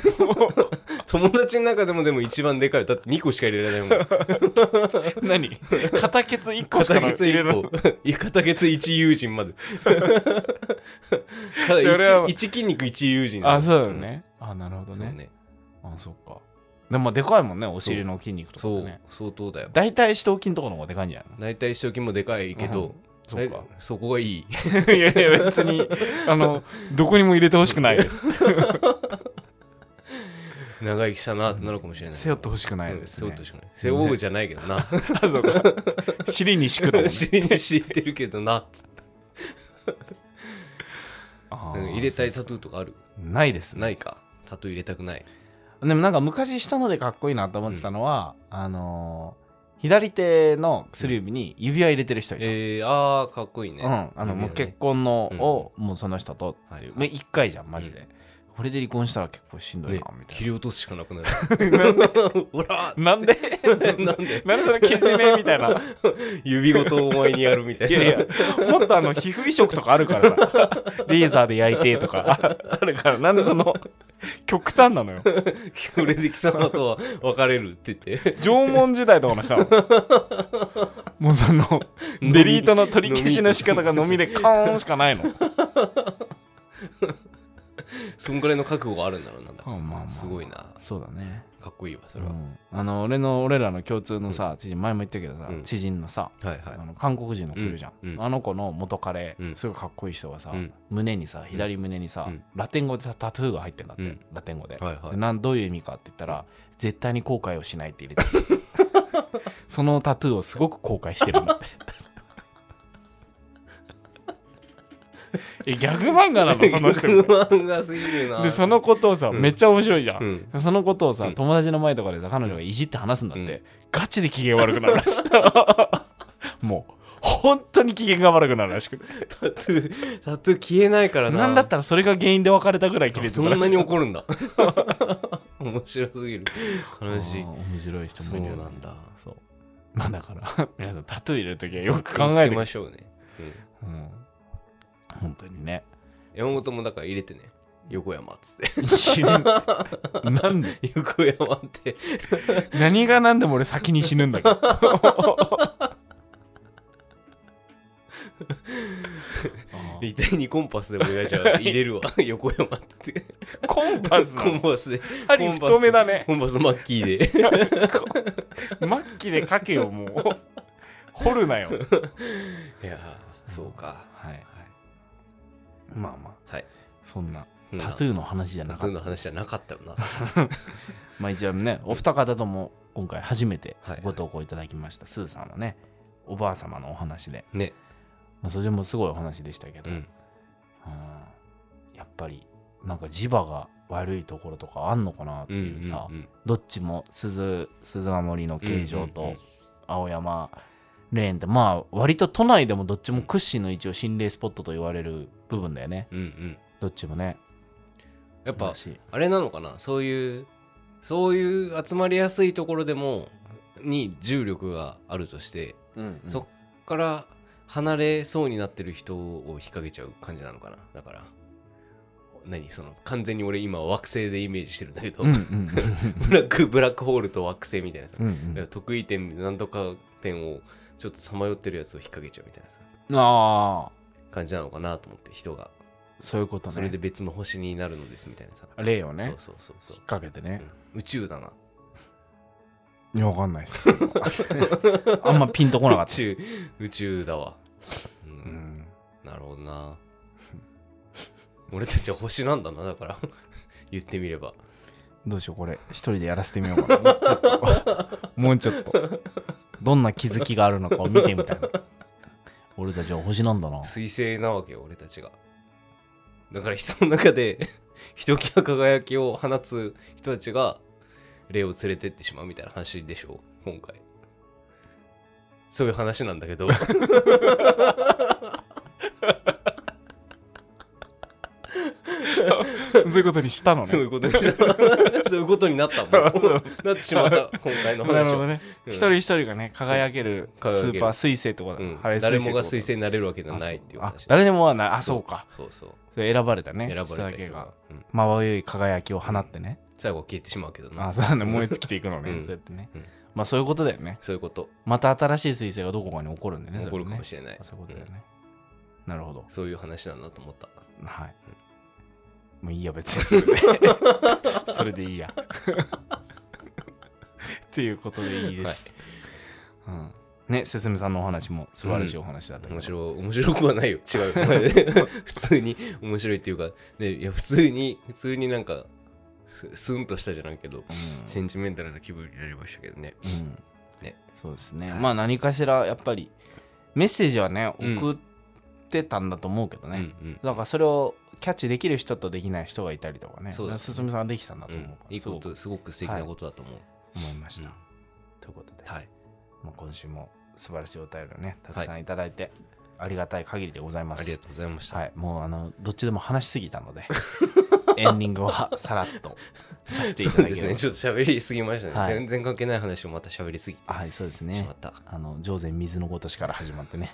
Speaker 3: 友達の中でもでも一番でかいよだって2個しか入れられな いもん
Speaker 4: の何片ケツ1個しか
Speaker 3: 片
Speaker 4: な
Speaker 3: 月
Speaker 4: 入れる
Speaker 3: 1個いや片月1友人ま でただ
Speaker 4: それは
Speaker 3: 1, 筋肉1友人
Speaker 4: あそうだよね、あなるほ
Speaker 3: そ
Speaker 4: ど
Speaker 3: う
Speaker 4: ね
Speaker 3: ね
Speaker 4: あそっかでもでかいもんねお尻の筋肉とか
Speaker 3: そ
Speaker 4: っ
Speaker 3: う
Speaker 4: てね
Speaker 3: 相当だよ
Speaker 4: 大体四頭筋とかの方がでかいんじゃないの
Speaker 3: 大体一生筋もでかいけど、
Speaker 4: そっか
Speaker 3: だいそこがいい
Speaker 4: いやいや別にあのどこにも入れてほしくないです
Speaker 3: 長生きしたなってなるかもしれない
Speaker 4: 背負ってほしくな
Speaker 3: ないいで
Speaker 4: です
Speaker 3: す、
Speaker 4: ね、
Speaker 3: 背負ってほしくない背負うじゃないけどな
Speaker 4: あそうか尻に敷くと、 ね、
Speaker 3: 尻に敷いてるけどなって
Speaker 4: あ
Speaker 3: う
Speaker 4: ー
Speaker 3: ん入れたいタトゥーとかある
Speaker 4: ないですね
Speaker 3: ないかタトゥー入れたくない
Speaker 4: でもなんか昔したのでかっこいいなと思ってたのは、あのー左手の薬指に指輪入れてる人いた、
Speaker 3: えー、あーかっこいいね、
Speaker 4: うん、あのもう
Speaker 3: 指輪ね
Speaker 4: 結婚のを、もうその人とっていう、
Speaker 3: はいはい
Speaker 4: まあ一回じゃんマジで、これで離婚したら結構しんどいな、
Speaker 3: ね
Speaker 4: み、た
Speaker 3: 切
Speaker 4: い
Speaker 3: り落とすしかなく なる。 ほら
Speaker 4: ななんで
Speaker 3: なんで
Speaker 4: なんでそれけじめみたいな
Speaker 3: 指ごとお前にやるみたい
Speaker 4: い
Speaker 3: な。
Speaker 4: やいやもっとあの皮膚移植とかある からさレーザーで焼いてとか ああるからなんでその極端なのよ
Speaker 3: これで貴様とは別れるって言って。
Speaker 4: 縄文時代とかの人な のもうその
Speaker 3: 飲み
Speaker 4: デリートの取り消しの仕方がのみでカーンしかないの
Speaker 3: そんぐらいの覚悟があるんだろうなんだ。
Speaker 4: まあまあ
Speaker 3: すごいな。
Speaker 4: そうだね
Speaker 3: かっこいいわ、それは。
Speaker 4: うんあの俺の俺らの共通のさ、知人前も言ったけどさ、
Speaker 3: うん
Speaker 4: 知人のさ、
Speaker 3: はいはい
Speaker 4: あ。の韓国人の子いるじゃん、
Speaker 3: うんうん
Speaker 4: あの子の元カレ、
Speaker 3: うん
Speaker 4: すごいかっこいい人がさ、
Speaker 3: うん
Speaker 4: 胸にさ左胸にさ、
Speaker 3: うん
Speaker 4: ラテン語でさタトゥーが入ってんだって、
Speaker 3: うん
Speaker 4: ラテン語で、
Speaker 3: はいはい。
Speaker 4: なんどういう意味かって言ったら絶対に後悔をしないって入れて るそのタトゥーをすごく後悔してるんだって えギャグ漫画なのその人
Speaker 3: 漫画すぎるな。
Speaker 4: でそのことをさ、
Speaker 3: うん
Speaker 4: めっちゃ面白いじゃ、
Speaker 3: うんん。
Speaker 4: そのことをさ、
Speaker 3: うん
Speaker 4: 友達の前とかでさ彼女がいじって話すんだって、
Speaker 3: うん
Speaker 4: ガチで機嫌悪くなるらしい もう本当に機嫌が悪くなるらしくて
Speaker 3: タトゥー、タトゥー消えないからな。
Speaker 4: なんだったらそれが原因で別れたぐらい切れてたら
Speaker 3: そ
Speaker 4: しい
Speaker 3: んなに怒るんだ。 面白すぎる。悲しい
Speaker 4: あー。面白い人も
Speaker 3: そ
Speaker 4: いうるよね
Speaker 3: なんだ。
Speaker 4: そう。 まあだから、皆さんタトゥー入れるときはよく考
Speaker 3: 気をつ
Speaker 4: え
Speaker 3: け
Speaker 4: て
Speaker 3: ま
Speaker 4: ま
Speaker 3: しょうね。うん
Speaker 4: うん。本当にね。
Speaker 3: 山本もだから入れてね。横山っつって。
Speaker 4: 死ぬなんで
Speaker 3: 横山って。
Speaker 4: 何が何でも俺先に死ぬん だけど。あー
Speaker 3: 遺体にコンパスでもいじゃあ入 れるわ横山って
Speaker 4: コンパスな
Speaker 3: コン
Speaker 4: の
Speaker 3: パスで
Speaker 4: 針太めだね
Speaker 3: コンパスマッキーで
Speaker 4: 末期で書けよもう掘るなよ
Speaker 3: いやーそうか
Speaker 4: はいまあまあ
Speaker 3: はい
Speaker 4: そんな
Speaker 3: うん
Speaker 4: タトゥーの話じゃな
Speaker 3: タ
Speaker 4: か
Speaker 3: トゥー
Speaker 4: っ
Speaker 3: の
Speaker 4: た
Speaker 3: 話じゃなかったよな
Speaker 4: まあ一応ねお二方とも今回初めて
Speaker 3: はい
Speaker 4: ご投稿いただきました、スーさんはねおばあ様のお話で、
Speaker 3: ね
Speaker 4: まあ、それもすごいお話でしたけど、
Speaker 3: う
Speaker 4: うん
Speaker 3: ん
Speaker 4: やっぱりなんか磁場が悪いところとかあんのかなって
Speaker 3: うん
Speaker 4: いうさ、
Speaker 3: うん
Speaker 4: どっちも鈴鈴ヶ森の形状
Speaker 3: うんうんう
Speaker 4: と
Speaker 3: ん
Speaker 4: 青山霊園ってまあ割と都内でもどっちも屈指の一応心霊スポットと言われる部分だよね
Speaker 3: うんうん
Speaker 4: どっちもね
Speaker 3: やっぱ
Speaker 4: だし
Speaker 3: あれなのかなそういうそういう集まりやすいところでもに重力があるとしてそっから離れそうになってる人を引っ掛けちゃう感じなのかなだから何その完全に俺今惑星でイメージしてるんだけど、
Speaker 4: うんうんうん
Speaker 3: ブラックブラックホールと惑星みたいなさ、
Speaker 4: うんう
Speaker 3: だ
Speaker 4: ん
Speaker 3: から得意点なんとか点をちょっとさまよってるやつを引っ掛けちゃうみたいなさ
Speaker 4: うんああ
Speaker 3: 感じなのかなと思って人が
Speaker 4: そういうことね
Speaker 3: それで別の星になるのですみたいなさ、
Speaker 4: 例をね
Speaker 3: そうそうそうそ
Speaker 4: 引
Speaker 3: う
Speaker 4: っ、掛けてね
Speaker 3: うん宇宙だない
Speaker 4: やわかんないっす あんまピンとこなかったっ
Speaker 3: 宇
Speaker 4: す
Speaker 3: 宙宇宙だわ、う
Speaker 4: うんん
Speaker 3: なるほどな俺たちは星なんだなだから 言ってみれば
Speaker 4: どうしようこれ一人でやらせてみようかなちょっともうちょっとどんな気づきがあるのかを見てみた いな俺たちは星なんだな
Speaker 3: 彗星なわけよ俺たちがだから人の中で ひときわ輝きを放つ人たちが霊を連れてってしまうみたいな話でしょう今回そういう話なんだけ ど
Speaker 7: そういうことにしたの
Speaker 3: そうい
Speaker 7: ね。
Speaker 3: うことにな ったそういうことになったもんなってしまった今回の
Speaker 7: なる
Speaker 3: 話
Speaker 7: ほ
Speaker 3: を、
Speaker 7: どね。
Speaker 3: うん
Speaker 7: 一人一人がね、輝けるス
Speaker 3: 輝ける
Speaker 7: ーパー彗星ってこと
Speaker 3: う
Speaker 7: だ
Speaker 3: ん
Speaker 7: ハレー彗
Speaker 3: 誰
Speaker 7: 星って
Speaker 3: も
Speaker 7: こと
Speaker 3: が彗星になれるわけではないっていう
Speaker 7: あ
Speaker 3: 話
Speaker 7: 誰でもはない。あ、そうか。
Speaker 3: そうそう
Speaker 7: それ選ばれたね。
Speaker 3: 選ばれた
Speaker 7: 人だけ
Speaker 3: 人
Speaker 7: が
Speaker 3: が、。うん
Speaker 7: まばゆい輝きを放ってね。
Speaker 3: 最後は消えてしまうけどな
Speaker 7: あ、そうだね。燃え尽きていくのね。
Speaker 3: うん
Speaker 7: そうやってね
Speaker 3: うん。
Speaker 7: まあそういうことだよね。
Speaker 3: そういうこと
Speaker 7: また新しい彗星がどこかに起こるんだよね。
Speaker 3: 起こるかも
Speaker 7: し
Speaker 3: しれない
Speaker 7: そういうことだよ
Speaker 3: うん
Speaker 7: ね。なるほど。
Speaker 3: そういう話なんだと思った
Speaker 7: はい。もういいや、別にそれで。 それでいいや。っていうことでいいです。うんね、すすむさんのお話も素晴らしいお話だったけど
Speaker 3: 面白い面白くはない よ違う お前ね普通に面白いっていうか、ね、いや普通に普通になんかすスンとしたじゃないけどセンチメンタルな気分になりましたけどね
Speaker 4: うん
Speaker 3: ね
Speaker 4: そうですね、まあ何かしらやっぱりメッセージはね
Speaker 3: うん
Speaker 4: 送ってたんだと思うけどね、
Speaker 3: うん
Speaker 4: だからそれをキャッチできる人とできない人がいたりとかね
Speaker 3: そうですね
Speaker 4: 進さんはできたんだ
Speaker 3: う
Speaker 4: と
Speaker 3: ん、う
Speaker 4: 思うんから、
Speaker 3: いいことすごく素敵なことだと思う、
Speaker 4: すごく思いました、
Speaker 3: うん
Speaker 4: ということで、
Speaker 3: はい
Speaker 4: まあ、今週も素晴らしいお便りをねたくさんいただいて、ありがたい限りでございま
Speaker 3: あ
Speaker 4: す
Speaker 3: りがとうございました、
Speaker 4: はい、もうあのどっちでも話しすぎたのでエンディングはさらっとさせてい
Speaker 3: そ
Speaker 4: た
Speaker 3: う
Speaker 4: だき
Speaker 3: で
Speaker 4: ます
Speaker 3: すねちょっと喋りすぎましたね、
Speaker 4: はい
Speaker 3: 全然関係ない話をまた喋りすぎて
Speaker 4: はいそうです
Speaker 3: し
Speaker 4: ね
Speaker 3: まった、
Speaker 4: あの上善水のごとしから始まってね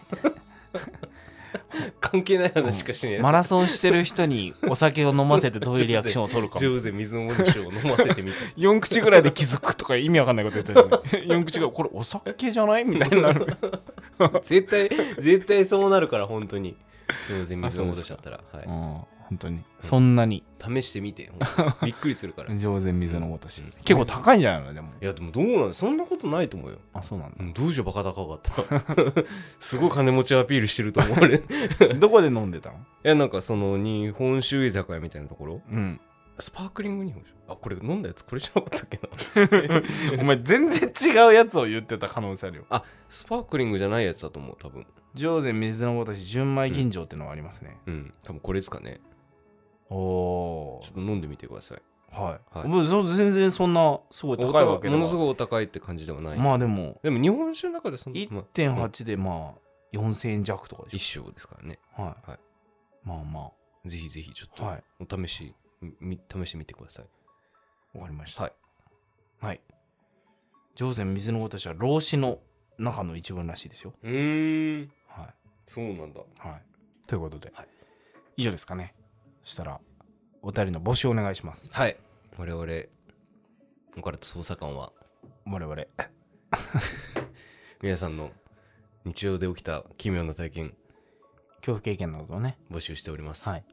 Speaker 3: 関係ない話しかしねえ、
Speaker 4: マラソンしてる人にお酒を飲ませてどういうリアクションを取る かも
Speaker 3: 上手水の文字を飲ませてみた
Speaker 7: 4口ぐらいで気づくとか意味わかんないこと言って たよね。4口ぐらい、これお酒じゃないみたいになる。
Speaker 3: 絶対絶対そうなるから本当に上手水の文字だったら、はい
Speaker 4: うん、本当にそんなに
Speaker 3: 試してみて本 当にびっくりするからい
Speaker 4: 上善水のごとし
Speaker 3: うん
Speaker 4: 結構高いんじゃないのでも
Speaker 3: やでもどうなのそんなことないと思うよ
Speaker 4: あそうなんだ
Speaker 3: うんどうじゃバカ高かったら すごい金持ちアピールしてると思われい
Speaker 4: どこで飲んでたの
Speaker 3: やなんかその日本酒居酒屋みたいなところ
Speaker 7: うん。
Speaker 3: スパークリング日本酒あこれ飲んだやつこれじゃなかったっけな
Speaker 7: お前全然違うやつを言ってた可能性あるよ。
Speaker 3: スパークリングじゃないやつだと思う多分
Speaker 4: 上善水のごとし純米吟醸ってのがありますね、
Speaker 3: うん多分これですかね
Speaker 4: おお
Speaker 3: ちょっと飲んでみてください
Speaker 4: ーはい、
Speaker 3: はい
Speaker 4: もうそ全然そんなすごい高いわけで
Speaker 3: ものす
Speaker 4: は
Speaker 3: ごいお高いって感じではない、
Speaker 4: まあでも
Speaker 3: でも日本酒の中でその、まあ、
Speaker 4: 1.8でまあ4000円弱とかでし
Speaker 3: 一生ですからね
Speaker 4: ょはい、
Speaker 3: はい
Speaker 4: まあま
Speaker 3: ぜひぜひちょっ
Speaker 4: あ
Speaker 3: と
Speaker 4: はい
Speaker 3: お試し、み試してみてください
Speaker 4: わかりました
Speaker 3: はい
Speaker 4: はい。上善水のごとしは老子の中の一文らしいですよ。
Speaker 3: うーん
Speaker 4: はい。
Speaker 3: そうなんだ
Speaker 4: はい、ということで、
Speaker 3: はい
Speaker 4: 以上ですかね。そしたら、お便りの募集お願いします。
Speaker 3: はい我々オカルト捜査官は
Speaker 4: 我々、
Speaker 3: 皆さんの日常で起きた奇妙な体験
Speaker 4: 恐怖経験などをね、
Speaker 3: 募集しております、
Speaker 4: はい、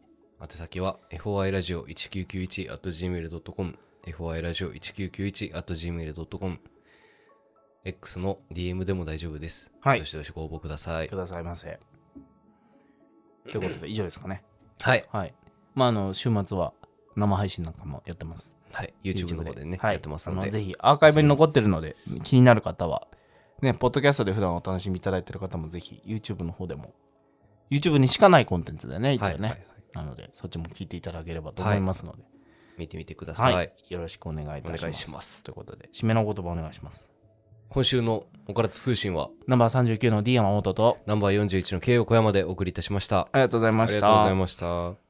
Speaker 3: 宛先は FOI ラジオ 1991.gmail.com FOI ラジオ 1991.gmail.com X の DM でも大丈夫です。
Speaker 4: はい
Speaker 3: どしどしご応募ください
Speaker 4: く。ださいませ。ということで、以上ですかね。
Speaker 3: はい。
Speaker 4: はい。まあ、あの、週末は生配信なんかもやってます。
Speaker 3: はい。YouTube の方でね、
Speaker 4: はい
Speaker 3: やってますの
Speaker 4: あ
Speaker 3: で。
Speaker 4: ぜひアーカイブに残ってるので、気になる方は、ね、ポッドキャストで普段お楽しみいただいてる方も、ぜひ YouTube の方でも、YouTube にしかないコンテンツだよね、一応
Speaker 3: は
Speaker 4: ね。
Speaker 3: い、はいはい。
Speaker 4: なので、そっちも聞いていただければと思いますので、
Speaker 3: 見てみてくだ
Speaker 4: は
Speaker 3: さ
Speaker 4: い
Speaker 3: い。
Speaker 4: よろしくお願いいたします。
Speaker 3: お願いします
Speaker 4: ということで、締めのお言葉お願いします。
Speaker 3: 今週のオカルト通信は、
Speaker 4: ナンバー39の D 山本と、
Speaker 3: ナンバー41の K 横山でお送りいたしました。
Speaker 4: ありがとうございま
Speaker 3: ありがとうございました。